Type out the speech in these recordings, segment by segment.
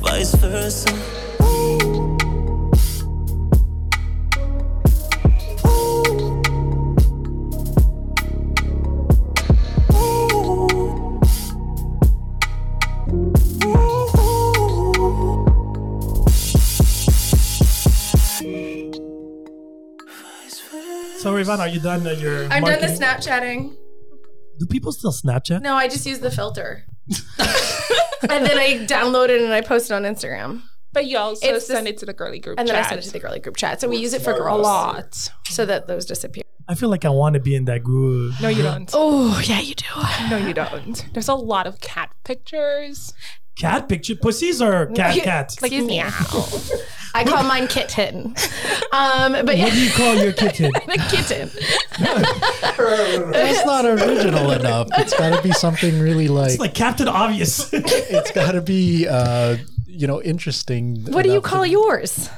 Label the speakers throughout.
Speaker 1: vice versa.
Speaker 2: So, Rivan, are you done uh, your?
Speaker 3: I'm done the
Speaker 2: marketing?
Speaker 3: Snapchatting.
Speaker 2: Do people still Snapchat?
Speaker 3: No, I just use the filter. and then I download it and I post it on Instagram.
Speaker 4: But you also
Speaker 3: It's
Speaker 4: send
Speaker 3: this-
Speaker 4: it to the girly group
Speaker 3: And then
Speaker 4: chat.
Speaker 3: I send it to the girly group chat. So we use it for
Speaker 4: a
Speaker 3: girls
Speaker 4: lot.
Speaker 3: so that those disappear.
Speaker 2: I feel like I want to be in that group.
Speaker 4: No, you don't.
Speaker 3: Oh, yeah, you do.
Speaker 4: No, you don't. There's a lot of cat pictures.
Speaker 2: Cat picture, pussies or cat cat.
Speaker 3: Excuse me. I call mine kitten. Um, but
Speaker 2: What do you call your kitten?
Speaker 3: the kitten.
Speaker 5: That's not original enough. It's got to be something really like,
Speaker 2: It's like Captain Obvious.
Speaker 5: it's got to be, uh, you know, interesting.
Speaker 3: What do you
Speaker 5: enough
Speaker 3: call
Speaker 5: to-
Speaker 3: yours?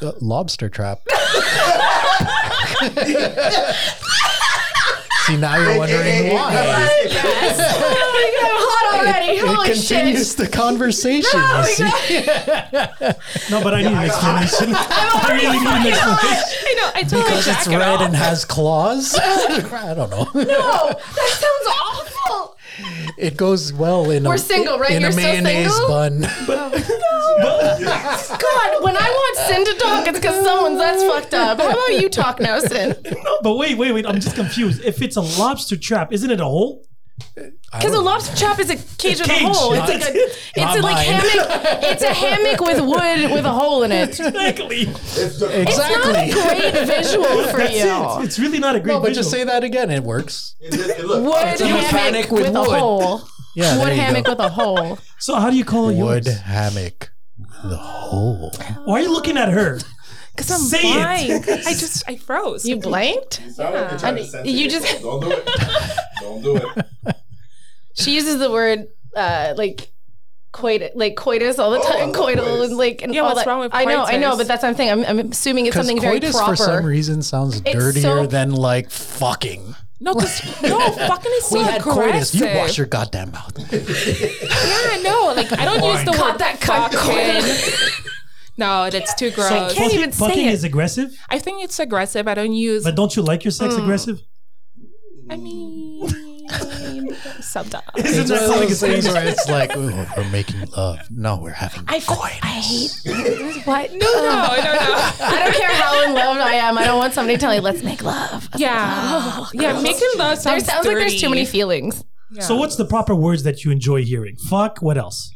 Speaker 5: uh, lobster trap? See, now you're wondering why.
Speaker 3: Oh my god, I'm hot already. Holy
Speaker 5: It continues
Speaker 3: shit.
Speaker 5: the conversation. you see?
Speaker 2: no, but I need an explanation. I really need an explanation.
Speaker 4: I know. I totally
Speaker 5: Because
Speaker 4: jack
Speaker 5: it's
Speaker 4: it
Speaker 5: red
Speaker 4: off.
Speaker 5: and has claws. I don't know.
Speaker 3: No, that sounds awful.
Speaker 5: It goes well in a
Speaker 3: We're single, right?
Speaker 5: in
Speaker 3: You're
Speaker 5: a
Speaker 3: still
Speaker 5: mayonnaise
Speaker 3: single?
Speaker 5: bun.
Speaker 3: God, when I want Sin to talk, it's because someone's that's fucked up. How about you talk now, Sin?
Speaker 2: No, but wait, wait, wait. I'm just confused. If it's a lobster trap, isn't it a hole?
Speaker 3: Because a lobster trap is a cage with a
Speaker 2: cage,
Speaker 3: hole. It's
Speaker 2: not-
Speaker 3: like a, it's
Speaker 5: not
Speaker 3: a, like
Speaker 5: mine.
Speaker 3: hammock. It's a hammock with wood with a hole in it.
Speaker 2: Exactly.
Speaker 5: exactly.
Speaker 3: It's not a great visual for
Speaker 2: That's
Speaker 3: you.
Speaker 2: it. It's really not a great
Speaker 5: No, but
Speaker 2: visual.
Speaker 5: just say that again. It works.
Speaker 3: Wood
Speaker 5: a
Speaker 3: hammock
Speaker 5: mechanic
Speaker 3: with,
Speaker 5: with
Speaker 3: a
Speaker 5: wood.
Speaker 3: hole.
Speaker 5: Yeah,
Speaker 3: wood
Speaker 5: there you
Speaker 3: hammock
Speaker 5: go.
Speaker 3: with a hole.
Speaker 2: so how do you call
Speaker 5: wood
Speaker 2: yours?
Speaker 5: hammock. The hole.
Speaker 2: Why are you looking at her?
Speaker 4: Because I'm
Speaker 2: Say it.
Speaker 4: blind. I just I froze.
Speaker 3: You blanked? You just
Speaker 6: don't do it. Don't do it.
Speaker 3: she uses the word uh, like coitus, like coitus all the
Speaker 5: Oh,
Speaker 3: time, coital and like and
Speaker 4: Yeah,
Speaker 3: all
Speaker 4: what's
Speaker 3: that.
Speaker 4: wrong with
Speaker 3: I know, I know,
Speaker 4: coitus?
Speaker 3: but that's what I'm saying. I'm, I'm assuming it's
Speaker 5: Because
Speaker 3: something very
Speaker 5: coitus
Speaker 3: proper.
Speaker 5: for some reason sounds
Speaker 3: It's
Speaker 5: dirtier
Speaker 3: so-
Speaker 5: than like fucking.
Speaker 4: no, 'cause- no, fucking is so
Speaker 5: We had coitus. You
Speaker 4: aggressive.
Speaker 5: wash your goddamn mouth.
Speaker 4: Yeah, no, like I don't use the
Speaker 3: Caught
Speaker 4: word
Speaker 3: that cunt
Speaker 4: fucking. no, that's too gross.
Speaker 3: can't
Speaker 2: Fucking-
Speaker 3: even say
Speaker 2: fucking
Speaker 3: it.
Speaker 2: is aggressive,
Speaker 4: I think it's aggressive. I don't use.
Speaker 2: but don't you like your
Speaker 3: Hmm.
Speaker 2: sex aggressive?
Speaker 4: I mean, sometimes.
Speaker 2: Isn't
Speaker 5: It's one
Speaker 2: that
Speaker 5: of
Speaker 2: something
Speaker 5: those things
Speaker 2: aggressive?
Speaker 5: where it's like, "Ooh, we're making love. No, we're having
Speaker 3: I, fu-
Speaker 5: coitus.
Speaker 3: I hate what? No,
Speaker 4: No, no, no.
Speaker 3: I don't care how in love I am. I don't want somebody telling me let's make love.
Speaker 4: Yeah, yeah. Making love
Speaker 3: Oh, There
Speaker 4: sounds
Speaker 3: sounds like there's too many
Speaker 4: dirty.
Speaker 3: feelings.
Speaker 2: So what's the proper words that you enjoy hearing? Fuck. What else?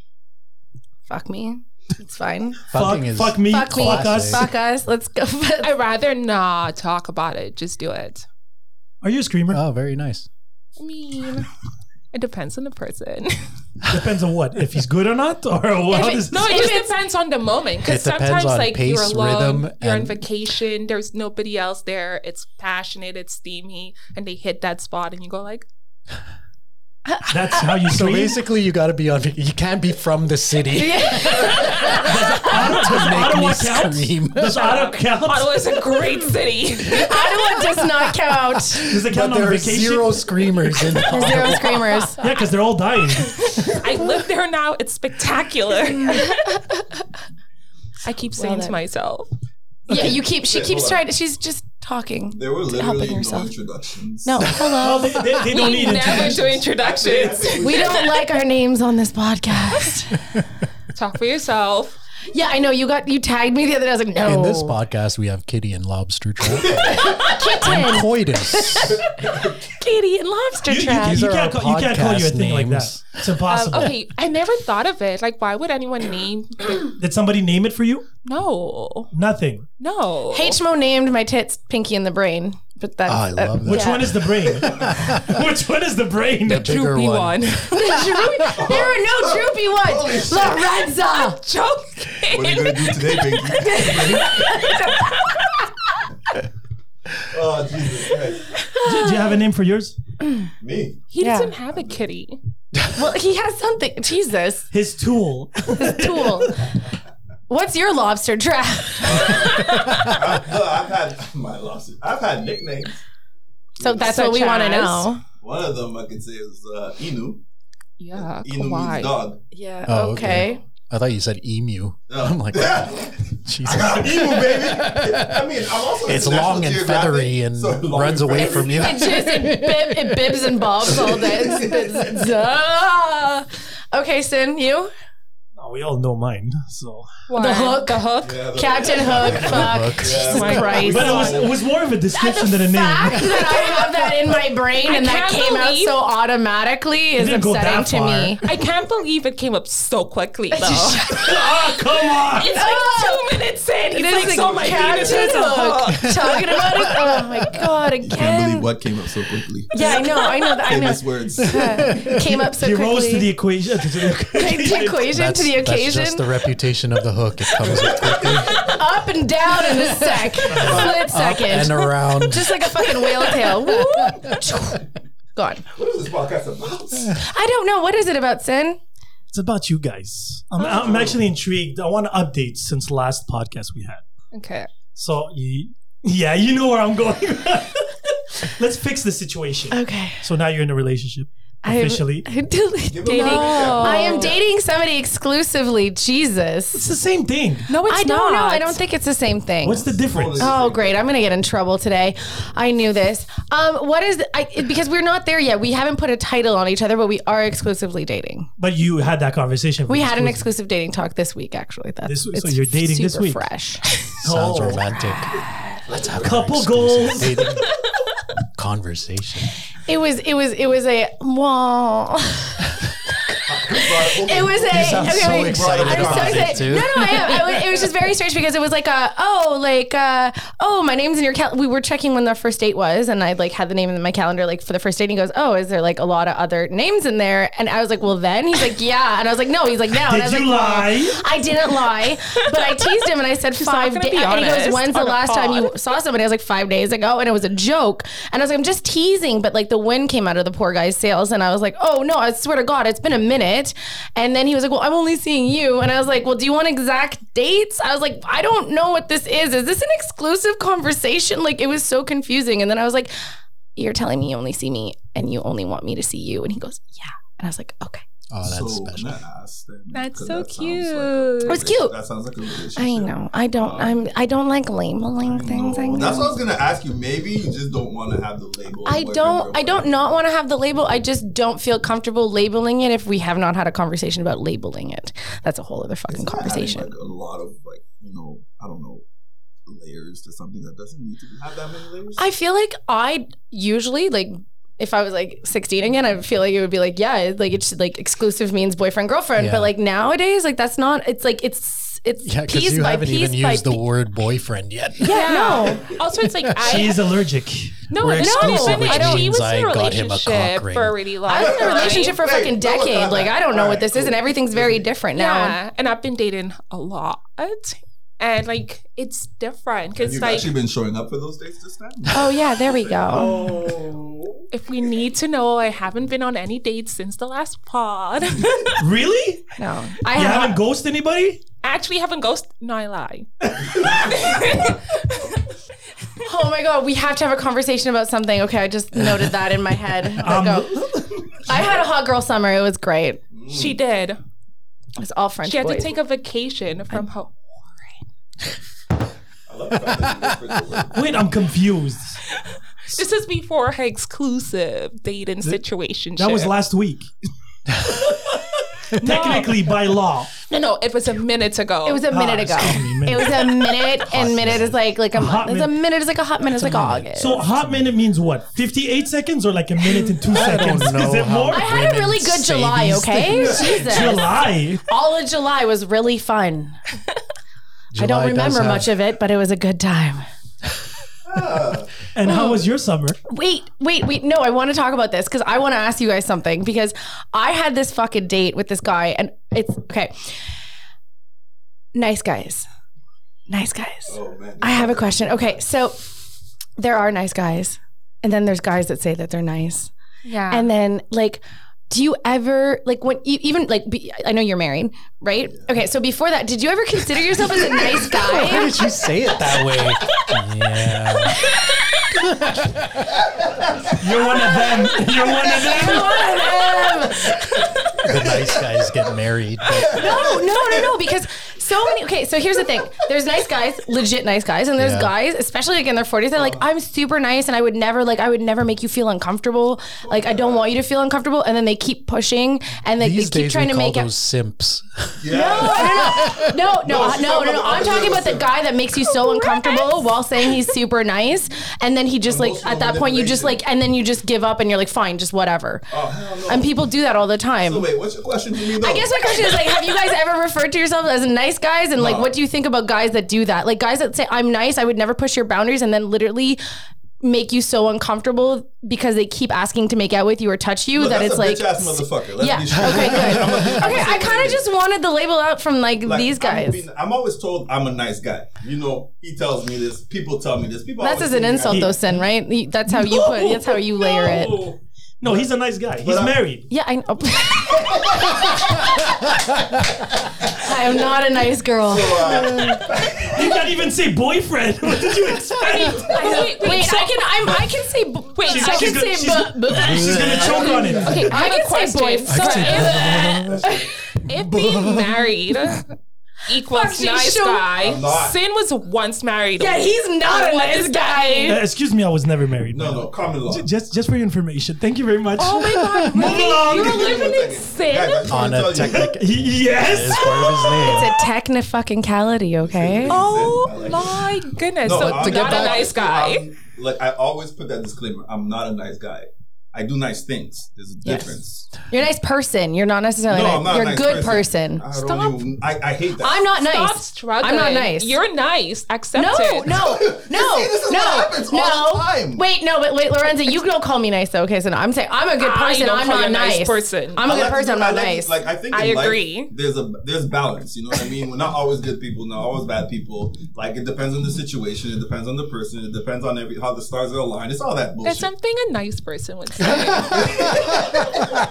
Speaker 3: Fuck me. It's fine.
Speaker 5: Fucking
Speaker 2: fuck.
Speaker 5: is-
Speaker 2: fuck me.
Speaker 3: Fuck me.
Speaker 2: Fuck us.
Speaker 3: Fuck us. Let's go.
Speaker 4: I'd rather not talk about it. Just do it.
Speaker 2: Are you a screamer?
Speaker 5: Oh, very nice.
Speaker 4: I mean, it depends on the person.
Speaker 2: Depends on what. If he's good or not, or what?
Speaker 3: it-
Speaker 2: is-
Speaker 4: No, it
Speaker 3: If
Speaker 4: just
Speaker 3: it's-
Speaker 4: depends on the moment. Because
Speaker 5: It depends
Speaker 4: sometimes,
Speaker 5: on
Speaker 4: like you're
Speaker 5: pace,
Speaker 4: alone,
Speaker 5: rhythm,
Speaker 4: you're on
Speaker 5: and-
Speaker 4: vacation. There's nobody else there. It's passionate. It's steamy, and they hit that spot, and you go like,
Speaker 2: That's how you
Speaker 5: So
Speaker 2: scream.
Speaker 5: basically, you got to be on. You can't be from the city to make
Speaker 2: Ottawa
Speaker 5: me
Speaker 2: counts?
Speaker 5: scream.
Speaker 2: Does auto count?
Speaker 4: "Ottawa is a great city."
Speaker 3: Ottawa does not count.
Speaker 2: Does it
Speaker 5: But
Speaker 2: count on
Speaker 5: there are
Speaker 2: vacation?
Speaker 5: zero screamers in
Speaker 3: Zero screamers.
Speaker 2: Yeah, because they're all dying.
Speaker 4: I live there now. It's spectacular. I keep saying to
Speaker 3: then.
Speaker 4: myself,
Speaker 3: Yeah, you keep. She
Speaker 6: Wait,
Speaker 3: keeping. keeps
Speaker 6: hold on.
Speaker 3: trying. to- She's just talking.
Speaker 6: There were literally
Speaker 3: Helping
Speaker 6: no
Speaker 3: herself.
Speaker 6: introductions.
Speaker 3: No,
Speaker 2: Oh,
Speaker 3: hello.
Speaker 2: they, they, they don't
Speaker 4: "We
Speaker 2: need
Speaker 4: never do
Speaker 2: it.
Speaker 4: introductions.
Speaker 3: We don't like our names on this podcast.
Speaker 4: Talk for yourself."
Speaker 3: Yeah, I know. You got you tagged me the other day. I was like, no.
Speaker 5: In this podcast, we have Kitty and Lobster Trap and
Speaker 3: kitten,
Speaker 5: Coitus.
Speaker 3: kitty, and lobster
Speaker 2: You, you,
Speaker 3: trap.
Speaker 5: These
Speaker 2: you
Speaker 5: are
Speaker 2: can't
Speaker 5: our
Speaker 2: call, you can't call your
Speaker 5: podcast
Speaker 2: thing like that.
Speaker 5: names.
Speaker 2: It's impossible.
Speaker 4: Okay, I never thought of it. Like, why would anyone name?
Speaker 2: Did somebody name it for you?
Speaker 4: No,
Speaker 2: Nothing.
Speaker 4: no.
Speaker 3: HMO named my tits Pinky in the Brain, but that's
Speaker 5: I love that.
Speaker 2: Which one is the brain? Which one is the brain?
Speaker 5: Bigger
Speaker 4: Droopy
Speaker 5: one.
Speaker 3: Droopy- there are no droopy ones. Lorenza.
Speaker 6: What are you gonna do today, Pinky? oh Jesus Christ!
Speaker 2: do, do you have a name for yours?
Speaker 6: Me?
Speaker 4: He
Speaker 3: Yeah.
Speaker 4: doesn't have a kitty.
Speaker 3: Well, he has something. Jesus,
Speaker 2: His tool.
Speaker 3: tool. What's your lobster trap?
Speaker 6: Look, I've had my losses. I've had nicknames.
Speaker 3: So that's
Speaker 4: Such
Speaker 3: what we want to
Speaker 4: as?
Speaker 3: know.
Speaker 6: One of them I could say is uh, Inu.
Speaker 4: Yeah,
Speaker 6: Inu means
Speaker 4: why?
Speaker 6: dog.
Speaker 3: Yeah.
Speaker 5: Oh,
Speaker 3: okay.
Speaker 5: okay. I thought you said emu. I'm like,
Speaker 6: I
Speaker 5: Jesus.
Speaker 6: got an emu, baby. I mean, I'm also
Speaker 5: It's
Speaker 6: National
Speaker 5: long and
Speaker 6: Geographic,
Speaker 5: feathery and
Speaker 6: so long
Speaker 5: runs
Speaker 6: and
Speaker 5: away
Speaker 6: feathery.
Speaker 5: from you.
Speaker 3: It just it, bib, it bibs and bobs all day. It's, it's, duh. Okay, Sin, you
Speaker 2: No, we all know mine. So,
Speaker 3: the hook, the hook,
Speaker 6: Yeah, the-
Speaker 3: Captain Hook. Fuck,
Speaker 5: Hook.
Speaker 3: Jesus
Speaker 4: Yeah.
Speaker 3: Christ.
Speaker 2: but it was it was more of a
Speaker 3: the
Speaker 2: description than a
Speaker 3: fact
Speaker 2: name.
Speaker 3: that I have that in my brain and that
Speaker 4: can't
Speaker 3: came out
Speaker 4: believe-
Speaker 3: so automatically is
Speaker 2: didn't go
Speaker 3: upsetting
Speaker 2: that
Speaker 3: to me.
Speaker 4: I can't believe it came up so quickly, though.
Speaker 2: Ah, come on.
Speaker 4: it's
Speaker 3: Oh.
Speaker 4: like two minutes in. It's like,
Speaker 3: It's
Speaker 2: "Oh
Speaker 4: so my penis
Speaker 3: Captain
Speaker 4: is a hook.
Speaker 3: Hook. Talking about it. Oh my god, again.
Speaker 6: Can't believe what came up so quickly.
Speaker 3: Yeah, I know, I know, that- I know.
Speaker 6: Famous words.
Speaker 3: Came up so
Speaker 2: He
Speaker 3: quickly.
Speaker 2: rose to the equation. to the
Speaker 3: the equation to the
Speaker 5: that's
Speaker 3: occasion.
Speaker 5: just the reputation of the hook. It comes with quickly
Speaker 3: up and down in a sec, split
Speaker 5: up
Speaker 3: second,
Speaker 5: and around.
Speaker 3: just like a fucking whale tail. Woo. Gone.
Speaker 6: what is this podcast about?
Speaker 3: I don't know what is it about sin.
Speaker 2: It's about you guys. I'm, I'm
Speaker 3: Oh.
Speaker 2: actually intrigued. I want to update since last podcast we had.
Speaker 4: Okay.
Speaker 2: So, you, yeah, you know where I'm going. Let's fix the situation.
Speaker 3: Okay,
Speaker 2: So now you're in a relationship officially.
Speaker 3: I'm, dating.
Speaker 6: a little-
Speaker 3: Oh.
Speaker 2: Oh.
Speaker 3: I am dating somebody exclusively. Jesus.
Speaker 2: it's the same thing.
Speaker 4: No, it's
Speaker 3: I don't know.
Speaker 4: not.
Speaker 3: I don't think it's the same thing.
Speaker 2: What's the difference?
Speaker 6: Holy-
Speaker 3: Oh great! I'm gonna get in trouble today. I knew this. Um, what is I, because we're not there yet. We haven't put a title on each other, but we are exclusively dating.
Speaker 2: But you had that conversation.
Speaker 3: We had an exclusive dating talk this week. Actually, that's
Speaker 2: This week- so
Speaker 3: it's
Speaker 2: you're dating this
Speaker 3: super
Speaker 2: week?
Speaker 3: Fresh.
Speaker 5: Sounds
Speaker 2: Oh.
Speaker 5: romantic. Let's have
Speaker 2: Couple
Speaker 5: an
Speaker 2: goals.
Speaker 5: exclusive dating conversation.
Speaker 3: it was. It was. It was a. Wow.
Speaker 6: Oh
Speaker 3: It was a.
Speaker 5: sound
Speaker 3: okay,
Speaker 5: so
Speaker 3: wait.
Speaker 5: excited
Speaker 3: I'm so
Speaker 5: about it,
Speaker 3: excited.
Speaker 5: too.
Speaker 3: No, no, I am. I was, it was just very strange because it was like a oh, like uh oh, my name's in your cal. We were checking when the first date was, and I like had the name in my calendar like for the first date. And he goes, oh, is there like a lot of other names in there? And I was like, well, then he's like, yeah, and I was like, no, he's like, now. and I
Speaker 2: Did
Speaker 3: was
Speaker 2: you
Speaker 3: like,
Speaker 2: lie?
Speaker 3: I didn't lie, but I teased him and I said
Speaker 4: not
Speaker 3: five
Speaker 4: Uh, gonna
Speaker 3: days.
Speaker 4: be
Speaker 3: And he goes,
Speaker 4: honest
Speaker 3: "When's the
Speaker 4: on a
Speaker 3: last time you
Speaker 4: pod."
Speaker 3: saw somebody?" I was like, five days ago," and it was a joke. And I was like, "I'm just teasing," but like the wind came out of the poor guy's sails, and I was like, "Oh no, I swear to God, it's been a minute." And then he was like, "Well, I'm only seeing you," and I was like, "Well, do you want exact dates?" I was like, "I don't know what this is. Is this an exclusive conversation?" Like it was so confusing. And then I was like, "You're telling me you only see me, and you only want me to see you," and he goes, "Yeah," and I was like, "Okay."
Speaker 5: Oh, that's
Speaker 6: so
Speaker 5: special.
Speaker 6: nice, then,
Speaker 4: That's
Speaker 6: 'cause
Speaker 4: so
Speaker 6: that sounds like a
Speaker 4: cute.
Speaker 6: relationship.
Speaker 3: It was cute.
Speaker 6: That sounds like a relationship.
Speaker 3: I know. I don't. I'm. I don't like labeling things. I know.
Speaker 6: That's what I was gonna ask you. Maybe you just don't want to have the label.
Speaker 3: I
Speaker 6: boyfriend,
Speaker 3: don't. I
Speaker 6: girlfriend.
Speaker 3: don't not want to have the label. I just don't feel comfortable labeling it if we have not had a conversation about labeling it. That's a whole other fucking
Speaker 6: It's not
Speaker 3: conversation.
Speaker 6: Having, like a lot of like you know I don't know layers to something that doesn't need to have that many layers.
Speaker 3: I feel like I usually like if I was like 16 again, I feel like it would be like yeah, it- like it should like exclusive means boyfriend girlfriend.
Speaker 5: Yeah.
Speaker 3: But like nowadays, like that's not. It's like it's it's
Speaker 5: Yeah, because
Speaker 3: piece
Speaker 5: you
Speaker 3: by
Speaker 5: haven't
Speaker 3: piece
Speaker 5: even
Speaker 3: by
Speaker 5: used the
Speaker 3: piece.
Speaker 5: word boyfriend yet.
Speaker 3: Yeah, no.
Speaker 4: Also, it's like I
Speaker 2: She's Oh. allergic.
Speaker 4: no,
Speaker 5: We're
Speaker 4: no,
Speaker 5: exclusive,
Speaker 4: I
Speaker 5: which
Speaker 4: don't- she
Speaker 5: means
Speaker 4: was in
Speaker 5: I
Speaker 4: a
Speaker 5: got him a cock
Speaker 4: relationship
Speaker 5: ring.
Speaker 4: for a really long.
Speaker 3: I was in a
Speaker 4: time.
Speaker 3: relationship for a
Speaker 6: Wait,
Speaker 3: fucking
Speaker 6: no, it's not
Speaker 3: decade. Like
Speaker 6: that.
Speaker 3: I don't know what
Speaker 6: Alright,
Speaker 3: this is, and
Speaker 6: cool.
Speaker 3: everything's very different now.
Speaker 4: Yeah, and I've been dating a lot, and like it's different
Speaker 6: Have
Speaker 4: because
Speaker 6: you
Speaker 4: like
Speaker 6: actually been showing up for those dates this time?
Speaker 3: Oh yeah, there we go.
Speaker 6: oh,
Speaker 4: if we need to know, I haven't been on any dates since the last pod. I
Speaker 2: Really?
Speaker 3: No, I
Speaker 2: You
Speaker 3: have.
Speaker 2: haven't ghosted anybody?
Speaker 4: actually haven't ghosted. No, I lie.
Speaker 3: Oh my god, we have to have a conversation about something. Okay, I just noted that in my head. But go. I had a hot girl summer. It was great. It
Speaker 4: She did.
Speaker 3: was all French
Speaker 4: She had to
Speaker 3: boys.
Speaker 4: take a vacation from home.
Speaker 6: I love the fact that you whispered the word.
Speaker 2: Wait, I'm confused.
Speaker 4: This is before her exclusive dating situation.
Speaker 2: That was last week. Technically, by law.
Speaker 4: No, no, it was a minute ago.
Speaker 3: it was a minute ago.
Speaker 2: Ah, excuse me, minute.
Speaker 3: It was a minute, and minute is like like a
Speaker 2: hot
Speaker 3: month. It's a
Speaker 2: minute.
Speaker 3: minute is like a hot minute. It's like August.
Speaker 2: So hot minute means what? 58 seconds or like a minute and two seconds?
Speaker 5: know
Speaker 2: Is it
Speaker 5: how-
Speaker 2: more?
Speaker 3: I had a really
Speaker 5: Women
Speaker 3: good
Speaker 5: say
Speaker 3: July.
Speaker 5: these
Speaker 3: Okay, Jesus,
Speaker 2: July.
Speaker 3: all of July was really fun. I
Speaker 5: July
Speaker 3: don't
Speaker 5: does
Speaker 3: remember
Speaker 5: have-
Speaker 3: much of it, but it was a good time.
Speaker 2: And how was your summer?
Speaker 3: Wait, wait, wait. No, I want to talk about this because I want to ask you guys something because I had this fucking date with this guy and it's okay. Nice guys. Nice guys.
Speaker 6: Oh man,
Speaker 3: I have a question. Okay, so there are nice guys, and then there's guys that say that they're nice.
Speaker 4: yeah.
Speaker 3: And then, like, do you ever, like, when e- even, like, be, I know you're married, right? Okay, so before that, did you ever consider yourself as a nice
Speaker 5: Why
Speaker 3: guy?
Speaker 5: did you say it that way? yeah.
Speaker 2: You're one of them. You're one of them.
Speaker 3: One of them.
Speaker 5: the nice guys get married. But
Speaker 3: No, no, no, no. Because so many. Okay, so here's the thing. There's nice guys, legit nice guys, and there's
Speaker 5: Yeah. Uh-huh.
Speaker 3: guys, especially like in their 40s, they're like, I'm super nice, and I would never like, I would never make you feel uncomfortable. Like, I don't want you to feel uncomfortable. And then they keep pushing, and like, they
Speaker 5: these
Speaker 3: keep
Speaker 5: days we
Speaker 3: trying to
Speaker 5: call
Speaker 3: make it.
Speaker 5: those simps.
Speaker 6: Yeah.
Speaker 3: No, no, no, no,
Speaker 6: she's
Speaker 3: no,
Speaker 6: talking
Speaker 3: no,
Speaker 6: about
Speaker 3: no.
Speaker 6: the
Speaker 3: I'm
Speaker 6: opposite
Speaker 3: talking
Speaker 6: of
Speaker 3: about the
Speaker 6: simp.
Speaker 3: guy that makes you so uncomfortable while saying he's super nice, and then he just like
Speaker 6: Emotional
Speaker 3: at that point you just
Speaker 6: manipulation.
Speaker 3: like, and then you just give up, and you're like, fine, just whatever.
Speaker 6: Oh, hell no.
Speaker 3: And people do that all the time.
Speaker 6: So wait, what's your question to me though?
Speaker 3: I guess my question is like, have you guys ever referred to yourselves as nice guys? And like,
Speaker 6: No.
Speaker 3: what do you think about guys that do that? Like, guys that say, I'm nice, I would never push your boundaries, and then literally make you so uncomfortable because they keep asking to make out with you or touch you
Speaker 6: Look,
Speaker 3: that it's
Speaker 6: that's a
Speaker 3: like.
Speaker 6: bitch ass motherfucker. Let's
Speaker 3: yeah.
Speaker 6: be
Speaker 3: Okay,
Speaker 6: sure.
Speaker 3: good. Okay, I kind of just wanted the label out from like,
Speaker 6: Like,
Speaker 3: these
Speaker 6: I'm
Speaker 3: guys.
Speaker 6: being- I'm, always told I'm a nice guy. You know, he tells me this. People tell me this. People.
Speaker 3: That's
Speaker 6: always
Speaker 3: as an
Speaker 6: think
Speaker 3: insult,
Speaker 6: I'm-
Speaker 3: though, Sin, right? You- That's how you put. That's how you layer it.
Speaker 2: No. No, he's a nice guy. He's
Speaker 6: I-
Speaker 2: married.
Speaker 3: Yeah, I know. I am not a nice girl.
Speaker 2: You can't even say boyfriend. What did you expect?
Speaker 4: wait,
Speaker 3: Wait, I can. I'm. I can say. b-
Speaker 4: Wait,
Speaker 3: I
Speaker 4: she's
Speaker 3: can
Speaker 2: gonna-
Speaker 3: say.
Speaker 2: she's-
Speaker 3: bu- bu-
Speaker 2: She's gonna choke on it.
Speaker 3: Okay, I
Speaker 4: have a
Speaker 3: can say
Speaker 4: question.
Speaker 3: boyfriend.
Speaker 4: I can
Speaker 5: That's it.
Speaker 4: If being married
Speaker 3: Fuck,
Speaker 4: equals
Speaker 3: she's
Speaker 4: nice
Speaker 3: so-
Speaker 6: I'm
Speaker 4: guy,
Speaker 6: not.
Speaker 4: Sin was once married.
Speaker 3: Yeah, he's not a
Speaker 4: What
Speaker 3: nice
Speaker 4: is
Speaker 3: guy.
Speaker 2: Uh, excuse me, I was never married.
Speaker 6: No,
Speaker 2: by the
Speaker 6: no,
Speaker 2: way.
Speaker 6: common law.
Speaker 2: J- Just, just for your information. Thank you very much.
Speaker 4: Oh my god,
Speaker 2: Move
Speaker 4: really?
Speaker 2: along.
Speaker 4: You're
Speaker 6: Give me one
Speaker 4: living in
Speaker 6: second.
Speaker 4: sin?
Speaker 6: Guys, I just
Speaker 5: on
Speaker 6: wanna
Speaker 5: a
Speaker 6: tell you.
Speaker 5: technic
Speaker 2: Y- yes.
Speaker 5: is part of his name.
Speaker 3: It's a technifuckingcality, okay?
Speaker 6: I
Speaker 4: Oh
Speaker 6: like
Speaker 4: my goodness.
Speaker 6: No,
Speaker 4: so
Speaker 6: I'm
Speaker 4: not
Speaker 5: to get
Speaker 4: a
Speaker 5: back-
Speaker 4: nice guy.
Speaker 6: I'm- like I always put that disclaimer. I'm not a nice guy. I do nice things. There's a difference.
Speaker 3: You're a nice person. You're not necessarily.
Speaker 6: No,
Speaker 3: nice.
Speaker 6: I'm not
Speaker 3: You're
Speaker 6: a
Speaker 3: a
Speaker 6: nice
Speaker 3: good person.
Speaker 6: person. I don't
Speaker 4: Stop.
Speaker 6: even- I, I hate that.
Speaker 3: I'm not
Speaker 4: Stop
Speaker 3: nice.
Speaker 4: struggling.
Speaker 3: I'm not nice.
Speaker 4: You're nice. Accept
Speaker 3: no,
Speaker 4: it.
Speaker 3: no, no,
Speaker 6: See, this is
Speaker 3: no,
Speaker 6: what happens all
Speaker 3: no.
Speaker 6: the time.
Speaker 3: Wait, no, but wait, Lorenzo, you don't call me nice though. Okay, so no, I'm saying I'm a good
Speaker 4: I
Speaker 3: person.
Speaker 4: don't
Speaker 3: I'm
Speaker 4: call you
Speaker 3: not
Speaker 4: a nice
Speaker 3: nice
Speaker 4: person.
Speaker 3: I'm a
Speaker 6: I
Speaker 3: good
Speaker 6: like to
Speaker 3: person.
Speaker 6: do-
Speaker 3: I'm not
Speaker 6: I like to-
Speaker 3: nice.
Speaker 6: Like I think
Speaker 4: I
Speaker 6: in life,
Speaker 4: agree.
Speaker 6: there's a there's balance. You know what I mean? We're not always good people, not always bad people. Like it depends on the situation. It depends on the person. It depends on every how the stars are aligned. It's all that bullshit.
Speaker 4: There's something a nice person would say. you know,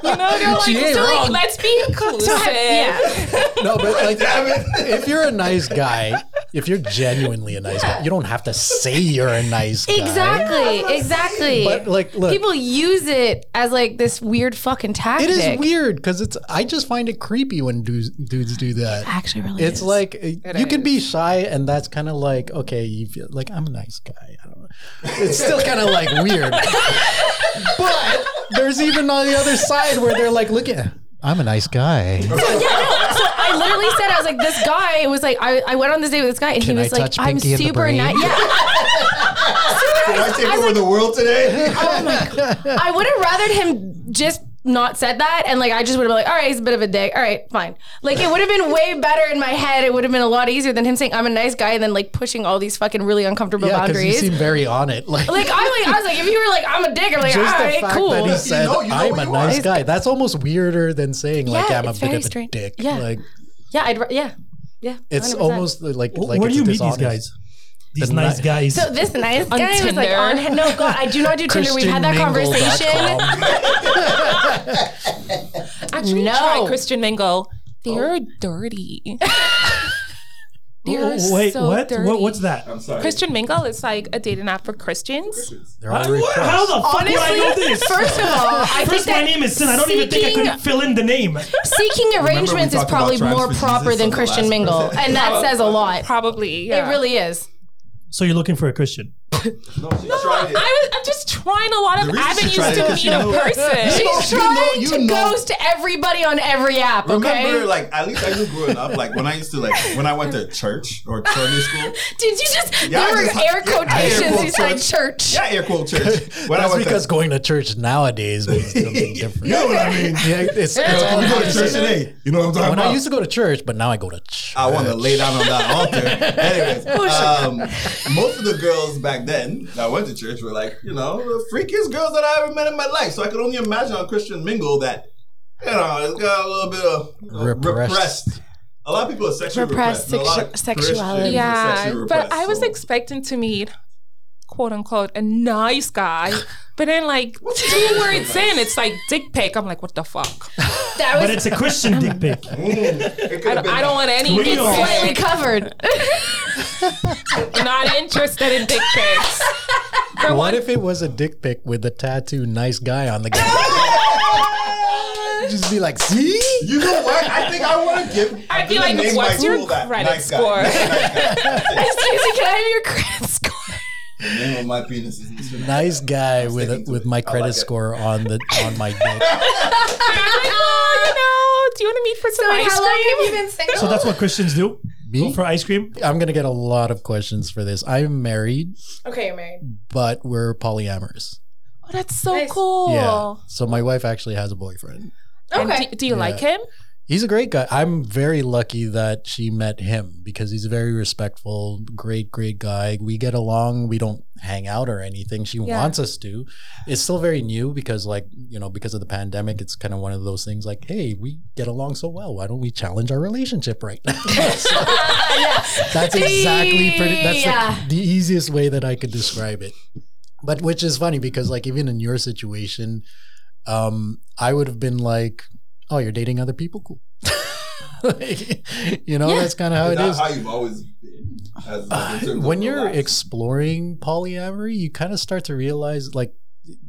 Speaker 4: they're like,
Speaker 5: She ain't
Speaker 4: so
Speaker 5: wrong.
Speaker 4: let's be inclusive.
Speaker 3: yeah.
Speaker 5: No, but like,
Speaker 6: Damn it.
Speaker 5: if you're a nice guy, if you're genuinely a nice guy, you don't have to say you're a nice guy.
Speaker 3: Exactly. Exactly.
Speaker 5: But like, look,
Speaker 3: People use it as like this weird fucking tactic.
Speaker 5: it is weird because it's. I just find it creepy when dudes dudes do that.
Speaker 3: Actually, really.
Speaker 5: It's
Speaker 3: is.
Speaker 5: like uh, you can be shy, and that's kind of like okay, you feel like I'm a nice guy. I don't know. It's still kind of like weird. but there's even on the other side where they're like, look at, I'm a nice guy.
Speaker 3: Yeah, no. So I literally said I was like, this guy was like, I, I went on this date with this guy, and
Speaker 5: Can
Speaker 3: he
Speaker 5: I
Speaker 3: was like,
Speaker 5: touch
Speaker 3: I'm
Speaker 5: Pinky in the
Speaker 3: super
Speaker 5: brain?
Speaker 3: nice. Yeah.
Speaker 6: Can I take over the world today?
Speaker 3: Oh I would have rathered him just not said that, and like I just would have been like, all right, he's a bit of a dick. All right, fine. Like it would have been way better in my head. It would have been a lot easier than him saying I'm a nice guy and then like pushing all these fucking really uncomfortable
Speaker 5: Yeah, because you
Speaker 3: boundaries.
Speaker 5: seem very on it. Like,
Speaker 3: like I'm like I was like, if you were like I'm a dick, I'm like, all
Speaker 5: just the
Speaker 3: right,
Speaker 5: fact
Speaker 3: cool.
Speaker 5: that he said,
Speaker 6: know- you know
Speaker 5: "I'm
Speaker 6: what
Speaker 5: a
Speaker 6: you
Speaker 5: nice
Speaker 6: are."
Speaker 5: guy," that's almost weirder than saying, "Like,
Speaker 3: Yeah,
Speaker 5: I'm a
Speaker 3: it's
Speaker 5: bit
Speaker 3: very
Speaker 5: of a
Speaker 3: strange.
Speaker 5: dick."
Speaker 3: Yeah.
Speaker 5: Like,
Speaker 3: yeah, I'd, ra- yeah, yeah.
Speaker 5: it's
Speaker 3: 100%.
Speaker 5: almost uh, like
Speaker 2: Wh-
Speaker 5: like
Speaker 2: Where
Speaker 5: it's
Speaker 2: do you meet these
Speaker 5: dishonest.
Speaker 2: guys? These
Speaker 5: The
Speaker 2: nice
Speaker 5: ni-
Speaker 2: guys.
Speaker 3: So this nice guy was like
Speaker 4: Tinder.
Speaker 3: on. No, God, I do not do Tinder. We've had that conversation.
Speaker 5: ChristianMingle.com.
Speaker 4: Actually,
Speaker 3: No. Oh.
Speaker 4: try Christian Mingle. They're dirty. They're
Speaker 2: Oh, wait,
Speaker 4: so
Speaker 2: what?
Speaker 4: dirty.
Speaker 2: what? What's that?
Speaker 6: I'm sorry.
Speaker 4: Christian Mingle is like a dating app for Christians.
Speaker 5: They're
Speaker 2: How,
Speaker 5: all repressed.
Speaker 2: how the fuck would I know
Speaker 3: Honestly,
Speaker 2: this?
Speaker 3: first of all, I think
Speaker 2: First, my
Speaker 3: that
Speaker 2: name is Sin. I don't even think I
Speaker 3: seeking-
Speaker 2: could fill in the name.
Speaker 3: seeking arrangements is
Speaker 6: talked about
Speaker 3: probably
Speaker 6: Trans
Speaker 3: more
Speaker 6: for
Speaker 3: proper
Speaker 6: Jesus
Speaker 3: than
Speaker 6: on the
Speaker 3: Christian
Speaker 6: last
Speaker 3: Mingle,
Speaker 6: episode.
Speaker 3: and that says a lot.
Speaker 4: Probably.
Speaker 3: It
Speaker 4: yeah.
Speaker 3: really is.
Speaker 2: So you're looking for a Christian?
Speaker 6: No, she tried it.
Speaker 4: I was, I'm just trying a lot
Speaker 6: The
Speaker 4: of
Speaker 6: reason she
Speaker 4: avenues
Speaker 6: tried it
Speaker 4: to
Speaker 6: is
Speaker 4: meet
Speaker 6: she
Speaker 4: a
Speaker 6: knew-
Speaker 4: person.
Speaker 6: know-
Speaker 3: She's
Speaker 6: you
Speaker 3: trying
Speaker 6: know- you
Speaker 3: to
Speaker 6: know.
Speaker 3: ghost everybody on every app. Okay.
Speaker 6: Remember, like at least I knew growing up, like when I used to like when I went to church or Sunday school.
Speaker 3: Did you just?
Speaker 6: Yeah, I
Speaker 3: there were
Speaker 6: just-
Speaker 3: air
Speaker 6: yeah, I air
Speaker 3: quotations
Speaker 6: quote
Speaker 3: inside
Speaker 6: church.
Speaker 3: church.
Speaker 6: Yeah, air quote church. When
Speaker 5: That's
Speaker 6: I went
Speaker 5: because
Speaker 6: to,
Speaker 5: going to church nowadays means something different.
Speaker 6: you know what I mean.
Speaker 5: Yeah, it's, it's
Speaker 6: You go to church
Speaker 5: 100%.
Speaker 6: today. You know what I'm talking
Speaker 5: When
Speaker 6: about.
Speaker 5: I used to go to church, but now I go to church.
Speaker 6: I want to lay down on that altar. Anyways, um, most of the girls back then that went to church were like, you know, the freakiest girls that I ever met in my life. So I could only imagine on Christian Mingle that, you know, it's got a little bit of you know, repressed.
Speaker 5: Repressed.
Speaker 6: A lot of people are sexually
Speaker 3: Repressed
Speaker 6: repressed. and a lot of
Speaker 3: sexu- sexuality.
Speaker 6: Christians are
Speaker 4: Yeah,
Speaker 6: sexually
Speaker 4: but
Speaker 6: repressed,
Speaker 4: I was
Speaker 6: so-
Speaker 4: expecting to meet quote unquote a nice guy. But then like two words in, it's like dick pic. I'm like, what the fuck?
Speaker 3: That
Speaker 2: But
Speaker 3: was
Speaker 2: it's a Christian dick pic.
Speaker 6: Mm, it
Speaker 4: I
Speaker 6: could've
Speaker 4: don't,
Speaker 6: been
Speaker 4: I don't want any dick
Speaker 2: Tweet on.
Speaker 3: slightly
Speaker 4: pic.
Speaker 3: covered.
Speaker 4: Not interested in dick pics. For
Speaker 5: What
Speaker 4: one,
Speaker 5: if it was a dick pic with the tattoo "nice guy" on the guy? Just be like, see?
Speaker 6: You know what? I think I want to give.
Speaker 4: I'd be
Speaker 6: I'm gonna
Speaker 4: like,
Speaker 6: name
Speaker 4: what's
Speaker 6: my
Speaker 4: your
Speaker 6: tool that.
Speaker 4: credit
Speaker 6: Nice guy.
Speaker 4: score?
Speaker 6: Nice guy.
Speaker 3: Susie, can I have your credit score?
Speaker 6: The name of my penis is Mr. Nice.
Speaker 5: Nice guy with
Speaker 6: sticking
Speaker 5: a,
Speaker 6: to
Speaker 5: with
Speaker 6: it. I
Speaker 5: my
Speaker 6: like
Speaker 5: credit
Speaker 6: it.
Speaker 5: score on the on my dick.
Speaker 4: oh, you know, do you want to meet for some ice
Speaker 3: How long have
Speaker 4: cream?
Speaker 3: you been single?
Speaker 2: So that's what Christians do
Speaker 5: Me?
Speaker 2: for ice cream.
Speaker 5: I'm gonna get a lot of questions for this. I'm married,
Speaker 3: okay, you're married.
Speaker 5: but we're polyamorous.
Speaker 4: Oh, that's so
Speaker 3: Nice.
Speaker 4: cool.
Speaker 5: Yeah. So my wife actually has a boyfriend.
Speaker 4: And
Speaker 3: Okay.
Speaker 4: do, do you
Speaker 5: Yeah.
Speaker 4: like him?
Speaker 5: He's a great guy. I'm very lucky that she met him because he's very respectful, great, great guy. We get along. We don't hang out or anything. She
Speaker 4: Yeah.
Speaker 5: wants us to. It's still very new because, like, you know, because of the pandemic, it's kind of one of those things like, hey, we get along so well. Why don't we challenge our relationship right now? So
Speaker 3: Uh,
Speaker 5: that's exactly pretty, that's
Speaker 3: Yeah.
Speaker 5: the, the easiest way that I could describe it. But which is funny because, like, even in your situation, um, I would have been like, oh, you're dating other people? Cool. Like, you know,
Speaker 3: Yeah.
Speaker 5: that's kind of how
Speaker 6: Is
Speaker 5: it
Speaker 6: that
Speaker 5: is. Uh,
Speaker 6: how you've always been? As, like, in terms of
Speaker 5: when you're
Speaker 6: relaxing?
Speaker 5: exploring polyamory, you kind of start to realize like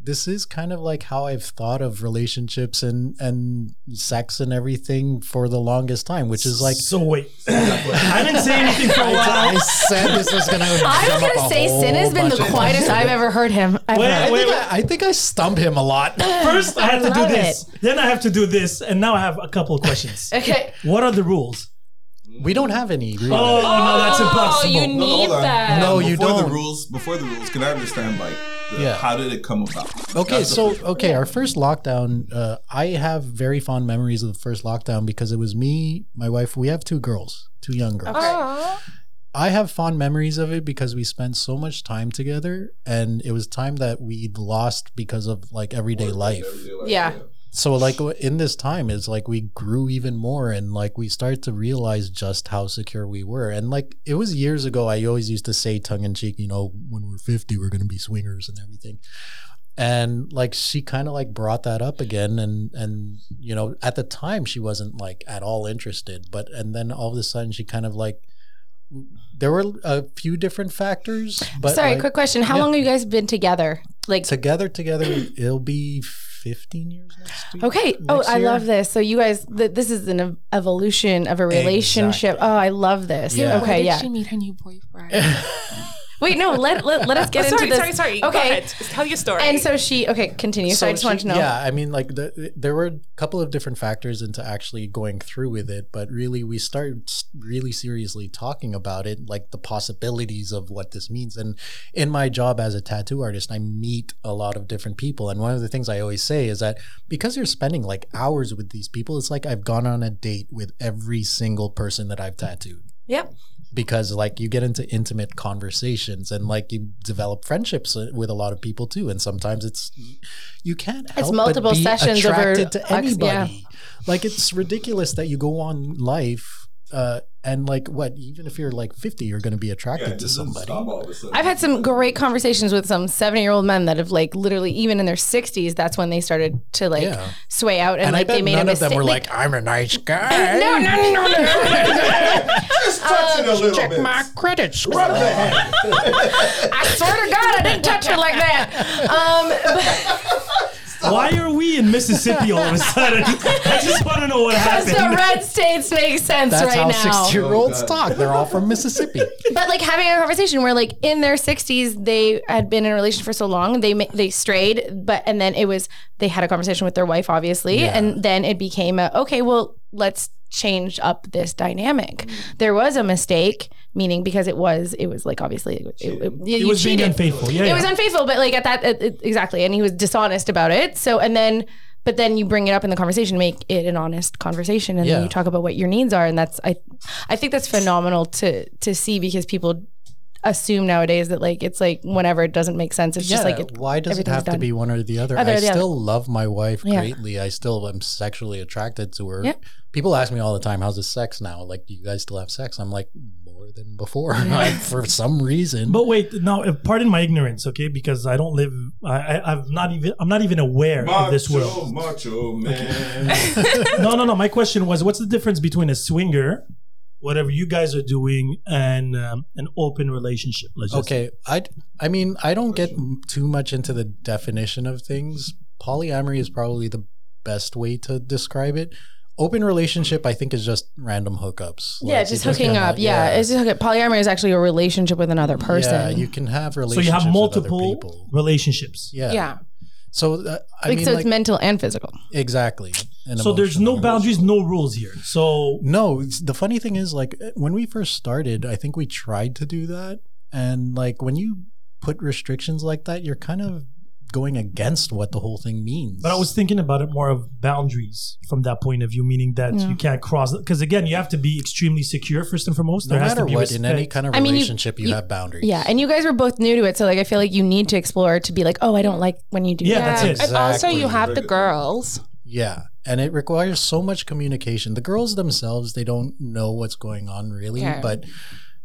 Speaker 5: this is kind of like how I've thought of relationships and and sex and everything for the longest time, which is like
Speaker 2: so wait, I didn't say anything for a
Speaker 5: I
Speaker 2: while.
Speaker 5: said this was gonna.
Speaker 3: I was
Speaker 5: going to
Speaker 3: gonna say Sin has been the quietest I've ever heard him. ever.
Speaker 2: Wait,
Speaker 5: I
Speaker 2: wait,
Speaker 5: think,
Speaker 2: wait.
Speaker 5: I, I think I stump him a lot.
Speaker 2: First, I have to do
Speaker 3: love
Speaker 2: this. Then I have to do this, and now I have a couple of questions.
Speaker 3: Okay.
Speaker 2: What are the rules?
Speaker 5: we don't have any. Really.
Speaker 2: Oh, no, that's impossible.
Speaker 4: you
Speaker 6: No, no,
Speaker 4: need
Speaker 6: hold on.
Speaker 4: that.
Speaker 5: No, you
Speaker 6: before
Speaker 5: don't.
Speaker 6: the rules, before the rules, can I understand like the,
Speaker 5: Yeah.
Speaker 6: how did it come about?
Speaker 5: Okay,
Speaker 6: That's the
Speaker 5: so
Speaker 6: first one.
Speaker 5: okay, our first lockdown. Uh, I have very fond memories of the first lockdown because it was me, my wife. We have two girls, two young girls.
Speaker 4: Aw.
Speaker 5: I have fond memories of it because we spent so much time together, and it was time that we'd lost because of like everyday life.
Speaker 6: Everyday life,
Speaker 3: Yeah.
Speaker 5: So like w- in this time, it's like we grew even more, and like we started to realize just how secure we were. And like it was years ago, I always used to say tongue in cheek, you know, when we're fifty, we're gonna be swingers and everything. And like she kind of like brought that up again, and and you know at the time she wasn't like at all interested, but and then all of a sudden she kind of like there were a few different factors, but
Speaker 3: Sorry,
Speaker 5: like,
Speaker 3: quick question. How
Speaker 5: yeah.
Speaker 3: long have you guys been together? Like,
Speaker 5: together together it'll be fifteen years next week.
Speaker 3: okay. Oh,
Speaker 5: next
Speaker 3: I
Speaker 5: year.
Speaker 3: love this. So you guys, th- this is an ev- evolution of a relationship.
Speaker 5: Exactly.
Speaker 3: Oh, I love this.
Speaker 5: Yeah.
Speaker 4: Where
Speaker 3: Okay,
Speaker 4: did
Speaker 3: yeah.
Speaker 4: she meet her new boyfriend?
Speaker 3: Wait, no. Let let, let us get into
Speaker 4: sorry,
Speaker 3: this.
Speaker 4: sorry, sorry. Go
Speaker 3: Okay.
Speaker 4: ahead. Just Tell your story.
Speaker 3: And so she. Okay, continue. So, I just
Speaker 5: she-
Speaker 3: want to know.
Speaker 5: Yeah, I mean, like the, there were a couple of different factors into actually going through with it, but really we started s- really seriously talking about it, like the possibilities of what this means. And in my job as a tattoo artist, I meet a lot of different people, and one of the things I always say is that because you're spending like hours with these people, it's like I've gone on a date with every single person that I've tattooed
Speaker 3: Yep.
Speaker 5: because like you get into intimate conversations and like you develop friendships uh, with a lot of people too and sometimes it's you can't help but
Speaker 3: multiple
Speaker 5: be
Speaker 3: sessions over
Speaker 5: attracted to
Speaker 3: ex-
Speaker 5: anybody
Speaker 3: yeah.
Speaker 5: like it's ridiculous that you go on life uh, and like what even if you're like 50 you're going to be
Speaker 6: Yeah,
Speaker 5: attracted
Speaker 6: it
Speaker 5: to
Speaker 6: just doesn't
Speaker 5: somebody
Speaker 6: stop all of a sudden.
Speaker 3: I've had some great conversations with some 70 year old men that have like literally even in their 60s that's when they started to like
Speaker 5: Yeah.
Speaker 3: sway out and,
Speaker 5: and
Speaker 3: like
Speaker 5: I bet
Speaker 3: they made
Speaker 5: none
Speaker 3: a
Speaker 5: of
Speaker 3: mistake
Speaker 5: them were like, I'm a nice guy.
Speaker 3: no no no no, no no
Speaker 6: just touching a little
Speaker 5: Check
Speaker 6: bit.
Speaker 5: my credit score.
Speaker 6: Rub the hand.
Speaker 3: I swear to God I didn't touch her like that um but
Speaker 2: Why are we in Mississippi all of a sudden? I just want to know what
Speaker 3: because the
Speaker 2: happened.
Speaker 3: red states make sense
Speaker 5: That's
Speaker 3: right
Speaker 5: how
Speaker 3: now
Speaker 5: 60 year olds
Speaker 6: Oh, God.
Speaker 5: talk. They're all from Mississippi.
Speaker 3: but like having a conversation where like in their 60s they had been in a relationship for so long they ma- they strayed but and then it was they had a conversation with their wife obviously
Speaker 5: Yeah.
Speaker 3: and then it became a okay well let's change up this dynamic
Speaker 2: Mm.
Speaker 3: there was a mistake meaning because it was it was like obviously it, it, it,
Speaker 2: It
Speaker 3: you
Speaker 2: was being
Speaker 3: cheated.
Speaker 2: unfaithful. Yeah,
Speaker 3: it
Speaker 2: yeah.
Speaker 3: was unfaithful but like at that it, it- exactly and he was dishonest about it so and then but then you bring it up in the conversation make it an honest conversation and then
Speaker 5: Yeah.
Speaker 3: you talk about what your needs are and that's i i think that's phenomenal to to see because people assume nowadays that like it's like whenever it doesn't make sense it's just like it,
Speaker 5: why does it Oh,
Speaker 3: everything's
Speaker 5: have to
Speaker 3: done.
Speaker 5: be one or the other?
Speaker 3: Either
Speaker 5: I
Speaker 3: or the other.
Speaker 5: still love my wife
Speaker 3: Yeah.
Speaker 5: greatly. I still am sexually attracted to her.
Speaker 3: Yeah.
Speaker 5: People ask me all the time, "How's the sex now? Like, do you guys still have sex?" I'm like, more than before, like, for some reason.
Speaker 2: But wait, now uh, pardon my ignorance, okay? Because I don't live. I, I I'm not even. I'm not even aware of this
Speaker 6: Macho,
Speaker 2: world.
Speaker 6: macho man.
Speaker 2: No, no, no. My question was, what's the difference between a swinger, whatever you guys are doing, and um, an open relationship? Let's just-
Speaker 5: okay, I I mean, I don't get m- too much into the definition of things. Polyamory is probably the best way to describe it. Open relationship, I think, is just random hookups.
Speaker 3: yeah,
Speaker 5: Like,
Speaker 3: just
Speaker 5: you're
Speaker 3: hooking
Speaker 5: gonna-
Speaker 3: up. Yeah, it's just hooking up. Polyamory is actually a relationship with another person.
Speaker 5: Yeah, you can have
Speaker 2: So
Speaker 5: relationships.
Speaker 2: you have
Speaker 5: with other
Speaker 2: multiple
Speaker 5: people.
Speaker 2: relationships.
Speaker 5: Yeah.
Speaker 4: yeah.
Speaker 5: So uh, I
Speaker 3: like
Speaker 5: mean,
Speaker 3: so,
Speaker 5: like,
Speaker 3: it's mental and physical.
Speaker 5: exactly. and
Speaker 2: So there's no
Speaker 5: emotional.
Speaker 2: boundaries, no rules here. So
Speaker 5: No, it's- the funny thing is, like uh, when we first started, I think we tried to do that, and like when you put restrictions like that, you're kind of going against what the whole thing means.
Speaker 2: But I was thinking about it more of boundaries from that point of view, meaning that you can't cross. Because again, you have to be extremely secure first and foremost.
Speaker 5: no
Speaker 2: there has
Speaker 5: matter
Speaker 2: to be
Speaker 5: what
Speaker 2: respect.
Speaker 5: in any kind of
Speaker 3: I mean, you-
Speaker 5: relationship, you,
Speaker 3: you-
Speaker 5: have boundaries.
Speaker 3: Yeah, and you guys were both new to it, so like I feel like you need to explore to be like, oh, I don't like when you do
Speaker 2: Yeah,
Speaker 3: that.
Speaker 2: that's it.
Speaker 4: And also, you
Speaker 6: Exactly.
Speaker 4: have the girls.
Speaker 5: Yeah, and it requires so much communication. The girls themselves, they don't know what's going on really,
Speaker 4: Yeah.
Speaker 5: but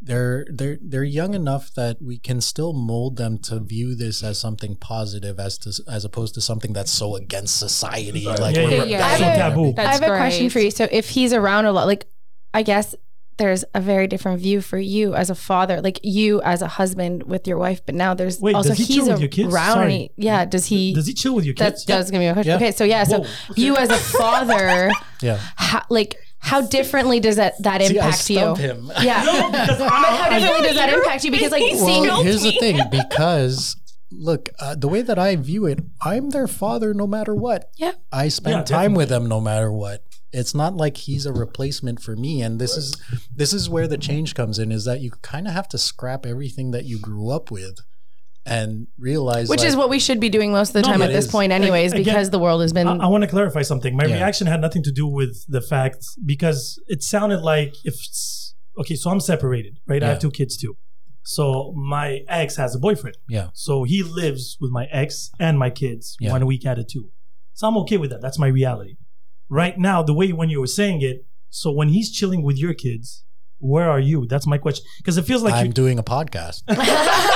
Speaker 5: they're they're they're young enough that we can still mold them to view this as something positive, as to as opposed to something that's so against society.
Speaker 6: Society.
Speaker 5: Like
Speaker 2: Yeah,
Speaker 5: we're
Speaker 2: yeah,
Speaker 5: rebelling
Speaker 4: yeah.
Speaker 5: and
Speaker 3: So
Speaker 5: everything.
Speaker 2: taboo.
Speaker 4: That's
Speaker 3: I have a question
Speaker 4: great.
Speaker 3: for you. So if he's around a lot, like I guess there's a very different view for you as a father, like you as a husband with your wife, but now there's
Speaker 2: Wait,
Speaker 3: also
Speaker 2: does he chill
Speaker 3: he's
Speaker 2: with your kids?
Speaker 3: around.
Speaker 2: Sorry.
Speaker 3: and he- Yeah, does he?
Speaker 2: Does he chill with your
Speaker 3: that's
Speaker 2: kids?
Speaker 3: that's gonna be my question.
Speaker 5: Yeah.
Speaker 3: Okay, so yeah, so
Speaker 2: Whoa,
Speaker 3: you as a father,
Speaker 5: Yeah.
Speaker 3: how, like how differently does that that
Speaker 5: See, I
Speaker 3: impact you?
Speaker 5: stumped him.
Speaker 3: Yeah,
Speaker 2: No, because I-
Speaker 3: but how differently does that impact you? Because like seeing
Speaker 5: Well, here's the thing, because look, uh, the way that I view it, I'm their father no matter what.
Speaker 3: Yeah.
Speaker 5: I spend
Speaker 2: Yeah,
Speaker 5: time with them no matter what. It's not like he's a replacement for me, and this is this is where the change comes in. Is that you kind of have to scrap everything that you grew up with, and realize
Speaker 3: Which
Speaker 5: like,
Speaker 3: is what we should be doing most of the
Speaker 2: No,
Speaker 3: time
Speaker 2: but
Speaker 3: at
Speaker 5: it
Speaker 3: this
Speaker 5: is.
Speaker 3: point, anyways,
Speaker 2: Again,
Speaker 3: because the world has been.
Speaker 2: I, I want to clarify something. My
Speaker 5: Yeah.
Speaker 2: reaction had nothing to do with the fact because it sounded like if it's, okay, so I'm separated, right? I have
Speaker 5: Yeah.
Speaker 2: two kids too. So my ex has a boyfriend.
Speaker 5: Yeah.
Speaker 2: So he lives with my ex and my kids
Speaker 5: Yeah.
Speaker 2: one week out of two. So I'm okay with that. That's my reality. Right now, the way when you were saying it, so when he's chilling with your kids, where are you? That's my question. Because it feels like
Speaker 5: I'm
Speaker 2: you,
Speaker 5: doing a podcast.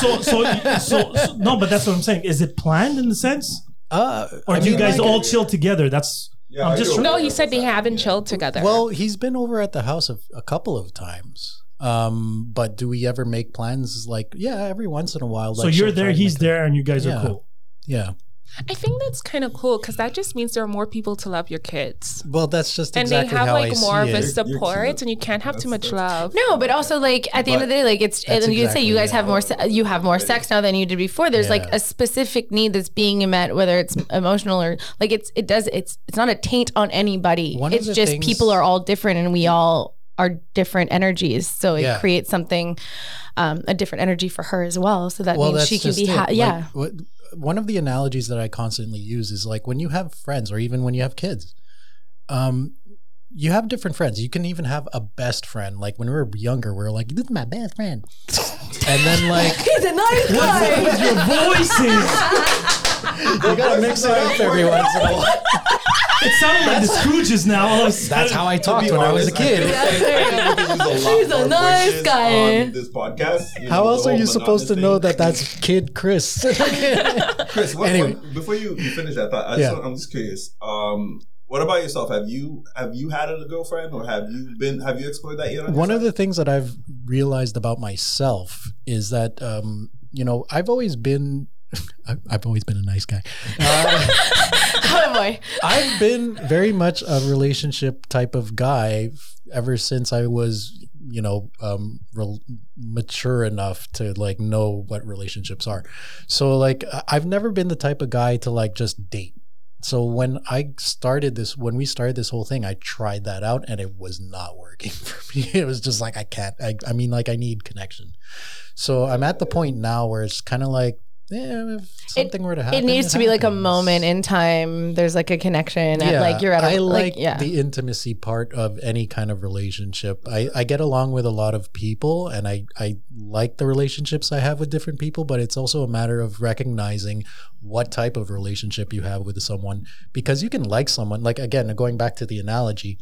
Speaker 2: so, so, so, so, no, but that's what I'm saying. Is it planned in the sense?
Speaker 5: Uh,
Speaker 2: Or
Speaker 5: I
Speaker 2: do you
Speaker 5: mean,
Speaker 2: guys
Speaker 5: like-
Speaker 2: all chill together? That's
Speaker 6: Yeah,
Speaker 2: I'm
Speaker 6: are
Speaker 2: just
Speaker 6: you
Speaker 2: trying-
Speaker 4: No,
Speaker 6: aware
Speaker 4: he
Speaker 6: of
Speaker 4: said they
Speaker 6: that?
Speaker 4: haven't
Speaker 6: Yeah.
Speaker 4: chilled together.
Speaker 5: Well, he's been over at the house of a couple of times. Um, but do we ever make plans? Like, yeah, every once in a while.
Speaker 2: so
Speaker 5: like,
Speaker 2: you're
Speaker 5: she'll try
Speaker 2: there,
Speaker 5: and
Speaker 2: he's
Speaker 5: make a-
Speaker 2: there, and you guys
Speaker 5: Yeah.
Speaker 2: are cool.
Speaker 5: Yeah.
Speaker 4: I think that's kind of cool because that just means there are more people to love your kids.
Speaker 5: Well, that's just
Speaker 4: And
Speaker 5: exactly
Speaker 4: they have
Speaker 5: how
Speaker 4: like
Speaker 5: I
Speaker 4: more of
Speaker 5: see
Speaker 4: a
Speaker 5: it.
Speaker 6: You're- you're
Speaker 4: support,
Speaker 6: cute.
Speaker 4: and you can't have too
Speaker 6: That's-
Speaker 4: much
Speaker 6: that's-
Speaker 4: love.
Speaker 3: no, but also like at the end of the day, like it's and
Speaker 5: That's
Speaker 3: you say you
Speaker 5: exactly
Speaker 3: guys have
Speaker 5: how-
Speaker 3: more se- you have more sex now than you did before. There's like
Speaker 5: Yeah.
Speaker 3: a specific need that's being met, whether it's emotional or like it's it does it's it's not a taint on anybody.
Speaker 5: One of
Speaker 3: it's
Speaker 5: the
Speaker 3: just
Speaker 5: things-
Speaker 3: people are all different and we all are different energies, so it
Speaker 5: Yeah.
Speaker 3: creates something um, a different energy for her as well. So that
Speaker 5: well,
Speaker 3: means
Speaker 5: that's
Speaker 3: she can
Speaker 5: just
Speaker 3: be
Speaker 5: it.
Speaker 3: ha-
Speaker 5: Like,
Speaker 3: yeah.
Speaker 5: what- one of the analogies that I constantly use is like when you have friends, or even when you have kids, um, you have different friends. You can even have a best friend. Like when we were younger, we were like, "This is my best friend," and then like
Speaker 3: He's a nice guy.
Speaker 2: Your voices.
Speaker 5: you gotta mix it up every once in a while.
Speaker 2: It sounded like the Scrooges now. All of a sudden.
Speaker 5: That's how I
Speaker 6: To
Speaker 5: talked
Speaker 6: be
Speaker 5: when I was a
Speaker 6: honest, I
Speaker 5: kid.
Speaker 6: think- I think there's a lot
Speaker 3: He's a
Speaker 6: more
Speaker 3: nice
Speaker 6: voices
Speaker 3: guy.
Speaker 6: On this podcast. You
Speaker 5: How
Speaker 6: know,
Speaker 5: else
Speaker 6: the
Speaker 5: are
Speaker 6: whole
Speaker 5: you supposed to
Speaker 6: monotonous
Speaker 5: know
Speaker 6: thing.
Speaker 5: that that's Kid Chris?
Speaker 6: Chris, what,
Speaker 5: Anyway.
Speaker 6: what- before you, you finish that thought, I
Speaker 5: Yeah.
Speaker 6: just, want- I'm just curious. Um, what about yourself? Have you have you had a girlfriend, or have you been? Have you explored that yet? on
Speaker 5: One
Speaker 6: yourself?
Speaker 5: of the things that I've realized about myself is that, um, you know, I've always been, I- I've always been a nice guy. Uh,
Speaker 3: oh boy.
Speaker 5: I've been very much a relationship type of guy f- ever since I was, you know, um, rel mature enough to like know what relationships are. So like, I- I've never been the type of guy to like just date. So when I started this, when we started this whole thing, I tried that out and it was not working for me. It was just like I can't. I, I mean, like I need connection. So I'm at the point now where it's kind of like, eh, if something were to happen,
Speaker 3: it needs to be like a
Speaker 5: happens.
Speaker 3: moment in time. There's like a connection. At, like you're at a
Speaker 5: I like,
Speaker 3: yeah.
Speaker 5: the intimacy part of any kind of relationship. I, I get along with a lot of people and I, I like the relationships I have with different people, but it's also a matter of recognizing what type of relationship you have with someone because you can like someone, like again, going back to the analogy.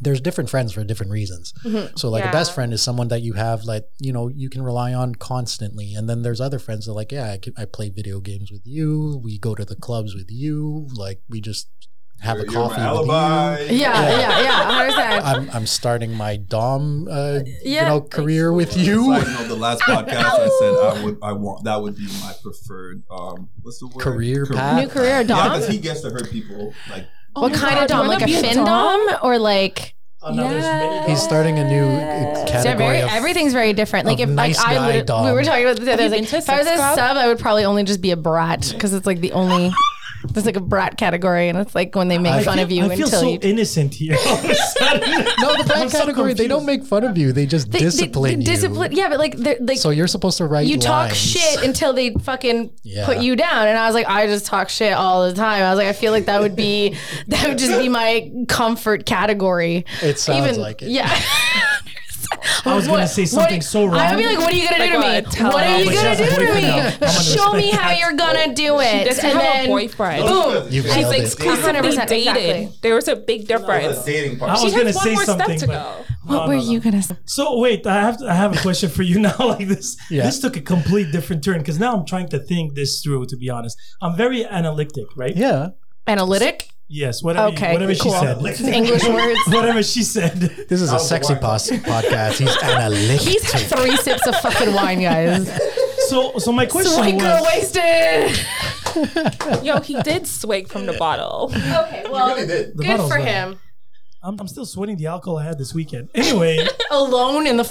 Speaker 5: There's different friends for different reasons.
Speaker 3: Mhm.
Speaker 5: So, like a
Speaker 4: Yeah.
Speaker 5: best friend is someone that you have, like you know, you can rely on constantly. And then there's other friends that, are like, yeah, I, can- I play video games with you. We go to the clubs with you. Like we just have a
Speaker 6: You're
Speaker 5: coffee.
Speaker 6: my
Speaker 5: with you.
Speaker 6: alibi.
Speaker 3: Yeah, yeah, yeah, 100%.
Speaker 5: I'm I'm starting my dom uh,
Speaker 3: Yeah.
Speaker 5: you know career with you.
Speaker 6: Side note, the last podcast I said I would, I want that would be my preferred. Um, what's the word?
Speaker 5: Career path?
Speaker 3: New career,
Speaker 6: Yeah,
Speaker 3: Dom?
Speaker 6: because he gets to hurt people. Like
Speaker 3: what kind of Dom? Like a fin Dom or like
Speaker 5: Oh,
Speaker 2: Another
Speaker 5: He's starting a new uh,
Speaker 3: So they're
Speaker 5: category
Speaker 3: very,
Speaker 5: of
Speaker 3: everything's very different. Like
Speaker 5: of
Speaker 3: if
Speaker 5: nice
Speaker 3: like,
Speaker 5: guy
Speaker 3: I would,
Speaker 5: Dom.
Speaker 3: we were talking about this the other day. Like,
Speaker 4: into
Speaker 3: if I was a
Speaker 4: sex club?
Speaker 3: sub, I would probably only just be a brat because it's like the only. There's like a brat category, and it's like when they make
Speaker 5: I
Speaker 3: fun of you
Speaker 2: I feel
Speaker 3: until
Speaker 2: so
Speaker 3: you.
Speaker 2: innocent here. All of a sudden.
Speaker 5: No, the
Speaker 2: I'm
Speaker 5: black
Speaker 2: so
Speaker 5: category. they don't make fun of you. They just
Speaker 3: They- they-
Speaker 5: discipline
Speaker 3: they
Speaker 5: you.
Speaker 3: discipline- Yeah, but like, they're- like
Speaker 5: So you're supposed to write.
Speaker 3: you talk
Speaker 5: lines.
Speaker 3: shit until they fucking
Speaker 5: Yeah.
Speaker 3: put you down. And I was like, I just talk shit all the time. I was like, I feel like that would be that would just be my comfort category.
Speaker 5: It sounds like it.
Speaker 3: Yeah.
Speaker 2: I was gonna say something so wrong.
Speaker 3: I would be like, "What are you gonna do
Speaker 4: Like what?
Speaker 3: to me?
Speaker 4: Tell
Speaker 3: What are
Speaker 4: me.
Speaker 3: you
Speaker 2: But
Speaker 3: gonna
Speaker 2: she has a
Speaker 3: do to
Speaker 2: boyfriend now. I'm
Speaker 3: me?
Speaker 2: gonna
Speaker 3: Show me
Speaker 2: respect
Speaker 3: how
Speaker 2: that.
Speaker 3: you're gonna do it."
Speaker 4: Does he
Speaker 3: And
Speaker 4: have
Speaker 3: then-
Speaker 4: a boyfriend?
Speaker 3: Boom.
Speaker 5: You've
Speaker 4: She's
Speaker 5: nailed
Speaker 4: like
Speaker 5: it.
Speaker 4: constantly
Speaker 3: 100%,
Speaker 4: dated.
Speaker 3: exactly.
Speaker 4: There was a big
Speaker 6: the
Speaker 4: difference.
Speaker 6: dating
Speaker 2: I
Speaker 6: part.
Speaker 2: was
Speaker 4: She
Speaker 2: gonna
Speaker 4: has one
Speaker 2: say
Speaker 4: more step
Speaker 2: something.
Speaker 4: to
Speaker 2: but-
Speaker 4: go.
Speaker 3: What
Speaker 2: No,
Speaker 3: were
Speaker 2: no, no.
Speaker 3: you gonna say?
Speaker 2: So wait, I have to, I have a question for you now. like this,
Speaker 5: Yeah.
Speaker 2: this took a complete different turn because now I'm trying to think this through. To be honest, I'm very analytic, right?
Speaker 5: Yeah.
Speaker 3: Analytic?
Speaker 2: Yes. Whatever.
Speaker 3: Okay,
Speaker 2: whatever
Speaker 3: cool.
Speaker 2: she said.
Speaker 3: English words.
Speaker 2: whatever she said.
Speaker 5: This is a
Speaker 6: was the
Speaker 5: sexy
Speaker 6: wine.
Speaker 5: pos- podcast. He's analytic.
Speaker 3: He's had three sips of fucking wine, guys.
Speaker 2: So so my question
Speaker 3: Swig girl
Speaker 2: was.
Speaker 3: wasted.
Speaker 4: Yo, he did swig from the bottle.
Speaker 3: Okay,
Speaker 6: You
Speaker 3: well,
Speaker 6: really did.
Speaker 2: The
Speaker 3: good
Speaker 2: bottle's
Speaker 3: for
Speaker 2: gone.
Speaker 3: him.
Speaker 2: I'm, I'm still sweating the alcohol I had this weekend. Anyway,
Speaker 3: Alone in the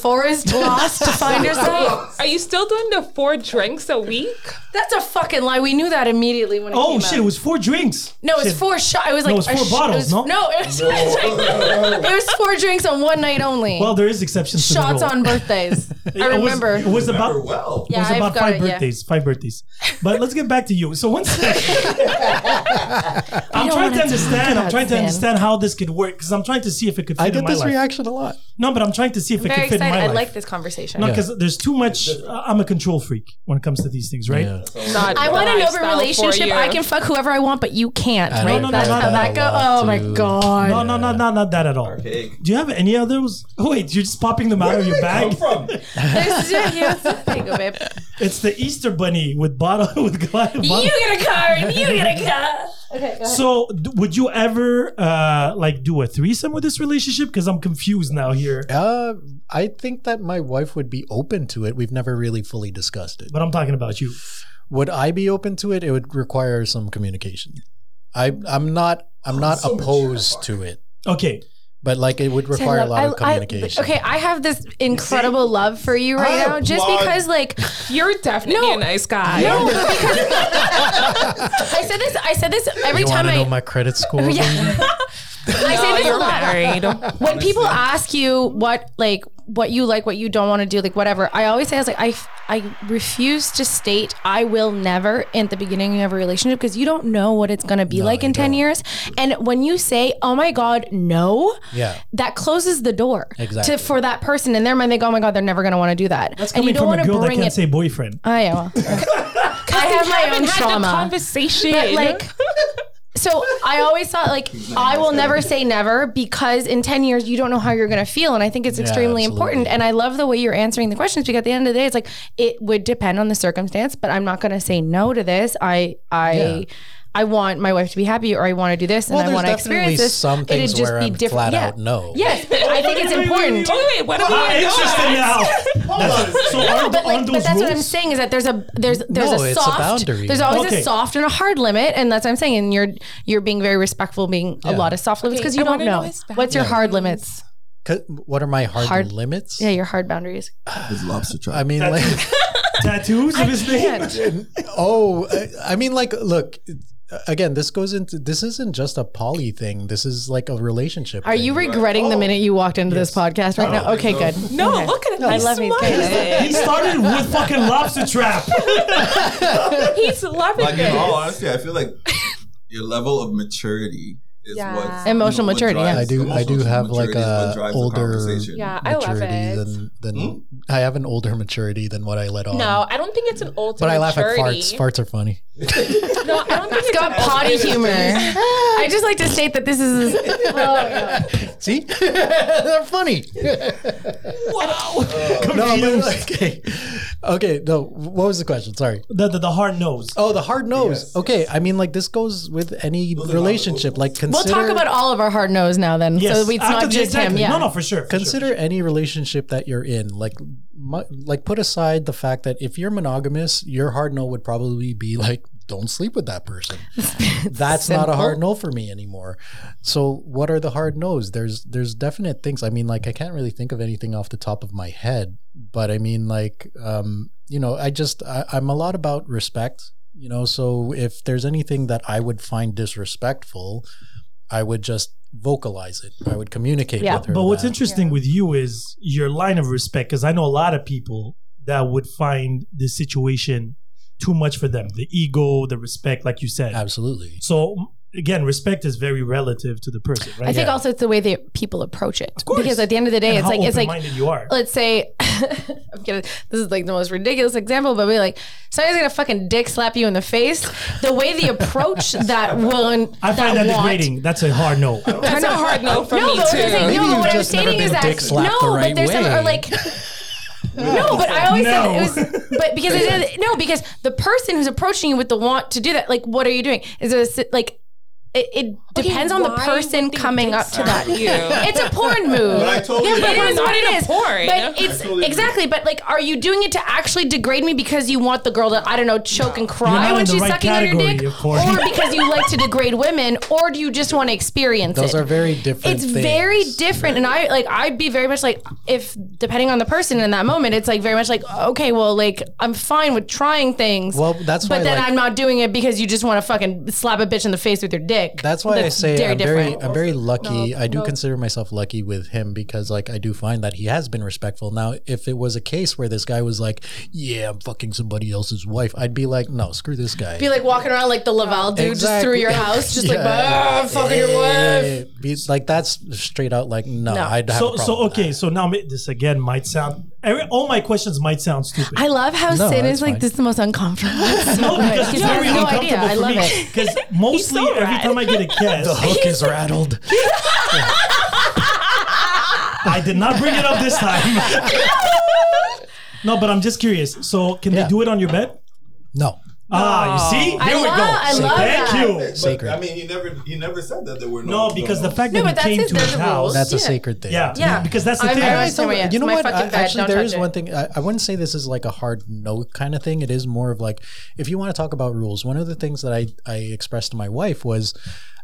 Speaker 3: forest, lost to find yourself.
Speaker 4: Are you still doing the four drinks a week?
Speaker 3: That's a fucking lie. We knew that immediately when it
Speaker 2: oh
Speaker 3: came
Speaker 2: shit, it
Speaker 3: out.
Speaker 2: was four drinks.
Speaker 3: No, it was
Speaker 2: Shit.
Speaker 3: four shots. It was like
Speaker 2: it was
Speaker 3: a
Speaker 2: four bottles,
Speaker 3: it
Speaker 2: no?
Speaker 3: was, no, it was, it was four drinks on one night only.
Speaker 2: Well, there is exceptions to the
Speaker 3: shots
Speaker 2: rule.
Speaker 3: on birthdays. I
Speaker 2: It was-
Speaker 3: remember.
Speaker 2: It was
Speaker 6: Remember
Speaker 2: about
Speaker 6: well.
Speaker 3: yeah,
Speaker 2: It was
Speaker 3: I've
Speaker 2: about
Speaker 3: got
Speaker 2: five
Speaker 3: it, yeah.
Speaker 2: birthdays, five birthdays. But let's get back to you. So one second, I'm
Speaker 3: don't
Speaker 2: trying
Speaker 3: wanna
Speaker 2: to
Speaker 3: talk
Speaker 2: understand. I'm
Speaker 3: about
Speaker 2: trying to
Speaker 3: them.
Speaker 2: understand how this could work because I'm trying to see if it could fit
Speaker 5: I
Speaker 2: in
Speaker 5: get
Speaker 2: my
Speaker 5: this
Speaker 2: life.
Speaker 5: reaction a lot.
Speaker 2: no, but I'm trying to see if it
Speaker 3: Very
Speaker 2: could fit in
Speaker 3: excited.
Speaker 2: my
Speaker 3: I
Speaker 2: life.
Speaker 3: like this conversation.
Speaker 2: no, because there's too much. I'm a control freak when it comes to these things, right?
Speaker 5: Yeah.
Speaker 4: Not
Speaker 3: I
Speaker 4: the
Speaker 3: want an open
Speaker 4: lifestyle for
Speaker 3: relationship.
Speaker 4: you.
Speaker 3: I can fuck whoever I want, but you can't,
Speaker 5: I
Speaker 3: right?
Speaker 5: don't
Speaker 2: no,
Speaker 3: That's
Speaker 2: no,
Speaker 3: how
Speaker 2: no,
Speaker 3: that
Speaker 5: no,
Speaker 3: go.
Speaker 5: no,
Speaker 3: Oh my
Speaker 5: dude.
Speaker 3: god.
Speaker 2: No, no, no, no, not that at all.
Speaker 6: Archaic.
Speaker 2: Do you have any others? Oh, wait, you're just popping them out of your bag.
Speaker 6: Come from.
Speaker 3: There's- yeah, there you go, babe.
Speaker 2: It's the Easter Bunny with bottle with glass.
Speaker 3: You get a card. You get a card.
Speaker 2: So, d- would you ever uh, like do a threesome with this relationship? Because I'm confused now here.
Speaker 5: Uh, I think that my wife would be open to it. We've never really fully discussed it.
Speaker 2: But I'm talking about you.
Speaker 5: Would I be open to it? It would require some communication. I I'm not I'm not
Speaker 6: Oh, so mature,
Speaker 5: opposed
Speaker 6: fuck.
Speaker 5: to it,
Speaker 2: Okay,
Speaker 5: but like it would require a lot of
Speaker 3: I- I-
Speaker 5: communication.
Speaker 3: okay, I have this incredible love for you right
Speaker 6: I
Speaker 3: now, just
Speaker 6: applaud-
Speaker 3: because like
Speaker 4: You're definitely
Speaker 3: No.
Speaker 4: a nice guy.
Speaker 3: no, but because I said this. I said this every
Speaker 5: you
Speaker 3: time
Speaker 5: want to
Speaker 3: I.
Speaker 5: know my credit score?
Speaker 3: yeah. I say this a
Speaker 4: Uh, you're
Speaker 3: lot.
Speaker 4: married.
Speaker 3: when people ask you what like what you like what you don't want to do like whatever i always say i was like i i refuse to state i will never in the beginning of a relationship because you don't know what it's going to be like
Speaker 5: you
Speaker 3: in 10
Speaker 5: don't.
Speaker 3: years and when you say oh my god no
Speaker 5: Yeah.
Speaker 3: that closes the door
Speaker 5: Exactly.
Speaker 3: to for that person in their mind they go oh my god they're never going to want to do that
Speaker 2: that's coming from a
Speaker 3: wanna
Speaker 2: girl that can't say boyfriend.
Speaker 3: i am i have my own
Speaker 4: haven't had the
Speaker 3: trauma
Speaker 4: conversation.
Speaker 3: but like so i always thought like i will never say never because in 10 years you don't know how you're going to feel and i think it's extremely
Speaker 5: absolutely.
Speaker 3: important and i love the way you're answering the questions because at the end of the day it's like it would depend on the circumstance but i'm not going to say no to this i i
Speaker 5: Yeah.
Speaker 3: I want my wife to be happy, or I want to do this, and
Speaker 5: Well,
Speaker 3: I
Speaker 5: there's
Speaker 3: want to
Speaker 5: definitely
Speaker 3: experience this.
Speaker 5: some
Speaker 3: It'd
Speaker 5: things
Speaker 3: just
Speaker 5: where
Speaker 3: be
Speaker 5: I'm
Speaker 3: different.
Speaker 5: flat
Speaker 3: yeah.
Speaker 5: out no.
Speaker 3: Yes, but I think it's important.
Speaker 4: wait, wait, what are
Speaker 2: I'm
Speaker 4: we
Speaker 2: interested
Speaker 4: doing?
Speaker 2: Ah, now. That's- so
Speaker 3: No,
Speaker 2: are,
Speaker 3: but like,
Speaker 2: are
Speaker 3: but
Speaker 2: those
Speaker 3: that's
Speaker 2: rules?
Speaker 3: what I'm saying is that there's a there's there's
Speaker 5: No,
Speaker 3: a
Speaker 5: it's a
Speaker 3: soft
Speaker 5: boundary.
Speaker 3: there's always
Speaker 2: Okay.
Speaker 3: a soft and a hard limit, and that's what I'm saying. And you're you're being very respectful, being a lot of soft limits
Speaker 4: Okay,
Speaker 3: because you
Speaker 4: I
Speaker 3: don't
Speaker 4: wanna know
Speaker 3: know
Speaker 4: his
Speaker 3: what's your hard limits.
Speaker 5: 'Cause What are my hard,
Speaker 3: Hard-
Speaker 5: limits?
Speaker 3: Yeah, your hard boundaries.
Speaker 6: His lobster trap.
Speaker 5: I mean, like.
Speaker 2: tattoos of his name.
Speaker 5: oh, I- I mean, like, look, again, this goes into this isn't just a poly thing. This is like a relationship.
Speaker 3: Are
Speaker 5: thing.
Speaker 3: you regretting
Speaker 4: Oh.
Speaker 3: the minute you walked into this podcast right now?
Speaker 6: don't
Speaker 3: Okay,
Speaker 6: think
Speaker 3: good.
Speaker 4: No,
Speaker 3: Okay.
Speaker 4: look at him.
Speaker 3: I
Speaker 4: He's
Speaker 3: love these guys.
Speaker 2: He started with fucking lobster trap.
Speaker 4: smiling. He's loving
Speaker 6: like
Speaker 4: it.
Speaker 6: in all honesty, I feel like your level of maturity is
Speaker 4: Yeah.
Speaker 6: what
Speaker 3: Emotional maturity, yeah.
Speaker 5: I do. I do have like a older
Speaker 4: Yeah, I love
Speaker 5: maturity
Speaker 4: it.
Speaker 5: than than
Speaker 6: Hmm?
Speaker 5: I have an older maturity than what I let on.
Speaker 4: No, I don't think it's an old.
Speaker 5: but I laugh at farts. Farts are funny.
Speaker 4: No, I don't think it's
Speaker 3: Got
Speaker 4: about-
Speaker 3: potty humor. I just like to state that this is.
Speaker 5: See, they're funny. no, but like, okay, okay. No, what was the question? Sorry.
Speaker 2: The, the, the hard nose.
Speaker 5: Oh, the hard nose.
Speaker 6: Yes.
Speaker 5: Okay, I mean, like this goes with any
Speaker 6: Those are
Speaker 5: relationship.
Speaker 6: not-
Speaker 5: Like,
Speaker 3: We'll
Speaker 5: consider
Speaker 3: talk about all of our hard nos now, then. So it's
Speaker 2: after
Speaker 3: not
Speaker 2: the-
Speaker 3: just him.
Speaker 2: exactly.
Speaker 3: Yeah.
Speaker 2: No, no, for sure. for sure.
Speaker 5: consider any relationship that you're in like mu- like put aside the fact that if you're monogamous your hard no would probably be like don't sleep with that person that's not a hard no for me anymore so what are the hard no's there's there's definite things i mean like i can't really think of anything off the top of my head but i mean like um you know i just I, i'm a lot about respect you know so if there's anything that i would find disrespectful i would just vocalize it i would communicate
Speaker 3: Yeah.
Speaker 5: with her
Speaker 2: But what's
Speaker 5: that.
Speaker 2: interesting
Speaker 4: Yeah.
Speaker 2: with you is your line of respect, because I know a lot of people that would find this situation too much for them. The ego, the respect, like you said.
Speaker 5: Absolutely.
Speaker 2: So again, respect is very relative to the person, right?
Speaker 3: I think
Speaker 5: Yeah.
Speaker 3: also it's the way that people approach it.
Speaker 2: course.
Speaker 3: Because at the end of the day,
Speaker 2: And
Speaker 3: it's
Speaker 2: how
Speaker 3: like it's like
Speaker 2: open-minded you are.
Speaker 3: let's say I'm gonna, this is like the most ridiculous example, but we like somebody's gonna fucking dick slap you in the face. The way they approach that one,
Speaker 2: I find that,
Speaker 3: want-
Speaker 2: degrading. That's a hard no.
Speaker 4: That's a hard no for me
Speaker 3: but what I'm saying-
Speaker 4: too.
Speaker 5: Maybe
Speaker 3: no, but
Speaker 5: you've
Speaker 3: what I'm
Speaker 5: just never
Speaker 3: stating
Speaker 5: been
Speaker 3: is that
Speaker 5: dick slapped
Speaker 3: no,
Speaker 5: the
Speaker 3: but
Speaker 5: right
Speaker 3: there's some
Speaker 5: way.
Speaker 3: or like no, but I always
Speaker 2: No.
Speaker 3: said it was but because it, no, because the person who's approaching you with the want to do that, like, what are you doing? Is it a, si- like it, it depends on the
Speaker 4: why
Speaker 3: person
Speaker 4: would they
Speaker 3: coming
Speaker 4: dick
Speaker 3: up to
Speaker 4: slap
Speaker 3: that.
Speaker 4: you?
Speaker 3: It's a porn move.
Speaker 6: But I totally
Speaker 3: yeah, but
Speaker 6: agree.
Speaker 3: it is
Speaker 4: Not
Speaker 3: what
Speaker 4: in
Speaker 3: it
Speaker 4: a
Speaker 3: is.
Speaker 4: porn.
Speaker 3: But it's
Speaker 6: totally agree.
Speaker 3: exactly. But like, are you doing it to actually degrade me because you want the girl to I don't know choke and
Speaker 2: You're
Speaker 3: cry
Speaker 2: not
Speaker 3: when
Speaker 2: in the
Speaker 3: she's
Speaker 2: right
Speaker 3: sucking on your
Speaker 2: category
Speaker 3: dick,
Speaker 2: of
Speaker 3: or
Speaker 2: porn.
Speaker 3: because you like to degrade women, or do you just want to experience
Speaker 5: Those
Speaker 3: it?
Speaker 5: are very different
Speaker 3: it's
Speaker 5: things.
Speaker 3: very different and i like i'd be very much like if depending on the person in that moment it's like very much like okay well like i'm fine with trying things
Speaker 5: Well, that's
Speaker 3: but
Speaker 5: why,
Speaker 3: then
Speaker 5: like-
Speaker 3: i'm not doing it because you just want to fucking slap a bitch in the face with your dick
Speaker 5: That's why I say I'm very,
Speaker 3: different.
Speaker 5: I'm very lucky.
Speaker 4: No,
Speaker 5: I do
Speaker 4: no.
Speaker 5: consider myself lucky with him because, like, I do find that he has been respectful. Now, if it was a case where this guy was like, "Yeah, I'm fucking somebody else's wife," I'd be like, "No, screw this guy."
Speaker 3: be like walking around like the laval dude just
Speaker 5: Exactly.
Speaker 3: through your house just like
Speaker 5: Yeah.
Speaker 3: "Ah, I'm fucking your wife
Speaker 5: Be- like that's straight out. Like, no,
Speaker 3: No.
Speaker 5: I'd have a
Speaker 2: so
Speaker 5: problem
Speaker 2: so
Speaker 5: with
Speaker 2: okay.
Speaker 5: that.
Speaker 2: So now ma- this again might sound. Every, all my questions might sound stupid.
Speaker 3: I love how
Speaker 5: No,
Speaker 3: Sin
Speaker 5: that's
Speaker 3: is like,
Speaker 5: fine.
Speaker 3: this is the most uncomfortable. episode.
Speaker 2: no, because
Speaker 3: He
Speaker 2: it's
Speaker 3: has
Speaker 2: very
Speaker 3: no idea.
Speaker 2: uncomfortable
Speaker 3: I love
Speaker 2: for me.
Speaker 3: it.
Speaker 2: Because mostly
Speaker 4: so
Speaker 2: every
Speaker 4: rad.
Speaker 2: time I get a kiss,
Speaker 5: The hook is rattled.
Speaker 2: I did not bring it up this time. no, but I'm just curious. So, can
Speaker 5: Yeah.
Speaker 2: they do it on your bed?
Speaker 5: No,
Speaker 2: Ah, you see, here
Speaker 3: I
Speaker 2: we
Speaker 3: love-
Speaker 2: go.
Speaker 3: I
Speaker 2: So
Speaker 3: love
Speaker 2: Thank
Speaker 3: that.
Speaker 2: you.
Speaker 5: Sacred.
Speaker 6: But, I mean, he never he never said that there were no.
Speaker 2: No, because the fact
Speaker 3: No,
Speaker 2: that
Speaker 3: but
Speaker 2: he
Speaker 3: that's
Speaker 2: came
Speaker 3: his-
Speaker 2: to his
Speaker 3: they're the
Speaker 2: house.
Speaker 3: rules.
Speaker 5: that's a
Speaker 3: Yeah.
Speaker 5: sacred thing.
Speaker 2: Yeah,
Speaker 3: Yeah.
Speaker 2: because that's the
Speaker 3: I'm
Speaker 2: thing.
Speaker 3: very-
Speaker 5: Guys,
Speaker 3: Tell me
Speaker 5: I'm-
Speaker 3: it.
Speaker 5: you know
Speaker 3: My
Speaker 5: what?
Speaker 3: fucking
Speaker 5: I-
Speaker 3: bed,
Speaker 5: actually,
Speaker 3: don't
Speaker 5: there
Speaker 3: touch
Speaker 5: is
Speaker 3: it.
Speaker 5: one thing. I, I wouldn't say this is like a hard no kind of thing. It is more of like, if you want to talk about rules, one of the things that I, I expressed to my wife was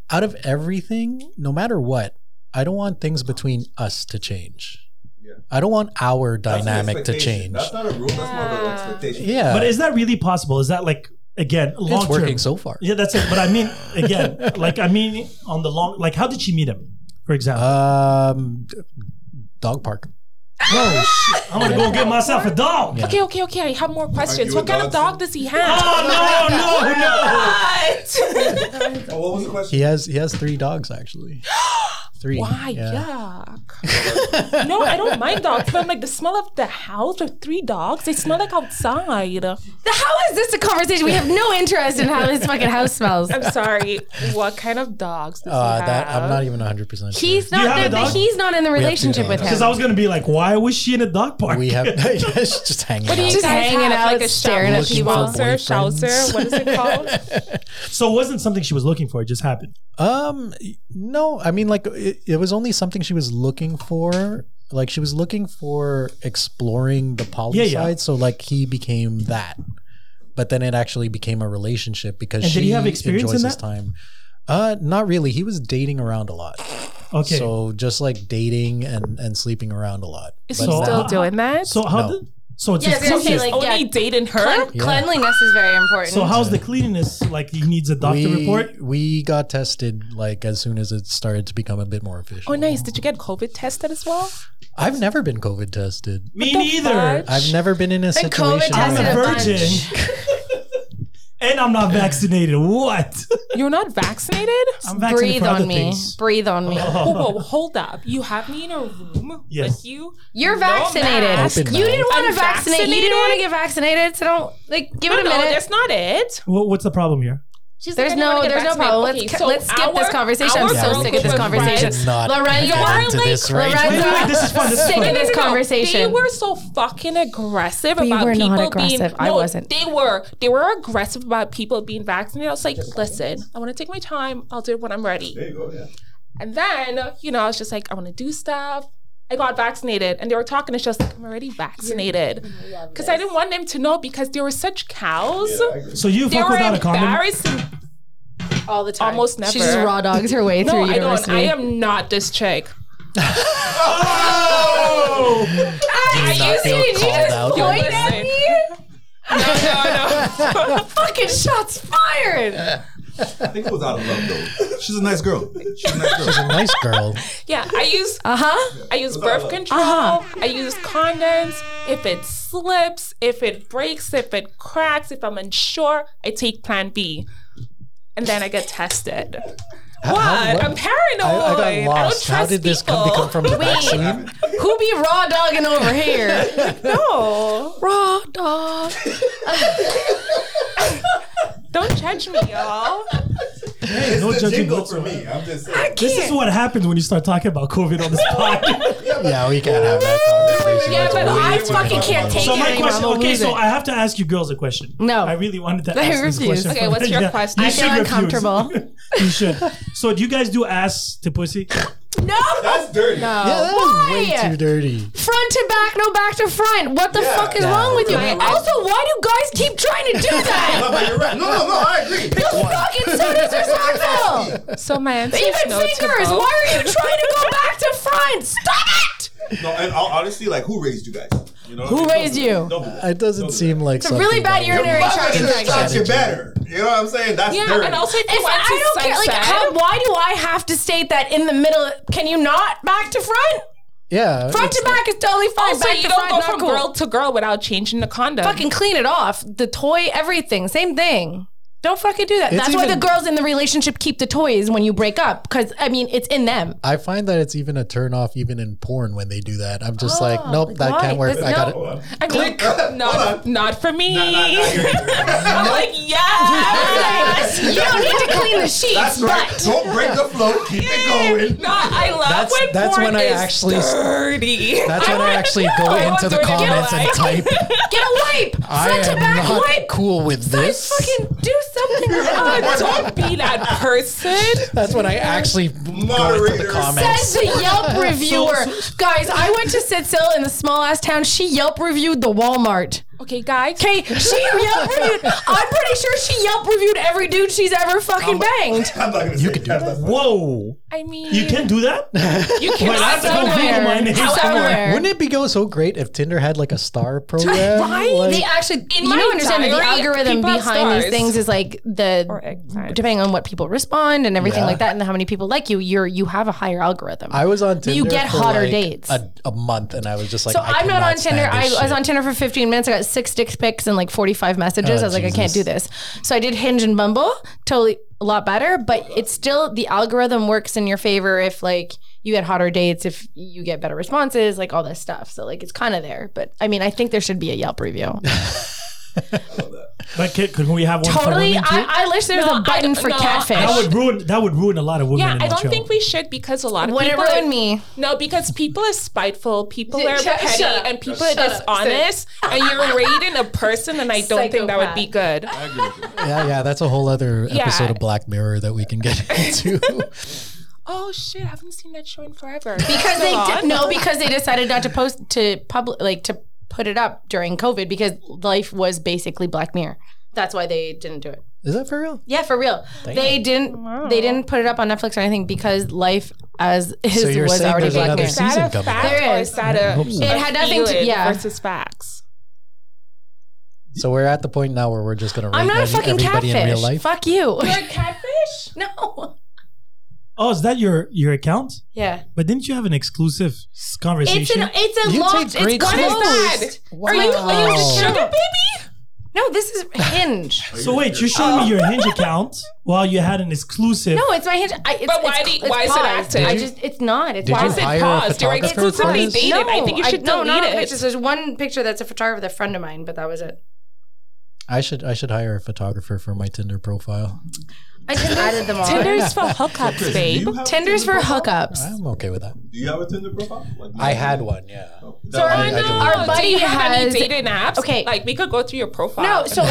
Speaker 5: out of everything, no matter what, I don't want things between us to change.
Speaker 6: Yeah.
Speaker 5: I don't want our
Speaker 6: That's an
Speaker 5: dynamic to
Speaker 6: expectation.
Speaker 5: change.
Speaker 6: That's not a rule. That's more of an expectation.
Speaker 5: yeah.
Speaker 2: but is that really possible? Is that like again long
Speaker 5: it's
Speaker 2: term?
Speaker 5: working so far.
Speaker 2: yeah, that's it. But I mean, again, like I mean, on the long, like how did she meet him? For example,
Speaker 5: Um, d- dog park.
Speaker 2: no, shit, I'm gonna go get myself a dog.
Speaker 5: Yeah.
Speaker 4: Okay, okay, okay. I have more questions.
Speaker 6: you
Speaker 4: What
Speaker 6: a
Speaker 4: kind of
Speaker 6: dog?
Speaker 4: dog does he have?
Speaker 2: Oh no, no, no!
Speaker 6: Oh, what was the question?
Speaker 5: He has he has three dogs actually. Three.
Speaker 4: Why?
Speaker 5: Yeah.
Speaker 4: Yuck. no, I don't mind dogs, but I'm like the smell of the house with three dogs. They smell like outside.
Speaker 3: How is this a conversation? We have no interest in how his fucking house smells.
Speaker 4: I'm sorry. What kind of dogs does
Speaker 5: Uh,
Speaker 4: he have?
Speaker 5: that I'm not even 100 percent sure.
Speaker 3: He's
Speaker 2: you
Speaker 3: not.
Speaker 2: have
Speaker 3: there,
Speaker 2: a
Speaker 3: but
Speaker 2: dog?
Speaker 3: he's not in the
Speaker 5: two
Speaker 3: relationship with
Speaker 5: dogs.
Speaker 3: him.
Speaker 2: Because I was gonna be like, why was she in a dog park?
Speaker 5: we have yes, just hanging
Speaker 4: What do
Speaker 5: out.
Speaker 4: you
Speaker 3: Just
Speaker 4: guys
Speaker 3: hanging
Speaker 4: have?
Speaker 3: out,
Speaker 4: like a
Speaker 3: staring
Speaker 5: at people.
Speaker 4: Schnauzer,
Speaker 5: Looking for
Speaker 4: Schnauzer, what is it called?
Speaker 2: so it wasn't something she was looking for. It just happened.
Speaker 5: Um, no, I mean, like it, it was only something she was looking for. Like she was looking for exploring the poli
Speaker 2: Yeah, yeah.
Speaker 5: side. So like he became that, but then it actually became a relationship because
Speaker 2: And
Speaker 5: she
Speaker 2: did he have experience
Speaker 5: enjoys
Speaker 2: in
Speaker 5: his
Speaker 2: that?
Speaker 5: time. Uh, not really. He was dating around a lot,
Speaker 2: Okay.
Speaker 5: so just like dating and and sleeping around a lot.
Speaker 4: Is
Speaker 5: But
Speaker 4: he
Speaker 2: So-
Speaker 4: still
Speaker 5: now-
Speaker 4: doing that?
Speaker 2: So how?
Speaker 5: No.
Speaker 2: Did, so it's
Speaker 3: Yeah, I was
Speaker 2: just
Speaker 3: gonna say,
Speaker 2: curious.
Speaker 3: like,
Speaker 4: only
Speaker 3: yeah.
Speaker 4: dating her?
Speaker 3: Clean- Cleanliness is very important.
Speaker 2: so how's the cleanliness? Like he needs a doctor
Speaker 5: we,
Speaker 2: report.
Speaker 5: we got tested like as soon as it started to become a bit more official.
Speaker 4: Oh, nice. Did you get COVID tested as well?
Speaker 5: I've never been COVID tested.
Speaker 2: Me
Speaker 4: the
Speaker 2: neither.
Speaker 4: fuck?
Speaker 5: I've never been in a
Speaker 3: COVID
Speaker 5: situation.
Speaker 3: tested
Speaker 2: I'm
Speaker 5: where-
Speaker 2: a
Speaker 3: a bunch.
Speaker 2: virgin. and I'm not vaccinated. What?
Speaker 4: You're not vaccinated?
Speaker 2: I'm
Speaker 3: Breathe
Speaker 2: other
Speaker 3: on me.
Speaker 2: things.
Speaker 3: Breathe on me.
Speaker 4: Whoa, whoa, hold up. You have me in a room
Speaker 2: Yes.
Speaker 4: with you.
Speaker 3: You're
Speaker 4: No mask.
Speaker 3: vaccinated.
Speaker 5: Open
Speaker 3: You didn't want
Speaker 4: I'm
Speaker 3: to vaccinate. You didn't want to get
Speaker 4: vaccinated?
Speaker 3: vaccinated. So don't like give it
Speaker 4: No,
Speaker 3: a
Speaker 4: no,
Speaker 3: minute.
Speaker 4: that's not it.
Speaker 2: Wha- what's the problem here?
Speaker 4: She's
Speaker 3: There's
Speaker 4: like, I don't
Speaker 3: no,
Speaker 4: wanna get
Speaker 3: there's no
Speaker 4: vaccinated.
Speaker 3: problem.
Speaker 4: Okay,
Speaker 3: Let's,
Speaker 4: so
Speaker 3: let's skip this
Speaker 4: our-
Speaker 3: conversation.
Speaker 4: our
Speaker 3: I'm so
Speaker 4: girl
Speaker 3: sick of this
Speaker 4: group was
Speaker 3: conversation.
Speaker 4: friends.
Speaker 5: Not
Speaker 3: Lorenzo-
Speaker 5: get into this right
Speaker 3: Lorenzo-
Speaker 2: Wait, wait, this is fun. This is
Speaker 3: Sick
Speaker 2: fun.
Speaker 3: of this
Speaker 4: No, no, no.
Speaker 3: conversation.
Speaker 4: They were so fucking aggressive
Speaker 3: We
Speaker 4: about
Speaker 3: were
Speaker 4: people
Speaker 3: not
Speaker 4: being.
Speaker 3: aggressive. I wasn't.
Speaker 4: They were. They were aggressive about people being vaccinated. I was like, listen, I want to take my time. I'll do it when I'm ready.
Speaker 6: There you go. Yeah.
Speaker 4: And then, you know, I was just like, I want to do stuff. I got vaccinated, and they were talking. It's just like I'm already vaccinated because I didn't want them to know because they were such cows.
Speaker 6: Yeah, I agree.
Speaker 2: So you
Speaker 4: They
Speaker 2: fuck
Speaker 4: were
Speaker 2: without a condom?
Speaker 4: embarrassed and
Speaker 3: All the time.
Speaker 4: almost never.
Speaker 3: She just raw dogs her way
Speaker 4: no,
Speaker 3: through
Speaker 4: I don't.
Speaker 3: university.
Speaker 4: I am not this chick.
Speaker 6: Oh!
Speaker 5: Do you not feel called out?
Speaker 3: pointed
Speaker 4: Listen.
Speaker 3: at me?
Speaker 4: No, no, no.
Speaker 3: Fucking shots fired.
Speaker 6: I think it was out of love though. She's a nice girl. She's a nice girl.
Speaker 5: She's a nice girl.
Speaker 4: Yeah, I use
Speaker 3: Uh huh.
Speaker 4: I use
Speaker 5: Uh-huh.
Speaker 4: birth control.
Speaker 3: Uh-huh.
Speaker 4: I use condoms. If it slips, if it breaks, if it cracks, if I'm unsure, I take Plan B, and then I get tested.
Speaker 5: How-
Speaker 4: What?
Speaker 5: how- what-
Speaker 4: I'm paranoid.
Speaker 5: I, I got
Speaker 4: don't
Speaker 5: lost. How
Speaker 4: trust
Speaker 5: did this come,
Speaker 4: people.
Speaker 5: become from the vaccine?
Speaker 3: Who be raw dogging over here?
Speaker 4: No,
Speaker 3: raw dog.
Speaker 4: don't judge me, y'all.
Speaker 6: It's
Speaker 2: No
Speaker 6: the
Speaker 2: judging
Speaker 6: jingle for
Speaker 2: whatsoever.
Speaker 6: me. I'm just saying.
Speaker 2: This is what happens when you start talking about COVID on this podcast.
Speaker 5: Yeah, we can't have that conversation.
Speaker 4: Yeah,
Speaker 5: That's
Speaker 4: but
Speaker 5: way
Speaker 4: I
Speaker 5: too
Speaker 4: fucking
Speaker 5: much.
Speaker 4: can't take
Speaker 2: so my
Speaker 4: it anymore.
Speaker 2: question,
Speaker 3: I'll
Speaker 2: okay,
Speaker 3: lose
Speaker 2: so
Speaker 3: it.
Speaker 2: I have to ask you girls a question.
Speaker 3: No.
Speaker 2: I really wanted to
Speaker 3: I
Speaker 2: ask this
Speaker 3: refuse.
Speaker 2: question.
Speaker 4: Okay,
Speaker 2: from-
Speaker 4: what's your question?
Speaker 2: You
Speaker 4: I
Speaker 3: feel
Speaker 2: should refuse.
Speaker 3: uncomfortable.
Speaker 2: you should. So do you guys do ass to pussy?
Speaker 3: No.
Speaker 6: That's dirty.
Speaker 5: Yeah, that was way
Speaker 3: Why?
Speaker 5: too dirty.
Speaker 3: Front to back, no back to front. What the
Speaker 6: Yeah.
Speaker 3: fuck is
Speaker 5: No.
Speaker 3: wrong with you?
Speaker 4: I- I-
Speaker 3: also, why do guys keep trying to do
Speaker 6: No,
Speaker 3: that?
Speaker 6: but you're right. No, no, no. I agree. Pick one.
Speaker 3: fucking so does your Soxel.
Speaker 4: So my answer is
Speaker 3: Even
Speaker 4: no
Speaker 3: fingers.
Speaker 4: to both.
Speaker 3: Why are you trying to go back to front? Stop it.
Speaker 6: No, and all, honestly, like, who raised you guys? You know,
Speaker 3: Who
Speaker 6: Don't-
Speaker 3: raised you?
Speaker 6: Don't do that.
Speaker 5: It doesn't seem like
Speaker 3: It's a really
Speaker 5: something
Speaker 3: bad
Speaker 5: that
Speaker 6: Your
Speaker 3: urinary
Speaker 6: mother
Speaker 3: tract
Speaker 6: should have
Speaker 3: infection.
Speaker 6: taught you better. You know what I'm saying? That's
Speaker 4: Yeah,
Speaker 6: dirty.
Speaker 4: and also if you
Speaker 3: If
Speaker 4: went to
Speaker 3: I don't care, like,
Speaker 4: sunset-
Speaker 3: how, why do I have to state that in the middle? Can you not back to front?
Speaker 5: Yeah.
Speaker 3: Front to back is totally fine.
Speaker 4: Also,
Speaker 3: back
Speaker 4: you
Speaker 3: to
Speaker 4: don't
Speaker 3: front,
Speaker 4: go
Speaker 3: not
Speaker 4: from
Speaker 3: cool.
Speaker 4: girl to girl without changing the condom.
Speaker 3: Fucking clean it off. The toy, everything, same thing. Don't fucking do that.
Speaker 5: It's
Speaker 3: That's why
Speaker 5: even-
Speaker 3: the girls in the relationship keep the toys when you break up, because I mean, it's in them.
Speaker 5: I find that it's even a turn off even in porn when they do that. I'm just like, nope, that
Speaker 3: why?
Speaker 5: can't work.
Speaker 3: There's
Speaker 5: I got
Speaker 3: no-
Speaker 5: it.
Speaker 6: Hold on.
Speaker 4: I mean, uh, not, not for me.
Speaker 6: Nah, nah, nah, you're-
Speaker 4: I'm like, yes.
Speaker 3: you don't need to clean the sheets,
Speaker 6: That's
Speaker 3: but
Speaker 6: right. Don't break the flow. Keep it going.
Speaker 4: No, I love
Speaker 5: That's-
Speaker 4: when
Speaker 5: that's
Speaker 4: porn
Speaker 5: when I
Speaker 4: is
Speaker 5: actually-
Speaker 4: dirty.
Speaker 5: That's when I
Speaker 4: wanna
Speaker 5: actually
Speaker 4: know.
Speaker 5: go
Speaker 4: I want
Speaker 5: into the
Speaker 4: to get
Speaker 5: comments and
Speaker 4: like-
Speaker 5: type,
Speaker 3: get a wipe.
Speaker 5: I
Speaker 3: Front to
Speaker 5: am
Speaker 3: back
Speaker 5: not
Speaker 3: wipe.
Speaker 5: cool with this.
Speaker 3: Fucking do something.
Speaker 4: Oh, don't be that person.
Speaker 5: That's when I actually go into the
Speaker 6: Moderator.
Speaker 5: comments.
Speaker 3: Says the Yelp reviewer.
Speaker 2: so- so-
Speaker 3: Guys, I went to Sitsil in the small ass town. She Yelp reviewed the Walmart.
Speaker 4: Okay, guys.
Speaker 3: Okay, she Yelp reviewed. I'm pretty sure she Yelp reviewed every dude she's ever fucking banged.
Speaker 6: I'm not gonna say
Speaker 5: can do
Speaker 6: that.
Speaker 5: that.
Speaker 2: Whoa.
Speaker 4: I mean,
Speaker 2: You can do that?
Speaker 4: You can.
Speaker 2: Well, I have to go Google my name.
Speaker 3: Somewhere.
Speaker 5: Wouldn't it be go so great if Tinder had like a star program?
Speaker 4: Right?
Speaker 5: Like-
Speaker 3: They actually, you
Speaker 4: my
Speaker 3: don't understand that the
Speaker 4: diary,
Speaker 3: algorithm
Speaker 4: people have
Speaker 3: behind these
Speaker 4: stars.
Speaker 3: things is like
Speaker 4: Or
Speaker 3: the
Speaker 4: exercise.
Speaker 3: depending on what people respond and everything
Speaker 5: Yeah.
Speaker 3: like that, and how many people like you, you're you have a higher algorithm.
Speaker 5: I was on Tinder.
Speaker 3: You get
Speaker 5: for,
Speaker 3: hotter
Speaker 5: like,
Speaker 3: dates.
Speaker 5: A, a month, and I was just like,
Speaker 3: so
Speaker 5: I
Speaker 3: I'm not on
Speaker 5: cannot stand
Speaker 3: Tinder. I
Speaker 5: this
Speaker 3: was
Speaker 5: shit.
Speaker 3: on Tinder for 15 minutes. I got six dick pics and like 45 messages.
Speaker 5: Oh,
Speaker 3: I was like, I can't do
Speaker 5: Jesus.
Speaker 3: this. So I did Hinge and Bumble. Totally a lot better, but it's still the algorithm works in your favor if like you get hotter dates, if you get better responses, like all this stuff. So like it's kind of there. But I mean, I think there should be a Yelp review.
Speaker 2: Like, could, could we have one for
Speaker 3: totally.
Speaker 2: women too?
Speaker 3: I, I wish there was
Speaker 4: No,
Speaker 3: a button
Speaker 4: I-
Speaker 3: for
Speaker 4: no,
Speaker 3: catfish.
Speaker 4: I
Speaker 2: that would ruin. That would ruin a lot of women.
Speaker 4: Yeah,
Speaker 2: in
Speaker 4: I
Speaker 2: Montreal.
Speaker 4: don't think we should because a lot of
Speaker 3: Would it
Speaker 4: people.
Speaker 3: ruin me?
Speaker 4: No, because people are spiteful, people are
Speaker 3: Shut- shut
Speaker 4: petty,
Speaker 3: up.
Speaker 4: and people
Speaker 3: Shut
Speaker 4: are
Speaker 3: up.
Speaker 4: dishonest. And you're rating a person, and I don't think that would be good.
Speaker 6: I agree with you.
Speaker 5: Yeah, yeah, that's a whole other
Speaker 4: Yeah.
Speaker 5: episode of Black Mirror that we can get into.
Speaker 4: Oh shit! I haven't seen that show in forever.
Speaker 3: because they
Speaker 4: Salon?
Speaker 3: di- no because they decided not to post to public like to put it up during COVID because life was basically Black Mirror. That's why they didn't do it.
Speaker 5: Is that for real?
Speaker 3: Yeah, for real. They didn't. They didn't put it up on Netflix or anything because life as is
Speaker 5: So you're
Speaker 3: was
Speaker 5: saying
Speaker 3: already
Speaker 5: there's
Speaker 3: Black
Speaker 5: another
Speaker 3: Mirror.
Speaker 4: Is that
Speaker 5: season
Speaker 4: a
Speaker 5: coming
Speaker 4: fact
Speaker 3: up. There
Speaker 4: or
Speaker 3: is.
Speaker 4: is that a,
Speaker 5: hope so.
Speaker 4: a
Speaker 3: It had nothing to-
Speaker 4: feeling
Speaker 3: yeah.
Speaker 4: versus facts?
Speaker 5: So we're at the point now where we're just gonna rate
Speaker 3: I'm not a
Speaker 5: every-
Speaker 3: fucking
Speaker 5: everybody in real
Speaker 3: catfish.
Speaker 5: life.
Speaker 3: Fuck you.
Speaker 4: You're a catfish?
Speaker 3: no.
Speaker 2: Oh, is that your your account?
Speaker 3: Yeah.
Speaker 2: But didn't you have an exclusive s- conversation?
Speaker 3: It's an. It's a
Speaker 5: You
Speaker 3: locked.
Speaker 5: take great
Speaker 3: It's
Speaker 5: shots.
Speaker 3: closed.
Speaker 5: Oh.
Speaker 4: Are you, are you a
Speaker 5: Wow.
Speaker 4: sugar baby?
Speaker 3: No, this is Hinge.
Speaker 2: So wait, you're showing me your Hinge account while you had an exclusive.
Speaker 3: No, it's my Hinge. I, it's,
Speaker 4: But why
Speaker 3: it's,
Speaker 4: do you-
Speaker 3: it's
Speaker 4: why is it
Speaker 3: paused.
Speaker 4: active?
Speaker 3: I just it's not. It's
Speaker 5: Did
Speaker 4: Why
Speaker 5: you
Speaker 4: is it
Speaker 5: hire a
Speaker 4: paused during
Speaker 5: photographer for
Speaker 4: exclusivity
Speaker 5: this?
Speaker 4: dated? I think you should
Speaker 3: no,
Speaker 4: delete
Speaker 3: not a
Speaker 4: it.
Speaker 3: picture. There's one picture that's a photographer that friend of mine, but that was it.
Speaker 5: I should I should hire a photographer for my Tinder profile.
Speaker 3: I just added them all.
Speaker 4: Tinder's for hookups,
Speaker 6: Chris,
Speaker 4: babe.
Speaker 6: do you have a
Speaker 3: Tinder's for
Speaker 6: Tinder profile?
Speaker 3: hookups.
Speaker 5: I'm okay with that.
Speaker 6: Do you have a Tinder profile? Like,
Speaker 5: I had one, yeah.
Speaker 6: So
Speaker 5: I- I
Speaker 4: I know.
Speaker 5: don't
Speaker 3: Our
Speaker 4: do
Speaker 3: buddy
Speaker 4: you have
Speaker 3: has-
Speaker 4: any dating apps?
Speaker 3: Okay.
Speaker 4: like we could go through your profile.
Speaker 3: No, so um,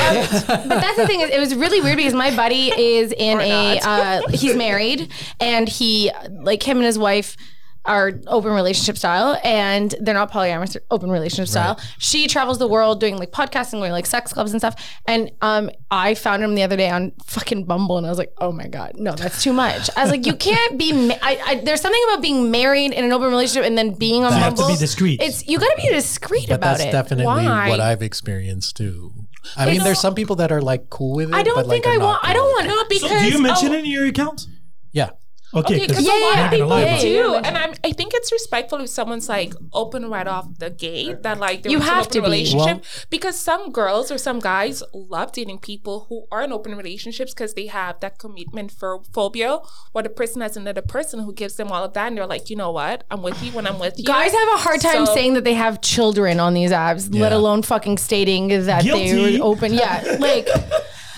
Speaker 3: but that's the thing is it was really weird because my buddy is in
Speaker 4: Or
Speaker 3: a
Speaker 4: not.
Speaker 3: uh, he's married and he like him and his wife are open relationship style and they're not polyamorous they're open relationship style. She travels the world doing like podcasting, going to, like sex clubs and stuff. And um I found him the other day on fucking Bumble and I was like, "Oh my god, no, that's too much." I was like, "You can't be ma- I, I there's something about being married in an open relationship and then being on
Speaker 2: You have
Speaker 3: Bumble.
Speaker 2: to be discreet.
Speaker 3: It's you got to be discreet
Speaker 5: But
Speaker 3: about
Speaker 5: that's
Speaker 3: it.
Speaker 5: definitely
Speaker 4: Why?
Speaker 5: what I've experienced too. I mean, there's some people that are like cool with it.
Speaker 3: I don't
Speaker 5: but, like,
Speaker 3: think I
Speaker 5: are not
Speaker 3: want I
Speaker 5: cool
Speaker 3: don't
Speaker 5: with
Speaker 3: want
Speaker 4: no, because
Speaker 2: so do you mention
Speaker 4: oh,
Speaker 2: it in your account?
Speaker 5: it. Yeah.
Speaker 2: Okay,
Speaker 4: Okay, because
Speaker 3: Yeah,
Speaker 4: a lot
Speaker 3: yeah,
Speaker 4: of
Speaker 2: I'm not
Speaker 4: people
Speaker 2: gonna lie about
Speaker 3: yeah.
Speaker 2: it.
Speaker 4: do, and I'm, I think it's respectful if someone's like open right off the gate that like they're
Speaker 3: You
Speaker 4: into an
Speaker 3: have
Speaker 4: open
Speaker 3: to be.
Speaker 4: relationship
Speaker 5: Well-
Speaker 4: because some girls or some guys love dating people who are in open relationships because they have that commitment pho- phobia where the person has another person who gives them all of that and they're like, you know what, I'm with you when I'm with you.
Speaker 3: Guys have a hard time
Speaker 4: So-
Speaker 3: saying that they have children on these apps, let
Speaker 5: Yeah.
Speaker 3: alone fucking stating that they
Speaker 2: Guilty.
Speaker 3: were open. Yeah, like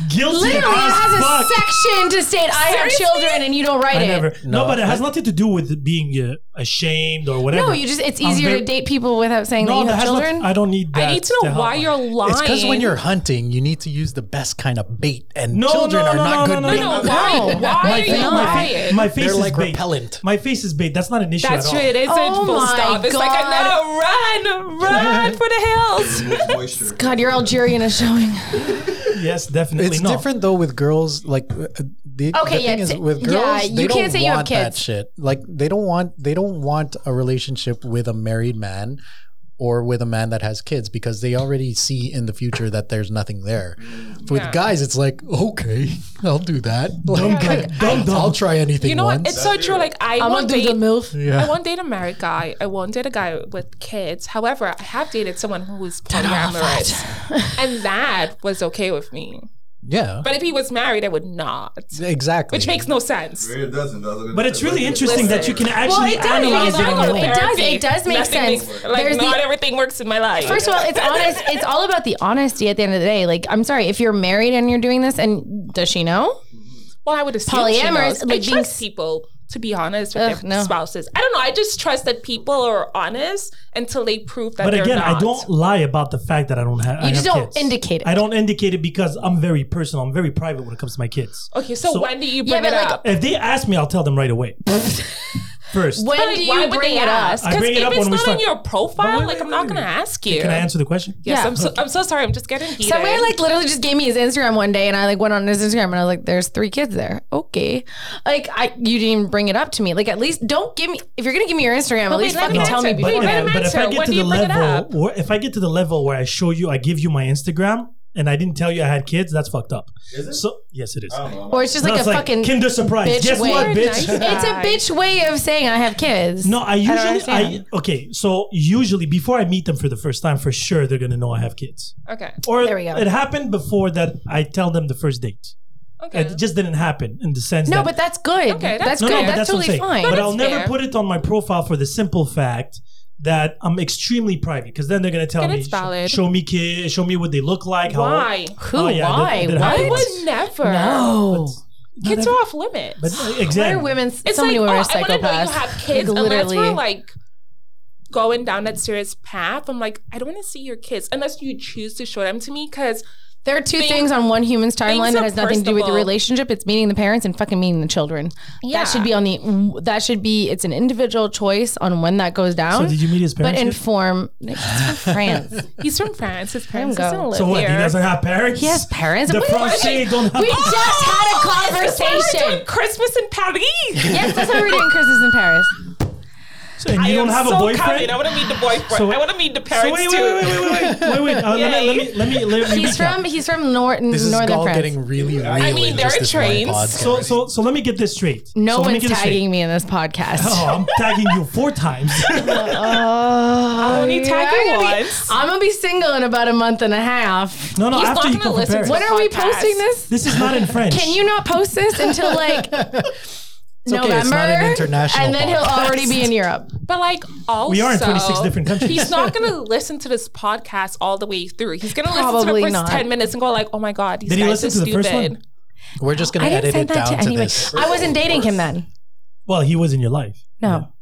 Speaker 2: Guilty
Speaker 3: literally it
Speaker 2: as
Speaker 3: has
Speaker 2: fuck.
Speaker 3: a section to state I have
Speaker 4: Seriously?
Speaker 3: children and you don't write
Speaker 2: I
Speaker 3: it.
Speaker 2: never. No,
Speaker 5: No,
Speaker 2: but it has
Speaker 5: I-
Speaker 2: nothing to do with being uh, ashamed or whatever.
Speaker 3: No, you just it's
Speaker 2: I'm
Speaker 3: easier
Speaker 2: very-
Speaker 3: to date people without saying
Speaker 2: No,
Speaker 3: that you
Speaker 2: that
Speaker 3: have
Speaker 2: has
Speaker 3: children.
Speaker 2: Not, I don't need. That
Speaker 4: I need to know
Speaker 2: help.
Speaker 4: why you're lying.
Speaker 5: It's because when you're hunting, you need to use the best kind of bait, and
Speaker 2: No,
Speaker 5: children
Speaker 2: no,
Speaker 5: are
Speaker 2: no,
Speaker 5: not
Speaker 2: no,
Speaker 5: good
Speaker 2: no,
Speaker 5: bait.
Speaker 2: no,
Speaker 4: no, why? Why
Speaker 2: My,
Speaker 4: are you
Speaker 2: face- my,
Speaker 4: lying?
Speaker 2: face- my face
Speaker 5: They're
Speaker 2: is
Speaker 5: like
Speaker 2: bait.
Speaker 5: repellent.
Speaker 2: My face is bait. That's not an issue
Speaker 4: That's
Speaker 2: at
Speaker 4: true.
Speaker 2: all.
Speaker 4: It isn't
Speaker 3: Oh
Speaker 4: full
Speaker 3: my
Speaker 4: stop. It's like
Speaker 3: God.
Speaker 4: I know. Run, run for the hills.
Speaker 6: moisture.
Speaker 3: God, your Algerian is showing.
Speaker 2: Yes, definitely.
Speaker 5: It's
Speaker 2: no.
Speaker 5: different though with girls. Like uh, the,
Speaker 3: Okay,
Speaker 5: the
Speaker 3: yeah,
Speaker 5: thing is
Speaker 3: t-
Speaker 5: with
Speaker 3: yeah,
Speaker 5: girls,
Speaker 3: you
Speaker 5: they
Speaker 3: can't
Speaker 5: don't
Speaker 3: say you have
Speaker 5: want that
Speaker 3: kids.
Speaker 5: shit. Like they don't want they don't want a relationship with a married man or with a man that has kids because they already see in the future that there's nothing there. With
Speaker 4: Yeah.
Speaker 5: guys, it's like okay, I'll do that. Like,
Speaker 2: dumb, dumb.
Speaker 5: I'll try anything
Speaker 4: You know what?
Speaker 5: once.
Speaker 4: It's so true. Like I
Speaker 3: I'm
Speaker 4: won't
Speaker 3: gonna do
Speaker 4: date.
Speaker 3: the milf.
Speaker 5: yeah.
Speaker 4: I won't date a married guy. I won't date a guy with kids. However, I have dated someone who was polyamorous, and that was okay with me.
Speaker 5: yeah.
Speaker 4: But if he was married, I would not,
Speaker 5: Exactly.
Speaker 4: which makes no sense.
Speaker 6: It doesn't. doesn't-
Speaker 2: But it's really interesting that you can
Speaker 3: Well,
Speaker 2: actually
Speaker 3: it does.
Speaker 2: analyze it
Speaker 3: because
Speaker 4: I
Speaker 2: on your
Speaker 4: go to
Speaker 3: It
Speaker 2: own.
Speaker 3: does.
Speaker 4: therapy.
Speaker 3: It does make
Speaker 4: Nothing
Speaker 3: sense.
Speaker 4: makes- like
Speaker 3: There's
Speaker 4: not
Speaker 3: the-
Speaker 4: everything works in my life.
Speaker 3: First of all, it's honest. It's all about the honesty at the end of the day. Like, I'm sorry if you're married and you're doing this, and does she know?
Speaker 4: Well, I would assume
Speaker 3: Polyamorous,
Speaker 4: polyamorous. She knows.
Speaker 3: like
Speaker 4: I
Speaker 3: being
Speaker 4: trust
Speaker 3: s-
Speaker 4: people to be honest with
Speaker 3: Ugh,
Speaker 4: their
Speaker 3: no.
Speaker 4: spouses. I don't know. I just trust that people are honest until they prove that.
Speaker 2: But
Speaker 4: they're
Speaker 2: again,
Speaker 4: not.
Speaker 2: I don't lie about the fact that I don't have.
Speaker 3: You just don't indicate it.
Speaker 2: I don't indicate it because I'm very personal. I'm very private when it comes to my kids.
Speaker 4: Okay, so,
Speaker 2: So-
Speaker 4: when do you
Speaker 3: Yeah,
Speaker 4: bring
Speaker 3: but
Speaker 4: it
Speaker 3: like-
Speaker 4: up?
Speaker 2: If they ask me, I'll tell them right away. First,
Speaker 3: When
Speaker 4: But
Speaker 3: do
Speaker 4: why
Speaker 3: you
Speaker 4: would
Speaker 3: bring
Speaker 4: they
Speaker 3: it up?
Speaker 4: ask?
Speaker 2: I
Speaker 4: Because
Speaker 2: bring it
Speaker 4: if
Speaker 2: up
Speaker 4: it's
Speaker 2: when we
Speaker 4: not on
Speaker 2: start-
Speaker 4: your
Speaker 2: But
Speaker 4: profile,
Speaker 2: wait,
Speaker 4: like I'm
Speaker 2: wait,
Speaker 4: not
Speaker 2: wait,
Speaker 4: gonna
Speaker 2: wait.
Speaker 4: ask you.
Speaker 2: can I answer the question?
Speaker 4: Yes,
Speaker 3: Yeah.
Speaker 4: I'm so I'm so sorry. I'm just getting heated.
Speaker 3: Some guy like literally just gave me his Instagram one day, and I like went on his Instagram, and I was like, "There's three kids there." Okay, like I, you didn't even bring it up to me. Like at least don't give me if you're gonna give me your Instagram, at
Speaker 4: wait,
Speaker 3: least
Speaker 4: let him
Speaker 3: fucking tell me
Speaker 4: answer.
Speaker 3: before.
Speaker 4: Wait, let
Speaker 3: that.
Speaker 4: him
Speaker 2: but if I
Speaker 4: answer.
Speaker 2: get to
Speaker 4: When do
Speaker 2: the
Speaker 4: you bring it
Speaker 2: level,
Speaker 4: up?
Speaker 2: where, if I get to the level where I show you, I give you my Instagram, and I didn't tell you I had kids, that's fucked up.
Speaker 6: Is it?
Speaker 2: So yes, it is.
Speaker 6: I don't know.
Speaker 3: Or it's just
Speaker 2: No,
Speaker 3: like
Speaker 2: it's
Speaker 3: a fucking.
Speaker 2: Kinder surprise.
Speaker 3: bitch
Speaker 2: Guess
Speaker 3: way.
Speaker 2: what,
Speaker 3: Very
Speaker 2: bitch?
Speaker 4: nice.
Speaker 3: it's a bitch way of saying I have kids.
Speaker 2: No, I
Speaker 3: don't
Speaker 2: usually, I,
Speaker 3: understand.
Speaker 2: okay. So usually, before I meet them for the first time, for sure they're gonna know I have kids.
Speaker 4: okay,
Speaker 2: Or
Speaker 3: There we go.
Speaker 2: it happened before that. I tell them the first date.
Speaker 4: okay.
Speaker 2: It just didn't happen in the sense.
Speaker 3: no,
Speaker 2: that
Speaker 3: but that's good.
Speaker 4: Okay, that's
Speaker 3: that's
Speaker 4: No,
Speaker 3: good.
Speaker 4: no,
Speaker 2: but
Speaker 3: that's,
Speaker 2: what I'm
Speaker 3: totally
Speaker 2: saying.
Speaker 3: fine.
Speaker 2: But
Speaker 4: that's
Speaker 2: I'll never
Speaker 4: fair.
Speaker 2: put it on my profile for the simple fact that I'm extremely private because then they're gonna tell
Speaker 4: Then
Speaker 2: me,
Speaker 4: it's
Speaker 2: sh-
Speaker 4: valid.
Speaker 2: show me kids, show me what they look like. how old-
Speaker 4: Why?
Speaker 3: Who?
Speaker 2: Oh, yeah,
Speaker 3: why?
Speaker 2: that- that
Speaker 3: Why
Speaker 4: I
Speaker 2: happens.
Speaker 3: would?
Speaker 4: would never.
Speaker 3: No.
Speaker 2: Not
Speaker 4: Kids
Speaker 2: every-
Speaker 4: are off limits.
Speaker 2: But
Speaker 3: Why are
Speaker 2: exactly.
Speaker 3: women?
Speaker 4: it's
Speaker 3: so
Speaker 4: like,
Speaker 3: many
Speaker 4: oh,
Speaker 3: women are
Speaker 4: I want to know you
Speaker 3: psychopaths.
Speaker 4: have kids.
Speaker 3: Like,
Speaker 4: unless
Speaker 3: literally.
Speaker 4: we're like going down that serious path, I'm like, I don't want to see your kids unless you choose to show them to me. Because
Speaker 3: There are two
Speaker 4: Things-
Speaker 3: things on one human's timeline
Speaker 4: things
Speaker 3: that
Speaker 4: are
Speaker 3: has nothing to do with your
Speaker 4: personable.
Speaker 3: relationship. It's meeting the parents and fucking meeting the children.
Speaker 4: Yeah.
Speaker 3: That should be on the. That should be. It's an individual choice on when that goes down.
Speaker 2: So did you meet his
Speaker 3: but
Speaker 2: parents? yet?
Speaker 3: inform. He's from France.
Speaker 4: he's from France. His parents
Speaker 3: go.
Speaker 4: doesn't live
Speaker 2: so what?
Speaker 4: here.
Speaker 2: He doesn't have parents.
Speaker 3: He has parents.
Speaker 2: The
Speaker 3: Wait,
Speaker 2: Francais don't have.
Speaker 3: We just had a
Speaker 4: That's why we're
Speaker 3: conversation.
Speaker 4: doing Christmas in Paris.
Speaker 3: yes, that's why we're doing Christmas in Paris.
Speaker 2: So, and
Speaker 4: I
Speaker 2: you
Speaker 4: am
Speaker 2: don't have
Speaker 4: so
Speaker 2: a boyfriend.
Speaker 4: Coming. I want to meet the boyfriend.
Speaker 2: So-
Speaker 4: I want to meet the
Speaker 2: so
Speaker 4: parents
Speaker 2: wait, wait,
Speaker 4: too.
Speaker 2: wait, wait, wait, wait, wait, wait. Uh, let, me, let me let me let me.
Speaker 3: He's
Speaker 2: recap.
Speaker 3: from he's from nor-
Speaker 5: This is
Speaker 3: northern
Speaker 5: all
Speaker 3: France.
Speaker 5: getting really real.
Speaker 4: I mean,
Speaker 5: in
Speaker 4: there
Speaker 5: just
Speaker 4: are
Speaker 5: this one
Speaker 4: trains.
Speaker 5: podcast.
Speaker 2: So so so let me get this straight.
Speaker 3: no
Speaker 2: so let me
Speaker 3: one's
Speaker 2: get this straight.
Speaker 3: tagging me in this podcast.
Speaker 2: Oh, I'm tagging you four times.
Speaker 3: Oh,
Speaker 4: only tag you
Speaker 3: I'm gonna be-
Speaker 4: once.
Speaker 3: I'm gonna be single in about a month and a half.
Speaker 2: No, no,
Speaker 4: He's
Speaker 2: after
Speaker 4: not
Speaker 2: you
Speaker 4: gonna
Speaker 2: come from
Speaker 4: listen
Speaker 2: Paris.
Speaker 4: to
Speaker 3: When are we
Speaker 4: Podcast.
Speaker 3: posting this?
Speaker 2: This is not in French.
Speaker 3: Can you not post this until like November?
Speaker 5: okay, it's not an international
Speaker 3: and then he'll
Speaker 5: podcast.
Speaker 3: already be in Europe.
Speaker 4: But like also,
Speaker 2: We are in 26 different countries.
Speaker 4: He's not going to listen to this podcast all the way through. He's going to listen to the
Speaker 3: Probably
Speaker 4: first
Speaker 3: not.
Speaker 4: ten minutes and go like, "Oh my god, these
Speaker 2: Did he
Speaker 4: guys
Speaker 2: listen
Speaker 4: are
Speaker 2: to the
Speaker 4: stupid."
Speaker 2: first one?
Speaker 5: We're just gonna
Speaker 3: I
Speaker 5: edit
Speaker 3: didn't
Speaker 5: it
Speaker 3: send that
Speaker 5: down
Speaker 3: to
Speaker 5: to,
Speaker 3: anybody.
Speaker 5: this.
Speaker 3: I wasn't dating him then.
Speaker 2: Well, he was in your life.
Speaker 3: No,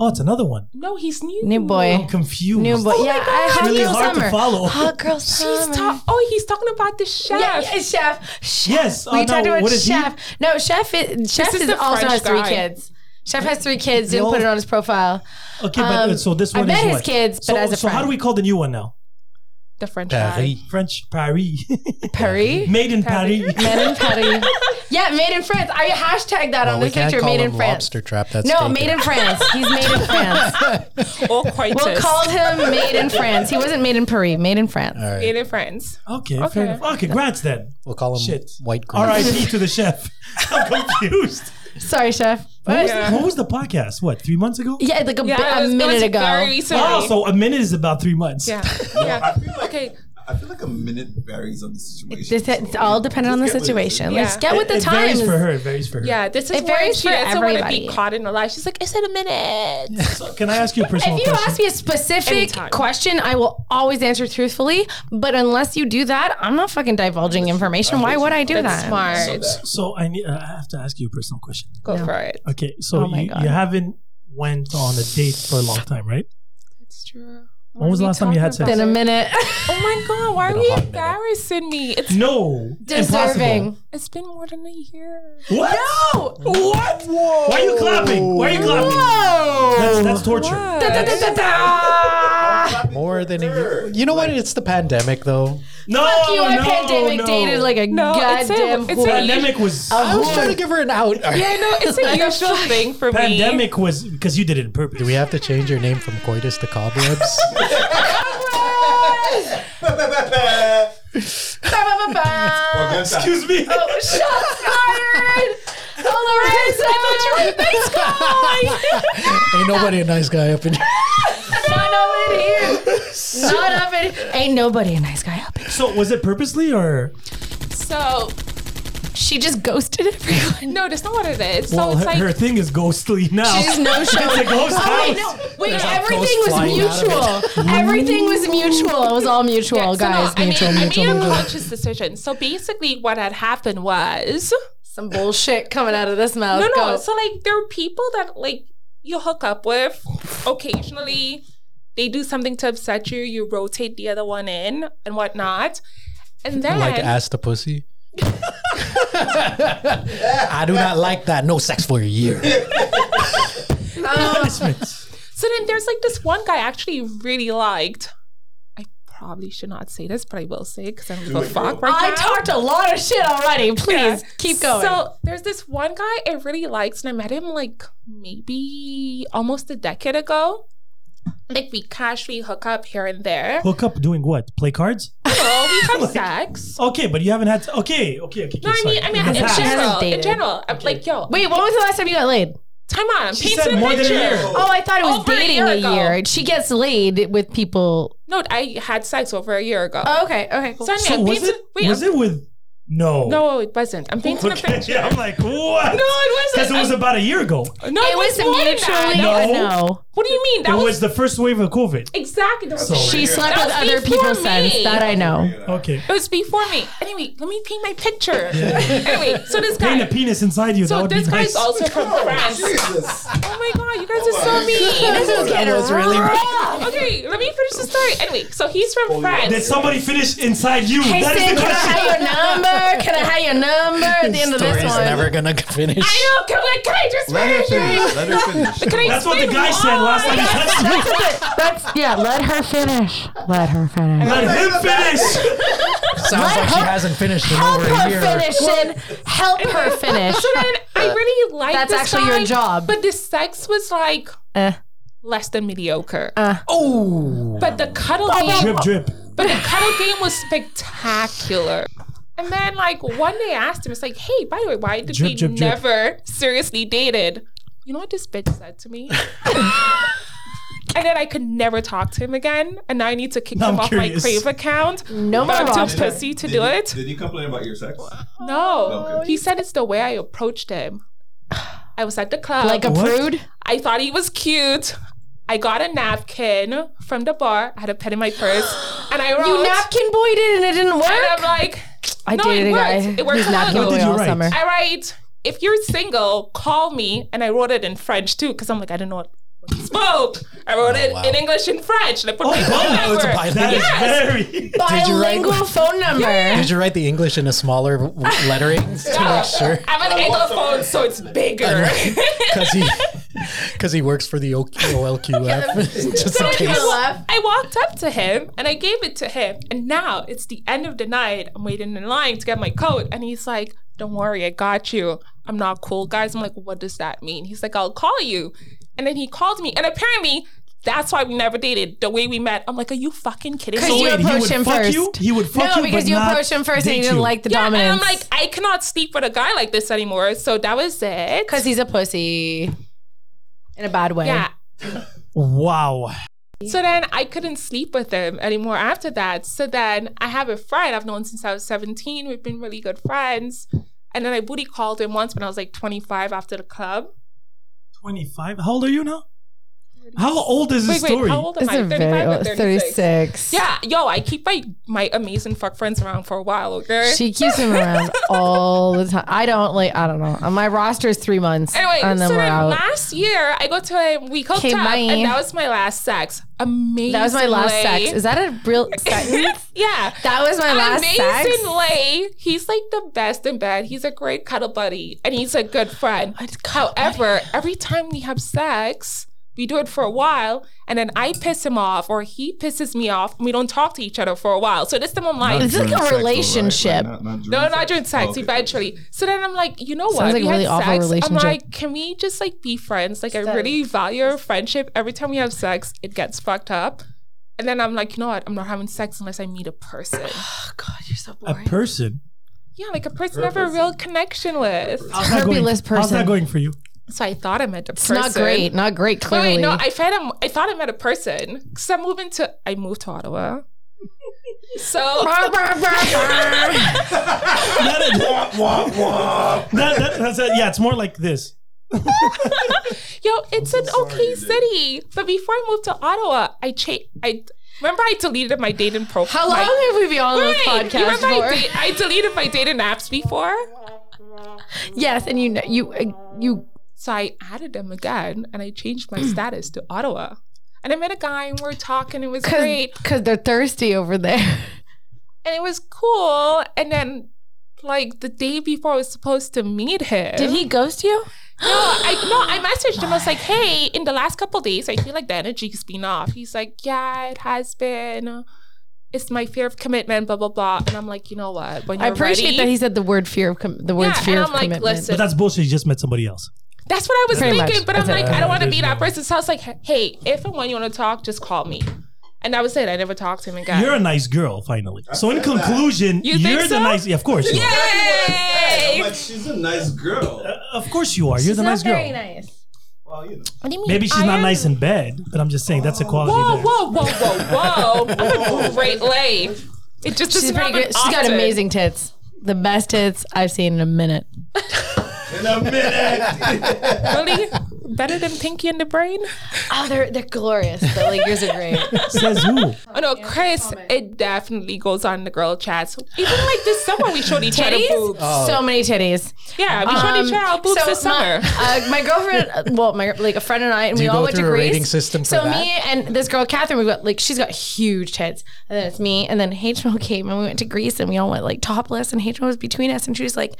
Speaker 2: Oh, it's another one.
Speaker 4: No, he's new.
Speaker 3: new boy,
Speaker 5: Oh.
Speaker 2: I'm confused.
Speaker 3: new boy. yeah, I
Speaker 2: It's
Speaker 3: hot
Speaker 2: really
Speaker 3: girl
Speaker 2: hard to
Speaker 3: summer.
Speaker 2: follow.
Speaker 3: Hot girl
Speaker 4: He's
Speaker 3: summer.
Speaker 4: ta- oh, he's talking about the chef.
Speaker 3: Um, Yeah, yeah, chef. chef.
Speaker 2: Yes,
Speaker 5: Oh,
Speaker 3: we
Speaker 2: uh,
Speaker 3: talked
Speaker 2: now,
Speaker 3: about
Speaker 2: what is he?
Speaker 3: chef. No, chef. Is, chef
Speaker 4: is
Speaker 3: is,
Speaker 4: the
Speaker 3: also
Speaker 4: French
Speaker 3: has three
Speaker 4: guy.
Speaker 3: kids. Chef has three kids. Didn't
Speaker 2: No.
Speaker 3: put it on his profile.
Speaker 2: Okay, but
Speaker 3: Um,
Speaker 2: uh, so this
Speaker 3: I
Speaker 2: one
Speaker 3: met
Speaker 2: is
Speaker 3: his
Speaker 2: what?
Speaker 3: kids,
Speaker 2: so,
Speaker 3: but as a
Speaker 2: so how
Speaker 3: friend.
Speaker 2: do we call the new one now?
Speaker 4: the French guy.
Speaker 5: Paris.
Speaker 2: French Paris,
Speaker 3: Paris.
Speaker 2: made in Paris.
Speaker 3: Made in Paris. Yeah, made in France. I hashtagged that on
Speaker 5: Well, we
Speaker 3: this
Speaker 5: can't
Speaker 3: picture.
Speaker 5: call
Speaker 3: Made
Speaker 5: him
Speaker 3: in France.
Speaker 5: lobster trap. That's
Speaker 3: No,
Speaker 5: taken.
Speaker 3: made in France. He's made in France.
Speaker 4: Or quite
Speaker 3: We'll call him made in France. He wasn't made in Paris. Made in France.
Speaker 5: All right,
Speaker 4: in a friends.
Speaker 2: Okay,
Speaker 4: Okay.
Speaker 2: fair enough. Okay, congrats then.
Speaker 5: we'll call him
Speaker 2: Shit.
Speaker 5: White Grief.
Speaker 2: R.I.P. to the chef. I'm confused.
Speaker 3: Sorry, chef.
Speaker 2: What was,
Speaker 3: But-
Speaker 2: what was the podcast? What three months ago?
Speaker 3: yeah, like a,
Speaker 4: Yeah,
Speaker 3: bi-
Speaker 4: it
Speaker 3: a
Speaker 4: was- it was
Speaker 3: minute ago.
Speaker 4: Very recently.
Speaker 2: Oh, so a minute is about three months.
Speaker 4: yeah,
Speaker 6: I
Speaker 4: yeah.
Speaker 6: feel like,
Speaker 4: Okay.
Speaker 6: I feel like a minute varies on the situation.
Speaker 3: This, it's all dependent on the situation.
Speaker 4: Yeah.
Speaker 3: Let's get with the
Speaker 2: it
Speaker 3: times.
Speaker 2: varies for her. It varies for her.
Speaker 4: Yeah, this is
Speaker 3: It
Speaker 4: where
Speaker 3: varies
Speaker 4: she
Speaker 3: for
Speaker 4: doesn't want to be
Speaker 3: everybody.
Speaker 4: caught in a lie. She's like, "Is it a minute?"
Speaker 2: So can I ask you a personal
Speaker 3: If you
Speaker 2: question?
Speaker 3: ask me a specific
Speaker 4: Anytime.
Speaker 3: question, I will always answer truthfully. But unless you do that, I'm not fucking divulging information. Why would I do
Speaker 4: That's
Speaker 3: that?
Speaker 4: smart.
Speaker 2: so I need. Uh, I have to ask you a personal question.
Speaker 4: Go for it.
Speaker 2: Okay, so
Speaker 3: Oh my
Speaker 2: you,
Speaker 3: God.
Speaker 2: you haven't went on a date for a long time, right?
Speaker 4: That's true.
Speaker 2: When was the last time you had sex?
Speaker 3: In a minute,
Speaker 4: Oh my god, why are
Speaker 5: Been a
Speaker 4: you
Speaker 5: hot minute.
Speaker 4: embarrassing me? It's
Speaker 2: No,
Speaker 3: deserving.
Speaker 4: it's been more than a year.
Speaker 2: Impossible. What?
Speaker 3: No.
Speaker 2: What? Why are you clapping? Why are you clapping? That's, that's torture.
Speaker 3: Da, da, da, da.
Speaker 5: More than a year. You know what? It's the pandemic, though.
Speaker 2: No,
Speaker 3: Fuck you! I
Speaker 2: no,
Speaker 3: pandemic
Speaker 2: no.
Speaker 3: dated like a
Speaker 4: No, it's a-
Speaker 3: goddamn
Speaker 4: it's a-
Speaker 3: whore.
Speaker 2: pandemic was
Speaker 5: I was trying to give her an out.
Speaker 4: Yeah, no, it's a usual thing for me.
Speaker 2: pandemic was because you did it on purpose.
Speaker 5: Do we have to change your name from coitus to cobwebs?
Speaker 3: Ba, ba, ba, ba.
Speaker 2: Excuse me.
Speaker 3: Oh, shots fired! Polarized! I thought you were the next guy.
Speaker 5: Ain't nobody a nice guy up in here.
Speaker 3: Not up in here. Not up in here. Ain't nobody a nice guy up in here.
Speaker 2: So was it purposely or?
Speaker 4: So
Speaker 3: She just ghosted everyone.
Speaker 4: no, that's not what it is. So
Speaker 2: well,
Speaker 4: it's
Speaker 2: her,
Speaker 4: like
Speaker 2: her thing is ghostly now.
Speaker 3: She's no show.
Speaker 2: It's a ghost
Speaker 3: Oh, wait,
Speaker 2: house.
Speaker 3: no. Wait,
Speaker 5: a
Speaker 3: everything
Speaker 5: ghost
Speaker 3: was
Speaker 5: flying out
Speaker 3: mutual. everything was mutual. It was all mutual,
Speaker 4: Yeah, so no,
Speaker 3: guys.
Speaker 4: I mean,
Speaker 5: Mutual,
Speaker 4: I
Speaker 5: mutual,
Speaker 4: made a
Speaker 5: mutual.
Speaker 4: conscious decision. So basically, what had happened was
Speaker 3: Some bullshit coming out of this mouth.
Speaker 4: no, no.
Speaker 3: Go.
Speaker 4: So like, there are people that like you hook up with occasionally. They do something to upset you. You rotate the other one in and whatnot, and then
Speaker 5: Like ass to pussy. I do not like that. No sex for a year.
Speaker 2: Punishment.
Speaker 4: So then there's like this one guy I actually really liked. I probably should not say this, but I will say because I'm gonna
Speaker 6: it,
Speaker 4: fuck
Speaker 6: girl.
Speaker 4: right
Speaker 3: I
Speaker 4: now.
Speaker 3: talked a lot of shit already. Please keep going.
Speaker 4: So there's this one guy I really liked, and I met him like maybe almost a decade ago. Like we casually hook up here and there.
Speaker 2: Hook up doing what? Play cards?
Speaker 4: So we have sex.
Speaker 2: Okay, but you haven't had. Okay, okay, okay. okay
Speaker 4: No, I
Speaker 2: sorry.
Speaker 4: mean, I mean, in
Speaker 3: She hasn't
Speaker 4: general, in
Speaker 3: dated.
Speaker 4: general, I'm like, yo, wait,
Speaker 3: Wait, when was the last time you got laid?
Speaker 4: time out. I'm
Speaker 2: She
Speaker 4: painting
Speaker 2: said
Speaker 4: a
Speaker 2: more than a
Speaker 4: picture.
Speaker 2: year.
Speaker 3: Oh, I thought it was
Speaker 4: Over a
Speaker 3: dating
Speaker 4: year
Speaker 3: a
Speaker 4: ago.
Speaker 3: year. She gets laid with people.
Speaker 4: No, I had sex over a year ago.
Speaker 3: okay, okay,
Speaker 4: so I mean,
Speaker 2: So
Speaker 4: I'm
Speaker 2: was
Speaker 4: painting,
Speaker 2: it?
Speaker 4: wait,
Speaker 2: was
Speaker 4: I'm-
Speaker 2: it with? No.
Speaker 4: No, it wasn't. I'm painting a
Speaker 2: Okay,
Speaker 4: picture.
Speaker 2: yeah, I'm like what?
Speaker 4: No, it
Speaker 2: Because
Speaker 4: wasn't.
Speaker 2: it was about a year ago.
Speaker 4: No,
Speaker 3: It was
Speaker 4: more than that.
Speaker 3: mutually
Speaker 4: That was-
Speaker 3: a
Speaker 2: No.
Speaker 3: no.
Speaker 4: What do you mean? That
Speaker 2: it
Speaker 4: was,
Speaker 2: was the first wave of COVID.
Speaker 4: exactly. That was
Speaker 6: So-
Speaker 3: She
Speaker 6: That
Speaker 3: slept
Speaker 4: was
Speaker 3: with other
Speaker 4: before
Speaker 3: people
Speaker 4: me.
Speaker 3: since. That I know.
Speaker 2: Okay.
Speaker 4: It was before me. Anyway, let me paint my picture. anyway, so this
Speaker 2: Paint a
Speaker 4: guy.
Speaker 2: penis inside you. that
Speaker 4: So
Speaker 2: would
Speaker 4: this
Speaker 2: be nice.
Speaker 4: guy's also from France. Oh
Speaker 6: Jesus.
Speaker 4: my god, you guys are so mean.
Speaker 3: This is
Speaker 5: That
Speaker 3: getting
Speaker 5: was really
Speaker 3: rough.
Speaker 4: Okay, let me finish the story. Anyway, so he's from
Speaker 2: Did
Speaker 4: France.
Speaker 2: somebody finish inside you?
Speaker 3: Hey,
Speaker 2: that is
Speaker 3: Sid,
Speaker 2: the
Speaker 3: can I
Speaker 2: question.
Speaker 3: have your number? Can I have your number at the end of this
Speaker 5: Story's
Speaker 3: one?
Speaker 5: never gonna finish.
Speaker 4: I know. Can I, can I just
Speaker 6: Let her
Speaker 4: finish it?
Speaker 6: finish. Let her finish.
Speaker 4: Can I
Speaker 2: That's what the
Speaker 4: explain
Speaker 2: guy said last time he
Speaker 4: why?
Speaker 2: touched you.
Speaker 3: That's yeah. Let her finish. Let her finish.
Speaker 2: Let him finish.
Speaker 5: Sounds like she hasn't finished in
Speaker 3: Help
Speaker 5: over a year.
Speaker 3: her finish. Sid. Help her finish.
Speaker 4: So then I really liked
Speaker 3: That's
Speaker 4: this
Speaker 3: actually your
Speaker 4: guy,
Speaker 3: job.
Speaker 4: But the sex was like
Speaker 3: Eh. Uh.
Speaker 4: less than mediocre.
Speaker 5: Oh,
Speaker 4: but the cuddle game,
Speaker 2: Drip, drip.
Speaker 4: but the cuddle game was spectacular. And then, like one day, I asked him, "It's like, hey, by the way, why did
Speaker 2: Drip,
Speaker 4: we
Speaker 2: drip, drip.
Speaker 4: never seriously dated?" You know what this bitch said to me? and then I could never talk to him again. And now I need to kick
Speaker 2: Now
Speaker 4: him
Speaker 2: I'm
Speaker 4: off
Speaker 2: curious.
Speaker 4: my Crave account.
Speaker 3: No more
Speaker 4: But I'm
Speaker 3: roster.
Speaker 4: too pussy to
Speaker 6: Did
Speaker 4: do
Speaker 6: you-
Speaker 4: it.
Speaker 6: Did you complain about your sex?
Speaker 4: No.
Speaker 6: Okay.
Speaker 4: He said it's the way I approached him. I was at the club.
Speaker 3: Like a
Speaker 2: What?
Speaker 3: prude.
Speaker 4: I thought he was cute. I got a napkin from the bar. I had a pen in my purse. And I wrote.
Speaker 3: You napkin boyed it and it didn't work.
Speaker 4: And I'm like,
Speaker 3: I
Speaker 4: no,
Speaker 3: dated
Speaker 4: it
Speaker 3: a
Speaker 4: worked.
Speaker 3: guy
Speaker 4: It worked
Speaker 3: who's
Speaker 4: a lot.
Speaker 3: napkin
Speaker 4: What
Speaker 2: did
Speaker 3: boy
Speaker 2: you
Speaker 3: all
Speaker 2: write?
Speaker 3: summer.
Speaker 4: I write, if you're single, call me. And I wrote it in French too, because I'm like, I didn't know what what he spoke. I wrote it in English and French. And I put my phone
Speaker 5: wow, it's a
Speaker 4: number.
Speaker 5: bilingual.
Speaker 2: That is very.
Speaker 5: Did you write-
Speaker 3: Bilingual phone number.
Speaker 5: Did you write the English in a smaller w- lettering to make sure?
Speaker 4: I have an anglophone, so it's bigger.
Speaker 5: Because he, because he works for the O- OLQF. Just in
Speaker 4: I,
Speaker 5: case.
Speaker 4: wa- I walked up to him and I gave it to him. And now it's the end of the night. I'm waiting in line to get my coat. And he's like, Don't worry, I got you. I'm not cool, guys. I'm like, What does that mean? He's like, I'll call you. And then he called me. And apparently, that's why we never dated. The way we met, I'm like, Are you fucking kidding
Speaker 3: 'Cause
Speaker 4: me?
Speaker 3: you
Speaker 2: Wait, he
Speaker 3: approach
Speaker 2: would
Speaker 3: him
Speaker 2: fuck
Speaker 3: first.
Speaker 2: you. He would fuck
Speaker 3: no,
Speaker 2: you,
Speaker 3: because
Speaker 2: but
Speaker 3: you
Speaker 2: not
Speaker 3: approached him first and
Speaker 2: date
Speaker 3: you didn't
Speaker 2: you.
Speaker 3: like the
Speaker 4: yeah, and
Speaker 3: dominance.
Speaker 4: I'm like, I cannot sleep with a guy like this anymore. So that was it.
Speaker 3: because he's a pussy in a bad way.
Speaker 4: yeah,
Speaker 2: Wow.
Speaker 4: So then I couldn't sleep with him anymore after that. So then I have a friend I've known since I was 17. We've been really good friends. And then I booty called him once when I was like 25 after the club.
Speaker 2: 25. How old are you now? How old is this
Speaker 4: Wait, wait,
Speaker 2: story?
Speaker 4: how old am
Speaker 3: This
Speaker 4: I?
Speaker 3: is very oh,
Speaker 4: 35 or
Speaker 3: old.
Speaker 4: 36?
Speaker 3: 36.
Speaker 4: Yeah, yo, I keep my, my amazing fuck friends around for a while, okay?
Speaker 3: She keeps him around all the time. I don't like. I don't know. Uh, My roster is three months,
Speaker 4: anyway,
Speaker 3: and then
Speaker 4: so
Speaker 3: we're
Speaker 4: then
Speaker 3: out.
Speaker 4: last year I go to him, we hooked
Speaker 3: Okay,
Speaker 4: up,
Speaker 3: bye.
Speaker 4: and that was my last sex. Amazing.
Speaker 3: That was my last sex. Is that a real sentence?
Speaker 4: yeah.
Speaker 3: That was my last sex.
Speaker 4: Amazing Lay. He's like the best in bed. He's a great cuddle buddy and he's a good friend. However, every time we have sex, we do it for a while and then I piss him off or he pisses me off and we don't talk to each other for a while. So this time I'm like,
Speaker 3: This is like a relationship.
Speaker 4: no, not during sex, eventually. So then I'm like, you know what?
Speaker 3: Sounds like
Speaker 4: we
Speaker 3: a really
Speaker 4: had
Speaker 3: awful
Speaker 4: sex.
Speaker 3: relationship.
Speaker 4: I'm like, can we just like be friends? Like, I really value our friendship. Every time we have sex, it gets fucked up. And then I'm like, you know what? I'm not having sex unless I meet a person.
Speaker 2: A person.
Speaker 4: Yeah, like a person I have a real connection with.
Speaker 2: How's that, going?
Speaker 3: Herpyless
Speaker 2: How's
Speaker 3: person.
Speaker 2: that going for you?
Speaker 4: So I thought I met a
Speaker 3: It's
Speaker 4: person.
Speaker 3: not great. Not great.
Speaker 4: Wait,
Speaker 3: Clearly,
Speaker 4: wait, no, I thought I, I thought I met a person because I'm moving to. I moved to Ottawa. So
Speaker 2: Not a-
Speaker 6: Wah, wah.
Speaker 2: that, that, that's it. yeah, it's more like this.
Speaker 4: yo, it's an
Speaker 6: sorry
Speaker 4: okay
Speaker 6: you did.
Speaker 4: city. But before I moved to Ottawa, I cha- I remember I deleted my dating
Speaker 3: How
Speaker 4: profile.
Speaker 3: long have we been on
Speaker 4: Wait,
Speaker 3: this
Speaker 4: you remember I,
Speaker 3: podcast for?
Speaker 4: de- I deleted my dating apps before,
Speaker 3: Yes, and you know you uh, you
Speaker 4: so I added them again, and I changed my status to Ottawa. And I met a guy, and we we're talking. It was
Speaker 3: because
Speaker 4: great.
Speaker 3: because they're thirsty over there.
Speaker 4: and it was cool. And then, like the day before I was supposed to meet him,
Speaker 3: Did he ghost you?
Speaker 4: No, I no, I messaged him. I was like, "Hey, in the last couple days, I feel like the energy's been off." He's like, "Yeah, it has been. It's my fear of commitment, blah blah blah." And I'm like, "You know what? When
Speaker 3: I
Speaker 4: you're
Speaker 3: appreciate
Speaker 4: ready,
Speaker 3: that he said the word fear of com- the
Speaker 4: yeah."
Speaker 3: words fear
Speaker 4: and
Speaker 3: of
Speaker 4: I'm like,
Speaker 3: commitment.
Speaker 4: "Listen,
Speaker 2: But that's bullshit. You just met somebody else.
Speaker 4: that's what I was
Speaker 3: Pretty
Speaker 4: thinking."
Speaker 3: much.
Speaker 4: But I'm
Speaker 3: That's
Speaker 4: like,
Speaker 3: it.
Speaker 4: "I don't want to
Speaker 2: There's
Speaker 4: be that
Speaker 2: no-
Speaker 4: person." So I was like, "Hey, if and when you want to talk, just call me." And that was it. I never talked to him again.
Speaker 2: You're a nice girl, finally. So in conclusion,
Speaker 4: You
Speaker 2: are
Speaker 4: think
Speaker 2: the
Speaker 4: so?
Speaker 2: nice. Yeah, of course. You are.
Speaker 4: Yay!
Speaker 6: But she's a nice girl.
Speaker 2: Of course you are. You're the nice girl.
Speaker 3: nice.
Speaker 6: Well, you know.
Speaker 4: What do you mean?
Speaker 2: Maybe she's
Speaker 4: I
Speaker 2: not
Speaker 4: am-
Speaker 2: nice in bed, but I'm just saying that's a quality.
Speaker 4: Whoa,
Speaker 2: there.
Speaker 4: whoa, whoa, whoa, whoa! I'm a great lay. It just
Speaker 3: She's
Speaker 4: doesn't
Speaker 3: pretty
Speaker 4: happen
Speaker 3: good. She's got
Speaker 4: often.
Speaker 3: amazing tits. The best tits I've seen in a minute.
Speaker 6: In a minute.
Speaker 4: Really? Better than Pinky and the Brain?
Speaker 3: Oh, they're they're glorious. But like yours are great.
Speaker 2: Says who?
Speaker 4: Oh no, Chris, it definitely goes on the girl chats. Even like this summer, we showed each other boobs.
Speaker 3: So many titties.
Speaker 4: Yeah, we showed each
Speaker 3: Um,
Speaker 4: other our boobs
Speaker 3: so
Speaker 4: this
Speaker 3: my,
Speaker 4: summer.
Speaker 3: uh, my girlfriend, uh, well, my like a friend and I, and we
Speaker 5: you
Speaker 3: all
Speaker 5: go
Speaker 3: went to
Speaker 5: through a
Speaker 3: Greece.
Speaker 5: rating system for
Speaker 3: so
Speaker 5: that?
Speaker 3: me and this girl Catherine, we got like she's got huge tits, and then it's me, and then Hatro came, and we went to Greece, and we all went like topless, and Hatro was between us, and she was like,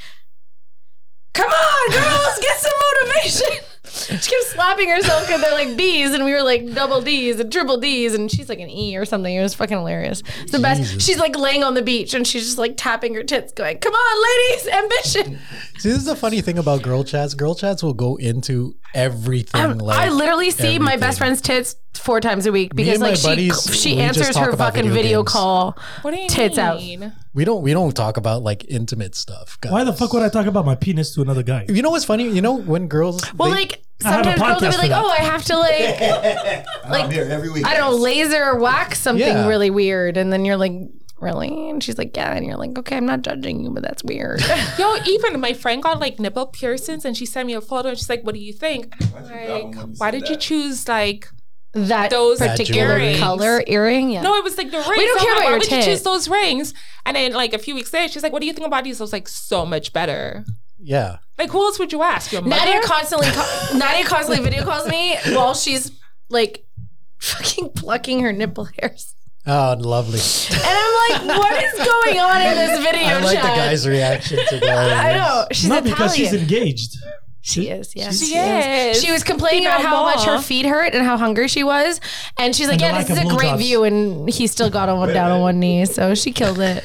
Speaker 3: "Come on, girls, get some motivation." She kept slapping herself because they're like D's and we were like double D's and triple D's and she's like an E or something. It was fucking hilarious. It's the best. She's like laying on the beach and she's just like tapping her tits, going, "Come on, ladies, ambition."
Speaker 5: See, this is the funny thing about girl chats. Girl chats will go into everything.
Speaker 3: I'm-
Speaker 5: like,
Speaker 3: Um, I literally see my
Speaker 5: everything.
Speaker 3: best friend's tits four times a week because
Speaker 5: and my
Speaker 3: like she
Speaker 5: buddies,
Speaker 3: she
Speaker 5: we just
Speaker 3: answers
Speaker 5: talk
Speaker 3: her
Speaker 5: about
Speaker 3: fucking video,
Speaker 5: video games.
Speaker 3: call
Speaker 4: What do you
Speaker 3: tits out.
Speaker 4: mean?
Speaker 5: we don't we don't talk about like intimate stuff.
Speaker 2: Why the
Speaker 5: guys.
Speaker 2: fuck would I talk about my penis to another guy?
Speaker 5: You know what's funny? You know when girls
Speaker 3: Well,
Speaker 5: they-
Speaker 3: like
Speaker 2: I have a
Speaker 3: sometimes girls will
Speaker 2: podcast
Speaker 3: be
Speaker 2: for
Speaker 3: like,
Speaker 2: that.
Speaker 3: "Oh, I have to like
Speaker 6: I'm here every week.
Speaker 3: I don't know, laser or wax something
Speaker 5: Yeah.
Speaker 3: really weird," and then you're like, "Really?" And she's like, "Yeah," and you're like, "Okay, I'm not judging you, but that's weird."
Speaker 4: Yo, even my friend got like nipple piercings and she sent me a photo and she's like, What do you think?
Speaker 6: Why'd you grab him
Speaker 4: Like,
Speaker 6: when you
Speaker 4: why
Speaker 6: said
Speaker 4: did you
Speaker 6: that?
Speaker 4: choose like
Speaker 3: that
Speaker 4: those
Speaker 5: That
Speaker 3: particular
Speaker 4: earrings?
Speaker 3: color earring, yeah.
Speaker 4: No, it was like the rings.
Speaker 3: don't
Speaker 4: I'm
Speaker 3: care
Speaker 4: like,
Speaker 3: about
Speaker 4: why
Speaker 3: your
Speaker 4: would you choose
Speaker 3: tits.
Speaker 4: those rings? And then like a few weeks later, she's like, What do you think about these? I was like, so much better.
Speaker 5: yeah.
Speaker 4: Like who else would you ask? Your mother?
Speaker 3: Nadia constantly ca- Nadia constantly video calls me while she's like fucking plucking her nipple hairs.
Speaker 5: Oh, lovely.
Speaker 3: And I'm like, what is going on in this video
Speaker 5: I like
Speaker 3: chat?
Speaker 5: the guy's reaction to that.
Speaker 3: I know. She's
Speaker 2: Not
Speaker 3: Italian.
Speaker 2: because she's engaged.
Speaker 3: she is, yeah.
Speaker 4: She is.
Speaker 3: She was complaining
Speaker 4: Female
Speaker 3: about how
Speaker 4: mom.
Speaker 3: much her feet hurt and how hungry she was. And she's like,
Speaker 2: And the
Speaker 3: yeah,
Speaker 2: lack
Speaker 3: this is
Speaker 2: of
Speaker 3: a great
Speaker 2: blowjobs.
Speaker 3: view. And he still got on one down on one knee. So she killed it.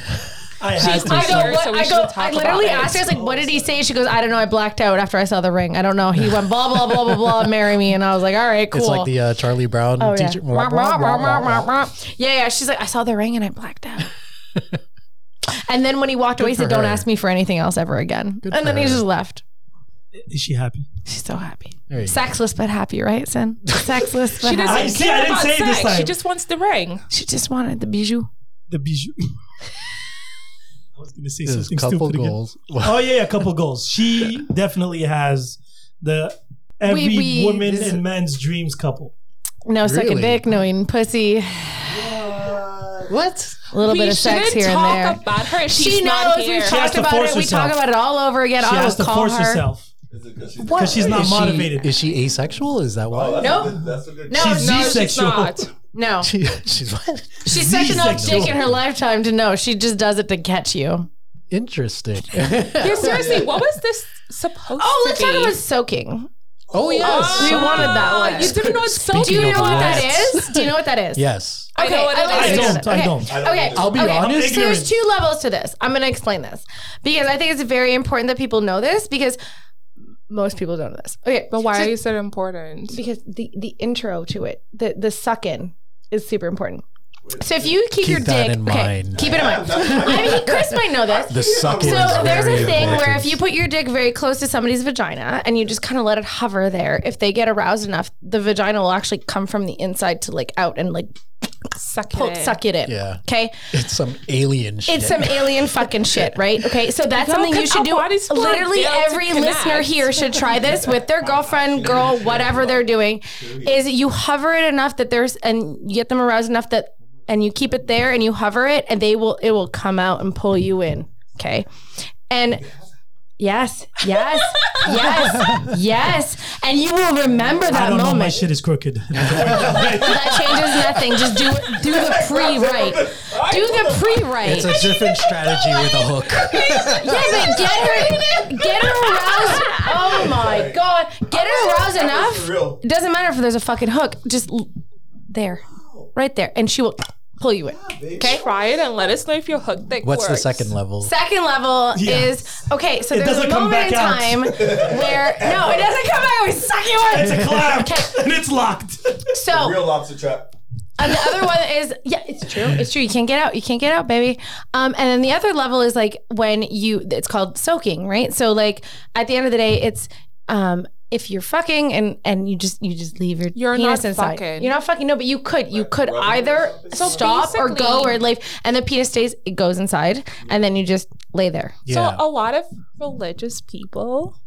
Speaker 2: I had to.
Speaker 3: I go,
Speaker 4: serious,
Speaker 3: what,
Speaker 4: so we
Speaker 3: I, go
Speaker 4: shouldn't
Speaker 3: I
Speaker 4: talk
Speaker 3: literally
Speaker 4: about it.
Speaker 3: asked her, I was like, what did he say? She goes, I don't know. I blacked out after I saw the ring. I don't know. He went, blah, blah, blah, blah, blah, marry me. And I was like, all right, cool.
Speaker 5: It's like the uh, Charlie Brown
Speaker 3: Oh, yeah.
Speaker 5: teacher.
Speaker 3: Wah, wah, wah, wah, wah, wah. Yeah, yeah. She's like, I saw the ring and I blacked out. and then when he walked away, he
Speaker 5: for
Speaker 3: said, Don't
Speaker 5: her.
Speaker 3: ask me for anything else ever again.
Speaker 5: Good
Speaker 3: and
Speaker 5: for
Speaker 3: then he
Speaker 5: her.
Speaker 3: just left.
Speaker 2: Is she happy?
Speaker 3: She's so happy.
Speaker 5: There you go.
Speaker 3: Sexless but happy, right, Sin? Sexless but
Speaker 4: She doesn't
Speaker 2: I
Speaker 3: happy.
Speaker 2: see,
Speaker 4: care
Speaker 2: I didn't
Speaker 4: about
Speaker 2: say it this
Speaker 4: sex. She
Speaker 2: time.
Speaker 4: just wants the ring.
Speaker 3: She just wanted the bijou.
Speaker 2: The bijou. I was gonna say
Speaker 5: This is
Speaker 2: something
Speaker 5: couple
Speaker 2: stupid again.
Speaker 5: goals.
Speaker 2: Oh yeah, yeah, a couple goals. She definitely has the every
Speaker 3: We- we-
Speaker 2: woman
Speaker 3: this-
Speaker 2: and man's dreams couple.
Speaker 3: No sucking
Speaker 5: Really?
Speaker 3: dick, no eating pussy, a
Speaker 5: what?
Speaker 3: little
Speaker 4: we
Speaker 3: bit of sex
Speaker 4: shouldn't
Speaker 3: here and
Speaker 4: talk
Speaker 3: there.
Speaker 4: about her. She's
Speaker 3: She
Speaker 4: not
Speaker 3: knows
Speaker 4: here.
Speaker 3: we've
Speaker 2: has
Speaker 3: talked
Speaker 2: to
Speaker 3: about
Speaker 2: force
Speaker 3: it. We
Speaker 2: herself.
Speaker 3: talk about it all over again.
Speaker 2: She
Speaker 3: I
Speaker 2: has
Speaker 3: will
Speaker 2: to
Speaker 3: call
Speaker 2: force
Speaker 3: her.
Speaker 2: herself
Speaker 6: Is it 'cause she's-
Speaker 3: What?
Speaker 2: because she's not
Speaker 5: Is she-
Speaker 2: motivated.
Speaker 5: is she asexual? Is that
Speaker 6: Oh,
Speaker 5: why?
Speaker 6: that's
Speaker 3: Nope.
Speaker 6: a good- that's a good-
Speaker 3: No,
Speaker 2: She's
Speaker 4: No,
Speaker 3: no,
Speaker 2: Z-
Speaker 4: she's
Speaker 2: Asexual.
Speaker 4: not.
Speaker 3: no.
Speaker 5: She, she's what?
Speaker 3: She's such enough
Speaker 2: sexual.
Speaker 3: dick in her lifetime to know. She just does it to catch you.
Speaker 5: Interesting.
Speaker 4: Yeah, seriously, what was this supposed
Speaker 3: Oh,
Speaker 4: to
Speaker 3: let's
Speaker 4: be?
Speaker 3: talk about soaking.
Speaker 5: oh yes.
Speaker 3: we
Speaker 5: So-
Speaker 3: wanted that
Speaker 4: Oh,
Speaker 3: one.
Speaker 4: You didn't know it's so
Speaker 5: Speaking
Speaker 3: Do you
Speaker 5: of
Speaker 3: know what that
Speaker 5: what?
Speaker 3: is? Do you know what that is?
Speaker 5: Yes.
Speaker 4: I know what it
Speaker 3: like
Speaker 4: is.
Speaker 2: I
Speaker 3: to
Speaker 2: don't.
Speaker 3: know that.
Speaker 2: I
Speaker 3: Okay.
Speaker 2: don't.
Speaker 6: I don't
Speaker 3: Okay,
Speaker 6: know.
Speaker 5: I'll be
Speaker 3: okay.
Speaker 5: honest.
Speaker 3: So there's two levels to this. I'm gonna explain this because I think it's very important that people know this because most people don't know this. Okay,
Speaker 4: But why
Speaker 3: so-
Speaker 4: is it important?
Speaker 3: because the the intro to it, the the suck in, is super important. So if you keep,
Speaker 5: Uh, Keep
Speaker 3: your
Speaker 5: that
Speaker 3: dick,
Speaker 5: in
Speaker 3: okay,
Speaker 5: mind.
Speaker 3: keep it in mind. I mean, Chris might know this.
Speaker 5: The sucking.
Speaker 3: So
Speaker 5: is
Speaker 3: there's
Speaker 5: very
Speaker 3: a thing where
Speaker 5: important.
Speaker 3: if you put your dick very close to somebody's vagina and you just kind of let it hover there, if they get aroused enough, the vagina will actually come from the inside to like out and like
Speaker 4: Suck it.
Speaker 3: poke,
Speaker 4: in.
Speaker 3: suck it in.
Speaker 5: Yeah.
Speaker 3: Okay.
Speaker 5: it's some alien shit.
Speaker 3: It's some alien fucking shit, right? Okay, so that's
Speaker 4: No,
Speaker 3: something you
Speaker 4: because
Speaker 3: should
Speaker 4: our
Speaker 3: do.
Speaker 4: bodies were
Speaker 3: Literally,
Speaker 4: built to
Speaker 3: every
Speaker 4: connect.
Speaker 3: listener here should try this with their girlfriend, girl, whatever they're doing. Is you hover it enough that there's and you get them aroused enough that and you keep it there and you hover it and they will it will come out and pull you in. Okay, and. Yes, yes, yes, yes. And you will remember that
Speaker 2: I don't know.
Speaker 3: moment
Speaker 2: My shit is crooked.
Speaker 3: that changes nothing. Just do do the pre right. Do the pre right.
Speaker 5: It's a different strategy with a hook.
Speaker 3: Yeah, but get her, get her aroused. Oh my god, get her aroused
Speaker 6: It's
Speaker 3: enough.
Speaker 6: real.
Speaker 3: It doesn't matter if there's a fucking hook. Just l- there, right there, and she will pull you in. Okay.
Speaker 4: Try it and let us know if your hook dick
Speaker 5: What's the
Speaker 4: works.
Speaker 5: second level?
Speaker 3: Second level
Speaker 2: Yeah.
Speaker 3: is okay. So
Speaker 2: It
Speaker 3: there's a
Speaker 2: doesn't come
Speaker 3: moment in
Speaker 2: back out.
Speaker 3: time where no, it doesn't come back. We suck you
Speaker 2: it's
Speaker 3: in.
Speaker 2: a clamp and it's locked.
Speaker 3: So
Speaker 6: Real lobster trap.
Speaker 3: And the other one is yeah, it's true. It's true. You can't get out. You can't get out, baby. Um, and then the other level is like when you it's called soaking, right? So like at the end of the day, it's um if you're fucking and and you just you just leave your
Speaker 4: You're
Speaker 3: penis
Speaker 4: not
Speaker 3: inside.
Speaker 4: fucking.
Speaker 3: You're not fucking. No, but you could you could
Speaker 6: rubbing
Speaker 3: either
Speaker 6: or something?
Speaker 3: stop or go
Speaker 4: basically-
Speaker 3: or leave, and the penis stays. It goes inside, and then you just lay there.
Speaker 5: Yeah.
Speaker 4: So a lot of religious people,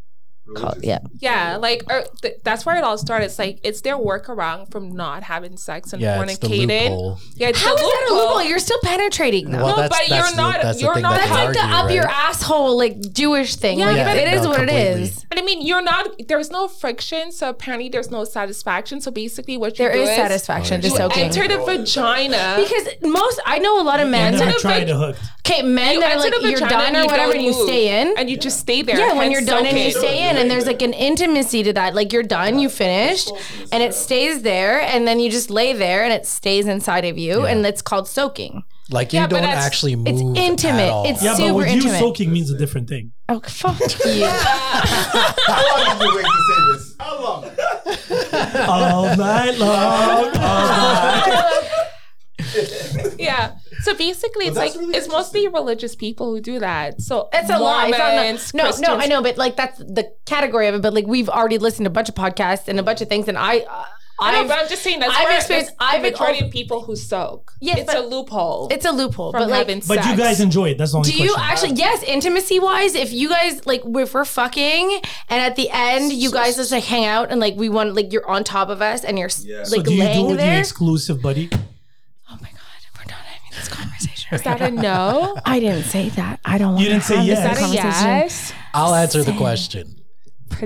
Speaker 3: Call-
Speaker 6: Religious.
Speaker 3: yeah.
Speaker 4: yeah, like or th- that's where it all started. It's like it's their workaround from not having sex and
Speaker 5: yeah, it's the
Speaker 4: fornicating.
Speaker 5: loophole.
Speaker 4: Yeah, it's
Speaker 3: How
Speaker 4: the
Speaker 3: is that a
Speaker 4: loophole.
Speaker 3: loophole? You're still penetrating though.
Speaker 5: Well,
Speaker 4: No,
Speaker 5: that's,
Speaker 4: but
Speaker 5: that's
Speaker 4: you're
Speaker 5: the,
Speaker 4: not-
Speaker 5: That's the
Speaker 4: you're
Speaker 5: thing
Speaker 4: not-
Speaker 5: that
Speaker 3: That's
Speaker 5: they
Speaker 3: like the
Speaker 5: argue,
Speaker 3: up your
Speaker 5: right?
Speaker 3: asshole like Jewish thing.
Speaker 4: Yeah,
Speaker 3: like,
Speaker 4: yeah,
Speaker 3: it is
Speaker 5: no,
Speaker 3: what it
Speaker 5: completely.
Speaker 3: is.
Speaker 4: And I mean, you're not. There's no friction, so apparently there's no satisfaction. So basically, what you
Speaker 3: There
Speaker 4: do
Speaker 3: is
Speaker 4: is
Speaker 3: satisfaction
Speaker 5: Oh,
Speaker 3: to
Speaker 4: You
Speaker 3: soaking.
Speaker 4: enter the vagina.
Speaker 3: Because most, I know a lot of
Speaker 2: I
Speaker 3: men.
Speaker 2: never
Speaker 4: the
Speaker 2: tried
Speaker 4: vag-
Speaker 2: a hook.
Speaker 3: Okay, men
Speaker 4: You
Speaker 3: that are
Speaker 4: enter
Speaker 3: like
Speaker 4: the
Speaker 3: you're
Speaker 4: vagina
Speaker 3: done
Speaker 4: and
Speaker 3: or
Speaker 4: you
Speaker 3: whatever,
Speaker 4: don't
Speaker 3: and you
Speaker 4: move.
Speaker 3: stay in.
Speaker 4: and you just stay there.
Speaker 3: Yeah, when
Speaker 4: hence
Speaker 3: you're done and you
Speaker 4: soaking.
Speaker 3: stay in, in, and there's like an intimacy to that. Like you're done, you finished, and it stays there, and then you just lay there, and it stays inside of you, and it's called soaking.
Speaker 5: Like you
Speaker 4: Yeah, but
Speaker 5: don't
Speaker 4: that's-
Speaker 5: actually move.
Speaker 3: it's intimate.
Speaker 5: at all.
Speaker 3: It's-
Speaker 2: Yeah,
Speaker 3: Super
Speaker 2: but with you,
Speaker 3: intimate.
Speaker 2: soaking means a different thing.
Speaker 3: Oh fuck you!
Speaker 6: How long did you wait to say this? How long?
Speaker 2: All night long.
Speaker 4: Yeah. So basically, it's
Speaker 6: that's
Speaker 4: like
Speaker 6: really
Speaker 4: it's mostly religious people who do that. So
Speaker 3: That's a lie. It's not-
Speaker 4: Mormons,
Speaker 3: no, no,
Speaker 4: Christians.
Speaker 3: I know, but like that's the category of it. But like we've already listened to a bunch of podcasts and a bunch of things, and I, uh,
Speaker 4: I know,
Speaker 3: I've,
Speaker 4: but I'm just saying that's
Speaker 3: I've
Speaker 4: where
Speaker 3: experienced-
Speaker 4: it's
Speaker 3: I've
Speaker 4: the
Speaker 3: been
Speaker 4: majority
Speaker 3: all-
Speaker 4: of people who soak.
Speaker 3: Yes,
Speaker 4: it's
Speaker 3: but-
Speaker 4: a loophole.
Speaker 3: it's a loophole.
Speaker 4: from
Speaker 3: But like,
Speaker 4: having
Speaker 2: But
Speaker 4: sex.
Speaker 2: you guys enjoy it. That's the only
Speaker 3: do you
Speaker 2: question.
Speaker 3: actually? Yes, intimacy wise, if you guys like, if we're fucking, and at the end, you guys just like hang out and like we want, like you're on top of us and you're s
Speaker 6: Yeah.
Speaker 3: like
Speaker 6: So
Speaker 2: so do you
Speaker 3: laying
Speaker 2: do it? You
Speaker 3: there.
Speaker 2: exclusive, buddy.
Speaker 3: oh my god, we're not having this conversation.
Speaker 4: Is that a no?
Speaker 3: I didn't say that. I don't.
Speaker 2: You didn't say
Speaker 3: have this
Speaker 2: yes.
Speaker 4: Is that a
Speaker 3: conversation.
Speaker 4: yes?
Speaker 5: I'll answer the question.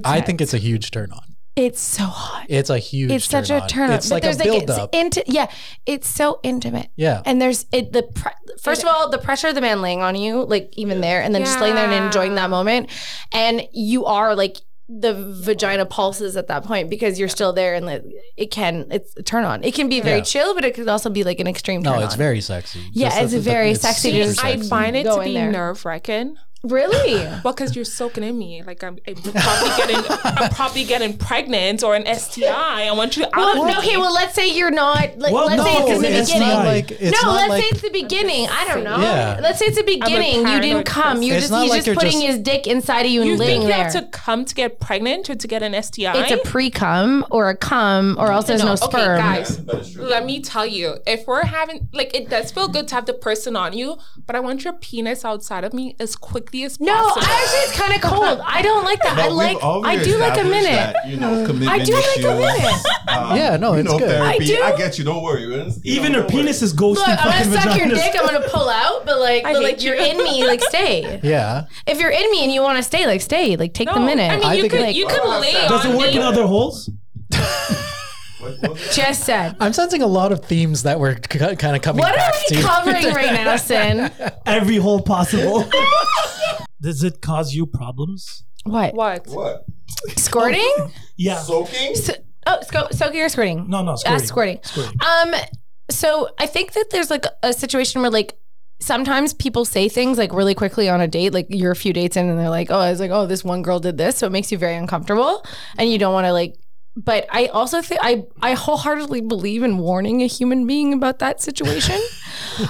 Speaker 5: I think it's a huge turn on.
Speaker 3: It's so hot.
Speaker 5: It's a huge.
Speaker 3: It's such
Speaker 5: turn
Speaker 3: a
Speaker 5: on.
Speaker 3: turn on.
Speaker 5: It's like a build up.
Speaker 3: It's inti- yeah, it's so intimate.
Speaker 5: Yeah.
Speaker 3: And there's it, the pre- first of all the pressure of the man laying on you, like even there, and then just laying there and
Speaker 4: Yeah.
Speaker 3: enjoying that moment, and you are like the vagina pulses at that point because you're still there, and like, it can it's a turn on. It can be very
Speaker 5: Yeah.
Speaker 3: chill, but it could also be like an extreme. Turn
Speaker 5: No, it's
Speaker 3: on.
Speaker 5: very sexy.
Speaker 3: Yeah,
Speaker 5: Just
Speaker 3: it's
Speaker 5: that- that-
Speaker 3: very sexy.
Speaker 5: super
Speaker 3: Just-
Speaker 4: I
Speaker 5: sexy.
Speaker 4: find it
Speaker 3: Go
Speaker 4: to
Speaker 3: in
Speaker 4: be
Speaker 3: there.
Speaker 4: nerve wracking.
Speaker 3: really.
Speaker 4: Well, because you're soaking in me. Like I'm, I'm probably getting, I'm probably getting pregnant or an STI. I want you out
Speaker 3: Well,
Speaker 4: of
Speaker 3: no,
Speaker 4: me.
Speaker 3: okay, well let's say you're not. Like,
Speaker 2: Well,
Speaker 3: let's
Speaker 2: no,
Speaker 3: say it's in the
Speaker 2: it's
Speaker 3: beginning.
Speaker 5: not like it's
Speaker 3: no,
Speaker 5: not
Speaker 3: let's
Speaker 5: like
Speaker 3: say it's the beginning. I don't know.
Speaker 5: Yeah.
Speaker 3: Let's say it's the beginning. You didn't
Speaker 4: paranoid
Speaker 3: come. You're
Speaker 5: It's
Speaker 3: just
Speaker 5: not
Speaker 3: he's
Speaker 5: like
Speaker 3: just
Speaker 5: you're
Speaker 3: putting
Speaker 5: just-
Speaker 3: his dick inside of you and
Speaker 4: you
Speaker 3: laying
Speaker 4: think you
Speaker 3: there.
Speaker 4: have to come to get pregnant or to get an STI?
Speaker 3: it's a pre cum or a cum, or else there's no, sperm.
Speaker 4: Okay, guys,
Speaker 6: That is true.
Speaker 4: let me tell you, if we're having like, it does feel good to have the person on you, but I want your penis outside of me as quickly as
Speaker 3: No,
Speaker 4: possible.
Speaker 3: I actually it's kind of cold. I don't like that. I
Speaker 6: But we've
Speaker 3: like.
Speaker 6: already
Speaker 3: I do like a
Speaker 6: established
Speaker 3: minute.
Speaker 6: that, you know, commitment
Speaker 3: do like a
Speaker 6: issues,
Speaker 3: minute.
Speaker 6: um,
Speaker 5: Yeah, no,
Speaker 6: you
Speaker 5: it's
Speaker 6: know,
Speaker 5: good.
Speaker 6: Therapy.
Speaker 3: I do.
Speaker 6: get you. Don't worry. man. You
Speaker 2: Even
Speaker 6: know,
Speaker 2: her
Speaker 6: don't worry.
Speaker 2: penis is ghosting
Speaker 3: Look, I'm
Speaker 2: fucking
Speaker 3: gonna suck your
Speaker 2: vaginas.
Speaker 3: dick. I'm gonna pull out, but like,
Speaker 4: I
Speaker 3: but
Speaker 4: hate
Speaker 3: like you're
Speaker 4: you.
Speaker 3: in me, like stay.
Speaker 5: Yeah.
Speaker 3: If you're in me and you want to stay, like stay, like take the
Speaker 4: No,
Speaker 3: minute.
Speaker 4: I mean,
Speaker 5: I
Speaker 4: you
Speaker 5: think
Speaker 4: could,
Speaker 5: it-
Speaker 4: you could lay
Speaker 2: Does
Speaker 4: on
Speaker 2: it work
Speaker 4: me.
Speaker 2: in other holes?
Speaker 6: What- what was it?
Speaker 3: just said.
Speaker 5: I'm sensing a lot of themes that were c- kind of coming
Speaker 3: What are
Speaker 5: back
Speaker 3: we
Speaker 5: to.
Speaker 3: covering right now, Sin?
Speaker 2: Every hole possible. Does it cause you problems?
Speaker 3: What?
Speaker 4: What?
Speaker 6: What?
Speaker 3: Squirting?
Speaker 2: Yeah.
Speaker 6: Soaking?
Speaker 3: So, oh, so, soaking or squirting?
Speaker 2: no, no.
Speaker 3: Ah,
Speaker 2: Squirting.
Speaker 3: squirting.
Speaker 2: Squirting.
Speaker 3: Um, so I think that there's like a situation where like sometimes people say things like really quickly on a date, like you're a few dates in, and they're like, oh, I was like, oh, this one girl did this, so it makes you very uncomfortable, and you don't want to like. But I also think I I wholeheartedly believe in warning a human being about that situation.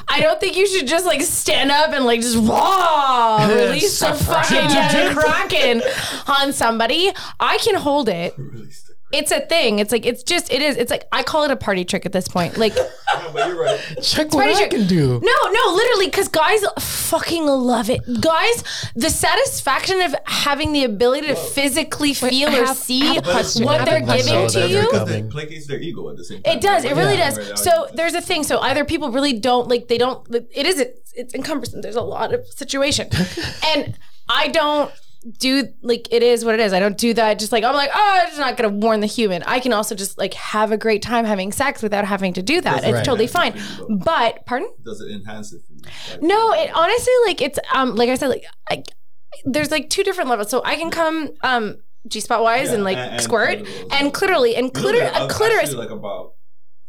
Speaker 3: I don't think you should just like stand up and like just wah release the fucking Jenny Kraken on somebody. I can hold it
Speaker 6: Release the-
Speaker 3: it's a thing. It's like it's just it is. It's like I call it a party trick at this point. Like no,
Speaker 6: Yeah, but you're right.
Speaker 5: Check what
Speaker 3: pretty
Speaker 5: I
Speaker 3: sure-
Speaker 5: can do.
Speaker 3: no, literally, because guys fucking love it. Guys, the satisfaction of having the ability to physically feel
Speaker 4: I
Speaker 3: or
Speaker 4: have-
Speaker 3: see
Speaker 4: I have a question. Oh,
Speaker 3: what
Speaker 5: I
Speaker 3: they're
Speaker 5: think I
Speaker 3: giving
Speaker 5: saw
Speaker 3: to
Speaker 5: that.
Speaker 3: you.
Speaker 5: Because
Speaker 6: Because it placates their ego at the same time.
Speaker 3: It does. It really
Speaker 6: Yeah. Right now,
Speaker 3: does. So
Speaker 6: you-
Speaker 3: there's a thing. So either people really don't like they don't. It is. It's, it's encumbersome. There's a lot of situation, and I don't do like it is what it is. I don't do that. Just like I'm like oh, I'm just not gonna warn the human. I can also just like have a great time having sex without having to do that. It's
Speaker 5: Right.
Speaker 3: totally fine. But pardon.
Speaker 6: Does it enhance it for you? Like,
Speaker 3: No, it honestly like it's um like I said like I, there's like two different levels. So I can come um G spot wise
Speaker 6: Yeah,
Speaker 3: and like
Speaker 6: and- and
Speaker 3: squirt
Speaker 6: clitoral.
Speaker 3: and clitorally and
Speaker 6: You know,
Speaker 3: clitor-
Speaker 6: there are
Speaker 3: a clitoris
Speaker 6: actually, like about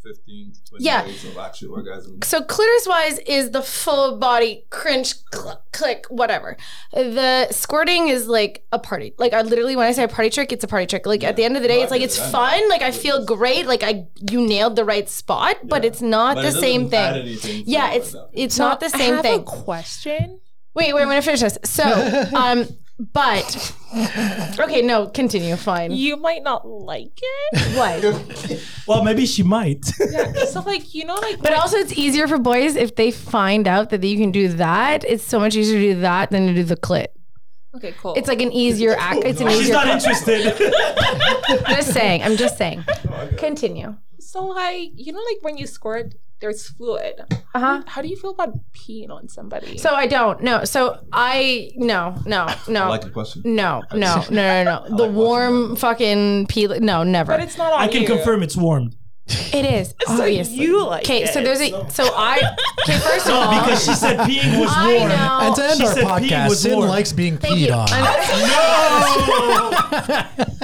Speaker 6: 15 to 20
Speaker 3: Yeah.
Speaker 6: days of actual orgasm.
Speaker 3: so clitoris wise is the full body cringe cl- click whatever the squirting is like a party like i literally when i say a party trick it's a party trick like at the end of the day
Speaker 6: No, I
Speaker 3: it's like
Speaker 6: get
Speaker 3: it's
Speaker 6: it. I know.
Speaker 3: fun like i feel great like i you nailed the right spot but
Speaker 6: Yeah.
Speaker 3: it's not
Speaker 6: But
Speaker 3: the
Speaker 6: it doesn't
Speaker 3: same
Speaker 6: add
Speaker 3: thing
Speaker 6: anything to
Speaker 3: yeah
Speaker 6: it
Speaker 3: it's
Speaker 6: like that.
Speaker 3: it's not the same
Speaker 4: I have
Speaker 3: thing
Speaker 4: A question.
Speaker 3: wait wait i'm gonna finish this so um but okay no continue fine
Speaker 4: You might not like it.
Speaker 3: what
Speaker 2: Well, maybe she might.
Speaker 4: yeah. So like you know like
Speaker 3: but also it's easier for boys if they find out that you can do that it's so much easier to do that than to do the clit
Speaker 4: okay cool.
Speaker 3: It's like an easier act. It's an
Speaker 2: Oh, She's
Speaker 3: easier.
Speaker 2: not interested.
Speaker 3: just saying. I'm just saying.
Speaker 6: No, I get it.
Speaker 3: Continue.
Speaker 4: so like you know like when you squirt, there's fluid.
Speaker 3: Uh huh.
Speaker 4: How do you feel about peeing on somebody?
Speaker 3: So I don't. No. So I no no
Speaker 6: I
Speaker 3: no.
Speaker 6: like the question.
Speaker 3: no, no, no, no, no. The
Speaker 6: watching
Speaker 3: warm fucking peel. No, never.
Speaker 4: but it's not on
Speaker 2: I can
Speaker 4: you.
Speaker 2: confirm it's warmed.
Speaker 3: It is obviously.
Speaker 1: So you like
Speaker 3: okay,
Speaker 1: it.
Speaker 3: so there's a so I okay first of all
Speaker 2: because she said peeing was
Speaker 3: Oh. I
Speaker 2: warm.
Speaker 3: know.
Speaker 5: And to end
Speaker 2: She
Speaker 5: our
Speaker 2: said pee
Speaker 5: podcast,
Speaker 2: was
Speaker 5: Sin
Speaker 2: warm.
Speaker 5: likes being
Speaker 3: Thank you.
Speaker 5: peed on.
Speaker 3: I'm-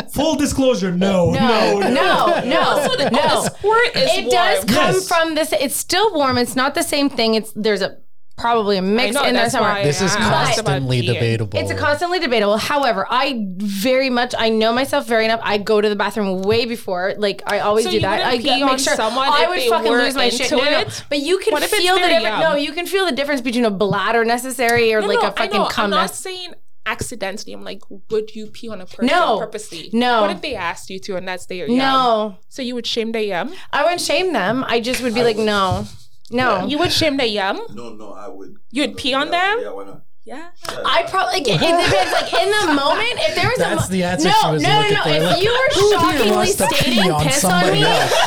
Speaker 2: Full disclosure, no,
Speaker 3: no, no, no, no.
Speaker 4: Squirt is
Speaker 3: It does
Speaker 4: warm.
Speaker 3: come
Speaker 2: Yes.
Speaker 3: from this. It's still warm. It's not the same thing. It's there's a probably a
Speaker 4: I
Speaker 3: mix
Speaker 4: know,
Speaker 3: in there
Speaker 4: that's
Speaker 3: somewhere.
Speaker 4: why
Speaker 5: this is
Speaker 4: I asked about
Speaker 5: constantly
Speaker 4: peeing.
Speaker 5: debatable.
Speaker 3: It's a constantly debatable. However, I very much I know myself very enough. I go to the bathroom way before. Like I always
Speaker 4: So
Speaker 3: do
Speaker 4: you
Speaker 3: that.
Speaker 4: wouldn't
Speaker 3: I
Speaker 4: pee
Speaker 3: get-
Speaker 4: on someone
Speaker 3: I
Speaker 4: if
Speaker 3: would
Speaker 4: they
Speaker 3: fucking
Speaker 4: were
Speaker 3: lose my shit.
Speaker 4: into
Speaker 3: No, no, no.
Speaker 4: it?
Speaker 3: But you can
Speaker 4: What if it's
Speaker 3: feel the
Speaker 4: very
Speaker 3: difference. No,
Speaker 4: young?
Speaker 3: you can feel the difference between a bladder necessary or like
Speaker 4: no,
Speaker 3: a
Speaker 4: I
Speaker 3: fucking
Speaker 4: know.
Speaker 3: cum
Speaker 4: I'm not
Speaker 3: necessary.
Speaker 4: saying accidentally. I'm like, would you pee on a person
Speaker 3: No.
Speaker 4: purposely?
Speaker 3: No.
Speaker 4: What if they asked you to and that's their yum?
Speaker 3: No,
Speaker 4: So you would shame their yum?
Speaker 3: I wouldn't shame them. I just would be like, no, no.
Speaker 4: You would shame their yum?
Speaker 6: No, no, I would.
Speaker 4: You'd pee on
Speaker 6: yeah,
Speaker 4: them?
Speaker 6: Yeah, why not?
Speaker 4: Yeah.
Speaker 3: I probably like, it depends. Like in the moment, if there was
Speaker 5: That's
Speaker 3: a mo-
Speaker 5: the answer
Speaker 3: No,
Speaker 5: she was
Speaker 3: no, no,
Speaker 5: looking
Speaker 3: no.
Speaker 5: for.
Speaker 3: If
Speaker 5: Like,
Speaker 3: you
Speaker 5: who
Speaker 3: were
Speaker 5: here
Speaker 3: shockingly
Speaker 5: wants to pee
Speaker 3: stating
Speaker 5: on
Speaker 3: piss on me,
Speaker 5: somebody else?
Speaker 3: I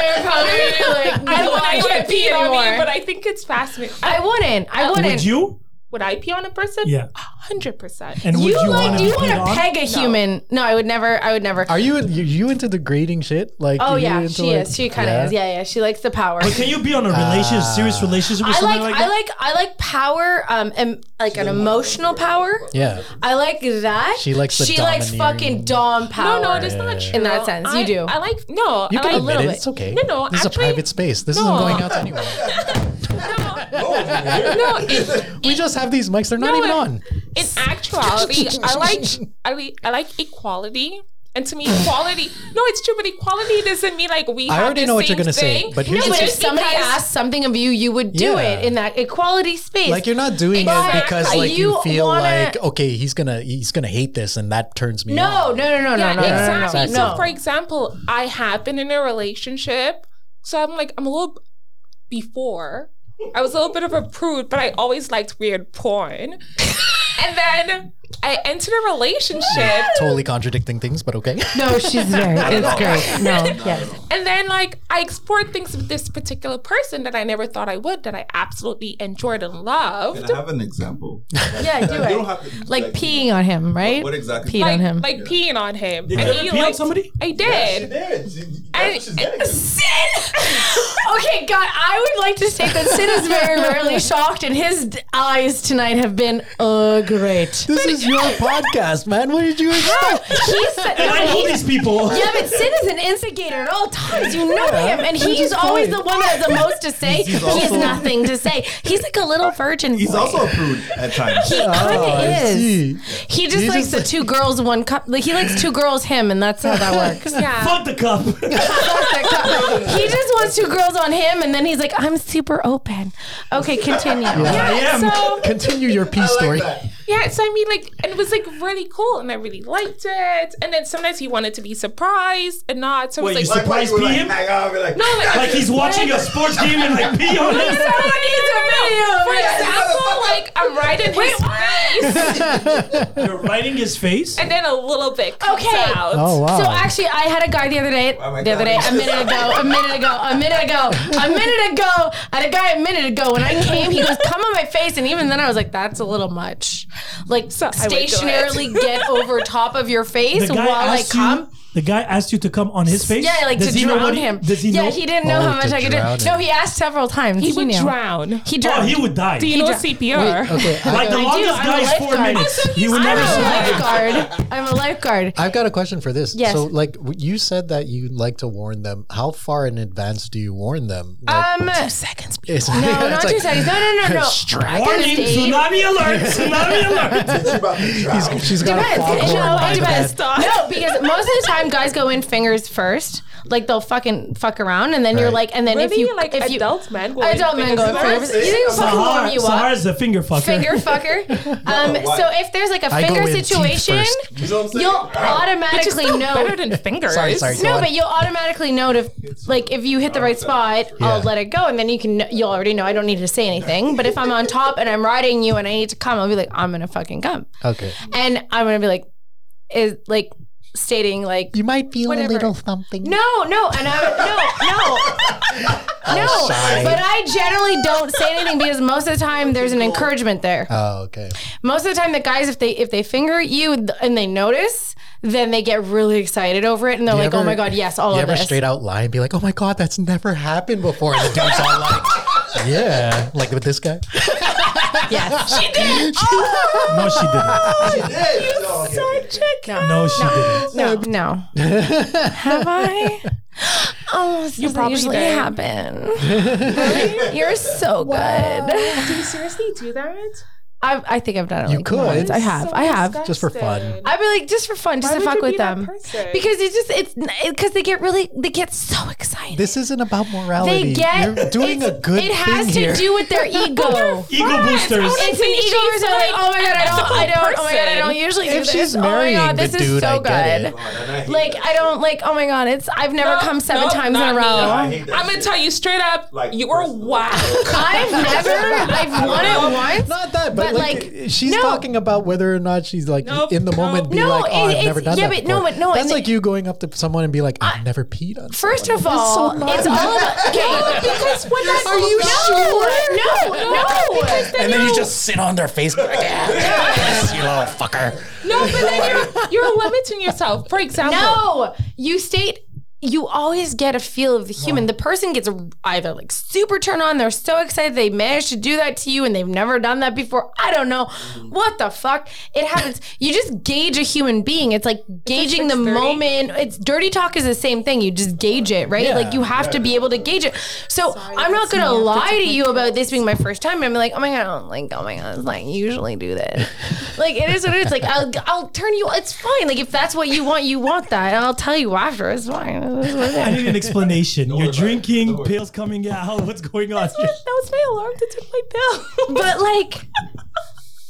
Speaker 3: would probably be like, I don't
Speaker 4: I
Speaker 3: want to
Speaker 4: would
Speaker 3: pee
Speaker 4: pee on me,
Speaker 3: anymore.
Speaker 4: but I think it's fascinating.
Speaker 3: I wouldn't. I wouldn't.
Speaker 2: Would you?
Speaker 4: Would I pee on a person?
Speaker 2: Yeah.
Speaker 4: 100%.
Speaker 2: And
Speaker 3: You
Speaker 2: would you
Speaker 3: like?
Speaker 2: want
Speaker 3: Do
Speaker 2: to be
Speaker 3: you
Speaker 2: peed
Speaker 3: want to
Speaker 2: on?
Speaker 3: peg a human? No, I would never. I would never.
Speaker 5: Are you, you you into the grading shit? Like,
Speaker 3: oh
Speaker 5: are you
Speaker 3: yeah,
Speaker 5: into,
Speaker 3: she
Speaker 5: like-
Speaker 3: is. She kind of is. Yeah, yeah. She likes the power.
Speaker 2: But can you be on a relationship, serious relationship with
Speaker 3: Ah. I
Speaker 2: somebody
Speaker 3: like,
Speaker 2: like,
Speaker 3: I
Speaker 2: that?
Speaker 3: like I like power um em, like an emotional power.
Speaker 5: Yeah.
Speaker 3: I like that.
Speaker 5: She likes the
Speaker 3: She likes
Speaker 5: domineering-
Speaker 3: fucking dom power.
Speaker 4: No, no, that's not true.
Speaker 3: In that sense, you
Speaker 4: I-
Speaker 3: do.
Speaker 4: I like no.
Speaker 5: You
Speaker 4: I
Speaker 5: can
Speaker 4: like,
Speaker 5: admit
Speaker 3: little
Speaker 5: it.
Speaker 3: bit.
Speaker 5: It's okay.
Speaker 4: No, no,
Speaker 5: This
Speaker 4: actually-
Speaker 5: is a private space. This isn't
Speaker 4: No.
Speaker 5: going out to anyone.
Speaker 6: Oh,
Speaker 4: no. In,
Speaker 5: We just have these mics. They're not
Speaker 4: No,
Speaker 5: even
Speaker 4: it-
Speaker 5: on.
Speaker 4: in actuality, I like I like I like equality. And to me, equality. No, it's true, but equality doesn't mean like we.
Speaker 5: I
Speaker 4: have
Speaker 5: already
Speaker 4: the
Speaker 5: know what you're
Speaker 4: same
Speaker 5: gonna say,
Speaker 4: thing.
Speaker 5: but here's
Speaker 3: No,
Speaker 5: the
Speaker 3: but if
Speaker 5: Just
Speaker 3: somebody
Speaker 4: because-
Speaker 3: asked something of you, you would do
Speaker 5: Yeah.
Speaker 3: it in that equality space.
Speaker 5: Like you're not doing it
Speaker 3: Exactly.
Speaker 5: because like you,
Speaker 3: You
Speaker 5: feel
Speaker 3: wanna-
Speaker 5: like okay, he's gonna he's gonna hate this, and that turns me.
Speaker 3: No, no, no, no,
Speaker 5: off.
Speaker 3: no,
Speaker 4: Yeah,
Speaker 3: no, no,
Speaker 4: exactly.
Speaker 3: no, no,
Speaker 4: So, for example, I have been in a relationship, so I'm like, I'm a little before. I was a little bit of a prude, but I always liked weird porn. and then I entered a relationship,
Speaker 5: Totally contradicting things, but okay.
Speaker 3: no. No, she's very. It's great. No, yes.
Speaker 4: and then like I explored things with this particular person that I never thought I would, that I absolutely enjoyed and loved.
Speaker 6: Can I have an example?
Speaker 3: Yeah, do
Speaker 6: You don't
Speaker 3: it.
Speaker 6: have to.
Speaker 3: Like peeing on him, right?
Speaker 6: What exactly?
Speaker 3: Peed
Speaker 4: like,
Speaker 3: on him.
Speaker 4: like peeing on him.
Speaker 2: Did
Speaker 4: And
Speaker 2: you
Speaker 4: he
Speaker 2: ever pee on
Speaker 4: liked-
Speaker 2: somebody?
Speaker 4: I
Speaker 6: Yeah, she
Speaker 4: did.
Speaker 6: did. She- that's
Speaker 4: I-
Speaker 6: what she's getting to.
Speaker 3: okay, God, I would like to say that Sid is very rarely shocked, and his d- eyes tonight have been uh great.
Speaker 5: This is your podcast, man. What did you expect?
Speaker 3: He's
Speaker 2: And I know these people.
Speaker 3: yeah, but Sid is an instigator at all times. You know him, and
Speaker 5: that's
Speaker 3: he's
Speaker 5: his
Speaker 3: always
Speaker 5: point.
Speaker 3: the one that has the most to say. he has
Speaker 6: also-
Speaker 3: nothing to say. He's like a little virgin.
Speaker 6: He's
Speaker 3: boy.
Speaker 6: also a prude at times.
Speaker 3: He kind of
Speaker 5: Ah, I
Speaker 3: is.
Speaker 5: see.
Speaker 3: He just
Speaker 5: He
Speaker 3: likes
Speaker 5: just
Speaker 3: the two girls, one cup. Like he likes two girls, him, and that's how that works.
Speaker 4: Yeah.
Speaker 2: Fuck the cup.
Speaker 3: he just wants two girls on him, and then he's like, "I'm super open." Okay, continue.
Speaker 2: I am.
Speaker 4: So
Speaker 5: Continue your pee story.
Speaker 4: Yeah, so I mean, like, and it was like really cool, and I really liked it. And then sometimes he wanted to be surprised and not. So I was
Speaker 2: Wait, you
Speaker 4: like,
Speaker 2: said- Surprise
Speaker 6: why you were
Speaker 2: PM?
Speaker 6: Like, hang on, be like,
Speaker 4: no, like,
Speaker 2: like he's watching a sports game and like pee on him.
Speaker 4: For example, like I'm right in his face,
Speaker 2: You're right in his face.
Speaker 4: and then a little bit comes
Speaker 3: Okay.
Speaker 4: out.
Speaker 5: Oh wow.
Speaker 3: So actually, I had a guy the other day,
Speaker 6: Oh my
Speaker 3: the other day,
Speaker 6: God.
Speaker 3: a minute ago, a minute ago, a minute ago, a minute ago. I had a guy a minute ago. When I came, he goes, "Come on my face," and even then, I was like, "That's a little much." Like
Speaker 4: would do it.
Speaker 3: stationarily get over top of your face
Speaker 2: The guy
Speaker 3: while I
Speaker 2: asked
Speaker 3: come.
Speaker 2: you. The guy asked you to come on his face.
Speaker 3: Yeah, like
Speaker 2: Does
Speaker 3: to
Speaker 2: he know
Speaker 3: drown
Speaker 2: what he-
Speaker 3: him.
Speaker 2: Does he
Speaker 3: yeah,
Speaker 2: know?
Speaker 3: he didn't know
Speaker 5: Oh,
Speaker 3: how much
Speaker 5: to
Speaker 3: I could do.
Speaker 5: drown him.
Speaker 3: No, he asked several times.
Speaker 4: He would
Speaker 3: knew.
Speaker 4: drown.
Speaker 3: He
Speaker 2: Oh,
Speaker 3: drowned.
Speaker 2: he would die.
Speaker 4: Do you know CPR?
Speaker 5: okay. I-
Speaker 2: like the longest
Speaker 3: I'm a
Speaker 2: guy's four
Speaker 3: lifeguard.
Speaker 2: minutes. He would
Speaker 3: I'm
Speaker 2: never
Speaker 3: a
Speaker 2: survive.
Speaker 3: lifeguard. I'm a lifeguard.
Speaker 5: I've got a question for this.
Speaker 3: Yes.
Speaker 5: So, like, w- you said that you like to warn them. How far in advance do you warn them? Like,
Speaker 3: Um, no,
Speaker 4: Seconds.
Speaker 5: it's,
Speaker 3: not two seconds. No, no, no, no.
Speaker 2: Warning!
Speaker 3: Devastating.
Speaker 2: Tsunami alert! Tsunami alert!
Speaker 6: She's about to drown.
Speaker 5: She's got
Speaker 3: Depends.
Speaker 5: a foghorn
Speaker 3: No,
Speaker 5: by
Speaker 3: it
Speaker 5: the
Speaker 3: depends.
Speaker 5: head.
Speaker 3: No, because most of the time guys go in fingers first. Like they'll fucking fuck around, and then you're
Speaker 5: Right.
Speaker 3: like, and then
Speaker 4: Really?
Speaker 3: if you
Speaker 4: like
Speaker 3: if you
Speaker 4: adult men go
Speaker 3: adult men go in fingers, you think fucking warm
Speaker 2: Sahar,
Speaker 3: you up.
Speaker 2: Sahar is a finger fucker.
Speaker 3: Finger fucker. Um,
Speaker 6: why?
Speaker 3: so if there's like a
Speaker 5: I go
Speaker 3: finger
Speaker 5: in teeth
Speaker 3: situation,
Speaker 5: first.
Speaker 6: You know what I'm saying?
Speaker 3: you'll
Speaker 6: Alright.
Speaker 4: Which is
Speaker 3: automatically
Speaker 4: still
Speaker 3: know.
Speaker 4: better than fingers.
Speaker 5: Sorry, sorry.
Speaker 3: No,
Speaker 5: God.
Speaker 3: but you'll automatically know to like if you hit the right spot, I'll
Speaker 5: Yeah.
Speaker 3: let it go, and then you can you'll already know I don't need to say anything. But if I'm on top and I'm riding you and I need to come, I'll be like I'm gonna fucking come,
Speaker 5: Okay.
Speaker 3: and I'm gonna be like is like stating like
Speaker 5: You might feel
Speaker 3: Whatever.
Speaker 5: a little something.
Speaker 3: no no and I no no no,
Speaker 5: sorry.
Speaker 3: but I generally don't say anything because most of the time there's an encouragement there.
Speaker 5: Oh, okay.
Speaker 3: Most of the time, the guys if they if they finger you th- and they notice, then they get really excited over it and they're
Speaker 5: You
Speaker 3: like, oh
Speaker 5: ever-
Speaker 3: my God, yes, all
Speaker 5: you
Speaker 3: of
Speaker 5: ever
Speaker 3: this.
Speaker 5: straight out lie and be like, "Oh my god, that's never happened before," and the dude's all like, "Yeah," like with this guy.
Speaker 3: yes. She did.
Speaker 2: No, she didn't.
Speaker 6: She did. No, okay, okay, okay.
Speaker 3: No,
Speaker 2: No, she didn't.
Speaker 3: no, no. Have I? Oh, this doesn't
Speaker 4: probably
Speaker 3: usually
Speaker 4: did.
Speaker 3: happen. You're so good.
Speaker 4: Do you seriously do that?
Speaker 3: I, I think I've done it.
Speaker 5: You
Speaker 3: like
Speaker 5: could.
Speaker 3: once. I have.
Speaker 4: So
Speaker 3: I have.
Speaker 5: Just for fun.
Speaker 4: disgusting.
Speaker 3: I'd be like just for fun, just
Speaker 4: Why
Speaker 3: to
Speaker 4: would
Speaker 3: fuck
Speaker 4: you
Speaker 3: with
Speaker 4: be that
Speaker 3: them.
Speaker 4: person?
Speaker 3: Because it's just it's because they get really they get so excited.
Speaker 5: This isn't about
Speaker 3: they
Speaker 5: morality.
Speaker 3: get
Speaker 5: You're doing a
Speaker 3: it's-
Speaker 5: good
Speaker 3: It has
Speaker 5: thing
Speaker 3: to
Speaker 5: here.
Speaker 3: do with their ego.
Speaker 2: Ego boosters.
Speaker 3: It's an ego
Speaker 4: She's
Speaker 3: versus like,
Speaker 4: like,
Speaker 3: oh my god, I
Speaker 4: I'm
Speaker 3: don't,
Speaker 4: the
Speaker 3: I don't, oh my god, I
Speaker 4: person.
Speaker 3: don't usually do
Speaker 5: If
Speaker 3: this.
Speaker 5: she's
Speaker 3: oh my
Speaker 5: marrying
Speaker 3: god,
Speaker 5: the
Speaker 3: this is
Speaker 5: dude,
Speaker 3: so
Speaker 5: I get
Speaker 3: good.
Speaker 5: it.
Speaker 6: Oh, then I hate
Speaker 3: Like
Speaker 6: that
Speaker 3: I
Speaker 6: shit.
Speaker 3: don't like. Oh my god, it's I've never
Speaker 4: No,
Speaker 3: come seven
Speaker 4: no,
Speaker 3: times in
Speaker 4: not
Speaker 3: a
Speaker 4: me.
Speaker 3: row.
Speaker 6: I hate that
Speaker 4: I'm gonna
Speaker 6: shit.
Speaker 4: tell you straight up,
Speaker 6: Like,
Speaker 4: you are
Speaker 6: personally.
Speaker 4: whack.
Speaker 3: I've never. I've won it once.
Speaker 5: Not that, but,
Speaker 3: But,
Speaker 5: like,
Speaker 3: like,
Speaker 5: she's
Speaker 3: no.
Speaker 5: talking about whether or not she's like
Speaker 4: Nope,
Speaker 5: in the
Speaker 4: nope.
Speaker 5: moment, be
Speaker 3: No,
Speaker 5: like, "Oh,
Speaker 3: it-
Speaker 5: I've never
Speaker 3: it's-
Speaker 5: done
Speaker 3: yeah,
Speaker 5: that."
Speaker 3: but no,
Speaker 5: before."
Speaker 3: but no,
Speaker 5: That's
Speaker 3: and
Speaker 5: like
Speaker 3: the-
Speaker 5: you going up to someone and be like, "I've never peed on."
Speaker 3: First
Speaker 5: someone."
Speaker 3: of
Speaker 5: That's
Speaker 3: all,
Speaker 5: so not
Speaker 3: it's
Speaker 5: nice.
Speaker 3: all about okay. Because when I
Speaker 5: Are you sure?
Speaker 3: no, no, because
Speaker 5: And then you just sit on their face, like, yeah, yes, you little fucker.
Speaker 4: No, but then you're you're limiting yourself. For example,
Speaker 3: No, you state you always get a feel of the human. The person gets either like super turned on, they're so excited they managed to do that to you and they've never done that before. I don't know. What the fuck? It happens. you just gauge a human being. It's like gauging the
Speaker 4: 6:30.
Speaker 3: moment. It's dirty talk is the same thing. You just gauge it, right?
Speaker 5: Yeah.
Speaker 3: like you have to be able to gauge it. So I'm not gonna lie to you about this being my first time. I'm like, oh my god, I don't like, oh my god, it's like usually do this. like it is what it is. Like I'll, I'll turn you. It's fine. Like if that's what you want, you want that, and I'll tell you after. It's fine. That's what
Speaker 2: I
Speaker 3: it is.
Speaker 2: need an explanation. You're
Speaker 6: worry about it.
Speaker 2: drinking,
Speaker 6: Don't worry.
Speaker 2: pills coming out. What's going on?
Speaker 4: that was my alarm to take my pill.
Speaker 3: But like,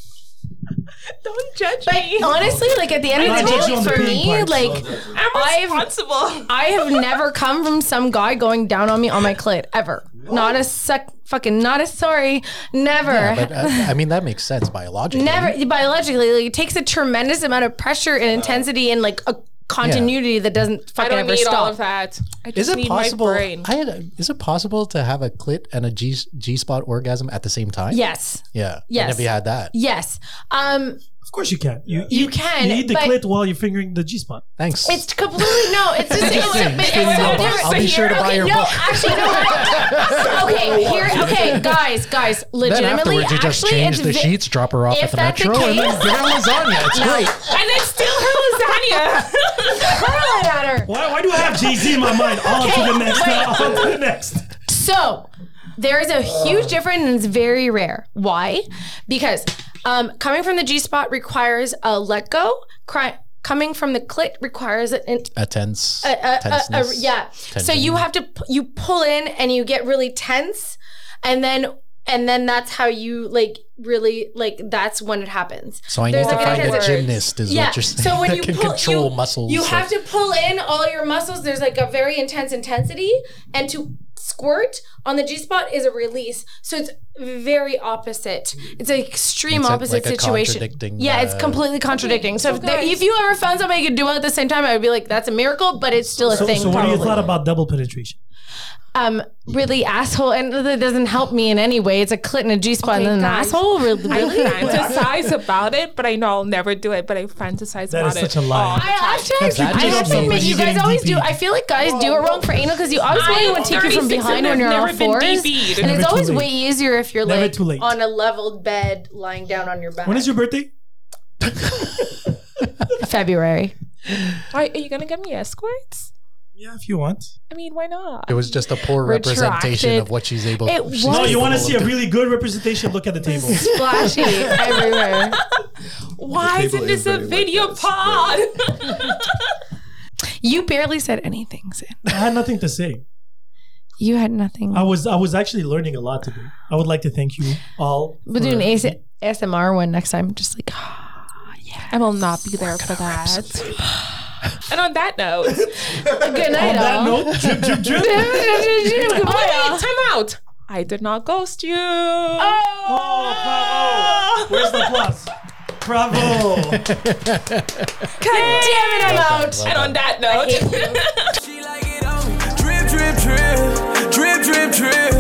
Speaker 4: Don't judge
Speaker 3: but
Speaker 4: me.
Speaker 3: honestly, like at the end
Speaker 2: I
Speaker 3: of
Speaker 2: judge you
Speaker 3: the day,
Speaker 2: on the
Speaker 3: for
Speaker 2: pain
Speaker 3: me,
Speaker 2: part.
Speaker 3: like
Speaker 4: I'm
Speaker 3: I've-
Speaker 4: responsible.
Speaker 3: I have never come from some guy going down on me on my clit ever. Not a suck, fucking, not a sorry, never.
Speaker 5: But uh, I mean, that makes sense biologically.
Speaker 3: never biologically like, it takes a tremendous amount of pressure and intensity and like a continuity that doesn't
Speaker 4: I
Speaker 3: fucking
Speaker 4: don't
Speaker 3: ever
Speaker 4: need
Speaker 3: stop
Speaker 4: all of that. I just
Speaker 5: Is it
Speaker 4: need
Speaker 5: possible?
Speaker 4: my
Speaker 5: I
Speaker 4: brain.
Speaker 5: had a, is it possible to have a clit and a G G spot orgasm at the same time?
Speaker 3: yes
Speaker 5: Yeah.
Speaker 3: Yes.
Speaker 5: And if you had that,
Speaker 3: yes um
Speaker 2: Of course you can. You
Speaker 3: you
Speaker 2: eat,
Speaker 3: can
Speaker 2: you eat the
Speaker 3: but
Speaker 2: clit while you're fingering the G spot.
Speaker 5: thanks.
Speaker 3: it's completely no it's just it's,
Speaker 5: Interesting.
Speaker 3: but it's
Speaker 5: Interesting.
Speaker 3: so
Speaker 5: I'll-
Speaker 3: different
Speaker 5: I'll be sure to buy
Speaker 3: okay,
Speaker 5: your
Speaker 3: no,
Speaker 5: book.
Speaker 3: actually no I- okay here okay guys guys
Speaker 5: then
Speaker 3: legitimately
Speaker 5: afterwards, you just
Speaker 3: actually
Speaker 5: change
Speaker 3: it's
Speaker 5: the
Speaker 3: vi-
Speaker 5: sheets, drop her off
Speaker 3: if
Speaker 5: at the
Speaker 3: that's the
Speaker 5: metro, and then
Speaker 3: case-
Speaker 5: get her lasagna. It's great.
Speaker 4: and it's still her lasagna.
Speaker 3: Hurl it at her.
Speaker 2: Why, why do I have Jay Z in my mind? On to the next. On to the next.
Speaker 3: So there is a huge difference and it's very rare. Why? Because um, coming from the G spot requires a let go. Cry- coming from the clit requires an. an-
Speaker 5: A tense.
Speaker 3: a- a- a- a-
Speaker 5: tenseness.
Speaker 3: yeah. So
Speaker 5: Tension.
Speaker 3: you have to pu- you pull in and you get really tense, and then and then that's how you like really like that's when it happens.
Speaker 5: So I need
Speaker 3: There's
Speaker 5: to
Speaker 3: like an
Speaker 5: find a
Speaker 3: intense-
Speaker 5: gymnast, is
Speaker 3: yeah.
Speaker 5: what you're saying.
Speaker 3: So when
Speaker 5: that
Speaker 3: you
Speaker 5: can
Speaker 3: pull,
Speaker 5: control
Speaker 3: you,
Speaker 5: muscles.
Speaker 3: you
Speaker 5: of-
Speaker 3: have to pull in all your muscles. There's like a very intense intensity, and to squirt on the G spot is a release. So it's very opposite. It's an extreme
Speaker 5: It's a-
Speaker 3: opposite
Speaker 5: like a
Speaker 3: situation.
Speaker 5: contradicting,
Speaker 3: yeah, it's
Speaker 5: uh,
Speaker 3: completely contradicting. so if, there,
Speaker 4: guys-
Speaker 3: if you ever found somebody who could do it at the same time, I would be like, that's a miracle, but it's still a
Speaker 2: So,
Speaker 3: thing.
Speaker 2: so what do you
Speaker 3: probably.
Speaker 2: thought about double penetration?
Speaker 3: Um, really asshole, and that doesn't help me in any way. It's a clit and a G spot, and
Speaker 4: Okay,
Speaker 3: then an
Speaker 4: guys.
Speaker 3: asshole. Re- Really?
Speaker 4: I fantasize about it, but I know I'll never do it. But I fantasize
Speaker 2: That
Speaker 4: about
Speaker 2: is
Speaker 4: it.
Speaker 2: such a lie.
Speaker 3: I have to,
Speaker 2: That's
Speaker 3: I have to
Speaker 2: ridiculous.
Speaker 3: admit, you
Speaker 2: You're
Speaker 3: guys
Speaker 2: getting
Speaker 3: always do.
Speaker 2: DP'd.
Speaker 3: I feel like guys do it wrong for anal because you always want anyone to take you from
Speaker 4: 36
Speaker 3: behind
Speaker 4: and
Speaker 3: when
Speaker 4: I've
Speaker 3: you're on all
Speaker 4: never been
Speaker 3: fours. And
Speaker 4: DP'd.
Speaker 3: it's
Speaker 2: Never too
Speaker 3: always
Speaker 2: late.
Speaker 3: way easier if you're
Speaker 2: Never
Speaker 3: like
Speaker 2: too late.
Speaker 3: on a leveled bed lying down on your back.
Speaker 2: When is your birthday?
Speaker 3: February?
Speaker 4: Why, Oh, are you gonna give me escorts?
Speaker 2: Yeah, if you want.
Speaker 4: I mean, why not?
Speaker 5: It was just a poor representation
Speaker 3: Retracted.
Speaker 5: of what she's able.
Speaker 3: It
Speaker 5: she's
Speaker 3: was-
Speaker 2: No, you want to
Speaker 5: capable
Speaker 2: see
Speaker 5: of
Speaker 2: a really good representation? Look at the table.
Speaker 3: Splashy everywhere.
Speaker 4: Why isn't
Speaker 6: table is
Speaker 4: this a
Speaker 6: very much
Speaker 4: video
Speaker 6: us,
Speaker 4: pod?
Speaker 3: You barely said anything, Sam.
Speaker 2: I had nothing to say.
Speaker 3: You had nothing.
Speaker 2: I was I was actually learning a lot today. I would like to thank you all.
Speaker 3: We'll do an AS- ASMR one next time. Just like
Speaker 4: I will not be there for that. and on that note,
Speaker 3: good
Speaker 2: On
Speaker 3: night,
Speaker 2: that
Speaker 3: all.
Speaker 2: note, drip drip drip.
Speaker 4: oh wait, time out. I did not ghost you.
Speaker 2: Oh, bravo! Where's the plus? Bravo!
Speaker 4: God damn it, I'm out.
Speaker 5: Well
Speaker 4: And on that note.
Speaker 1: She like it on me. Drip, drip, drip. Drip, drip, drip.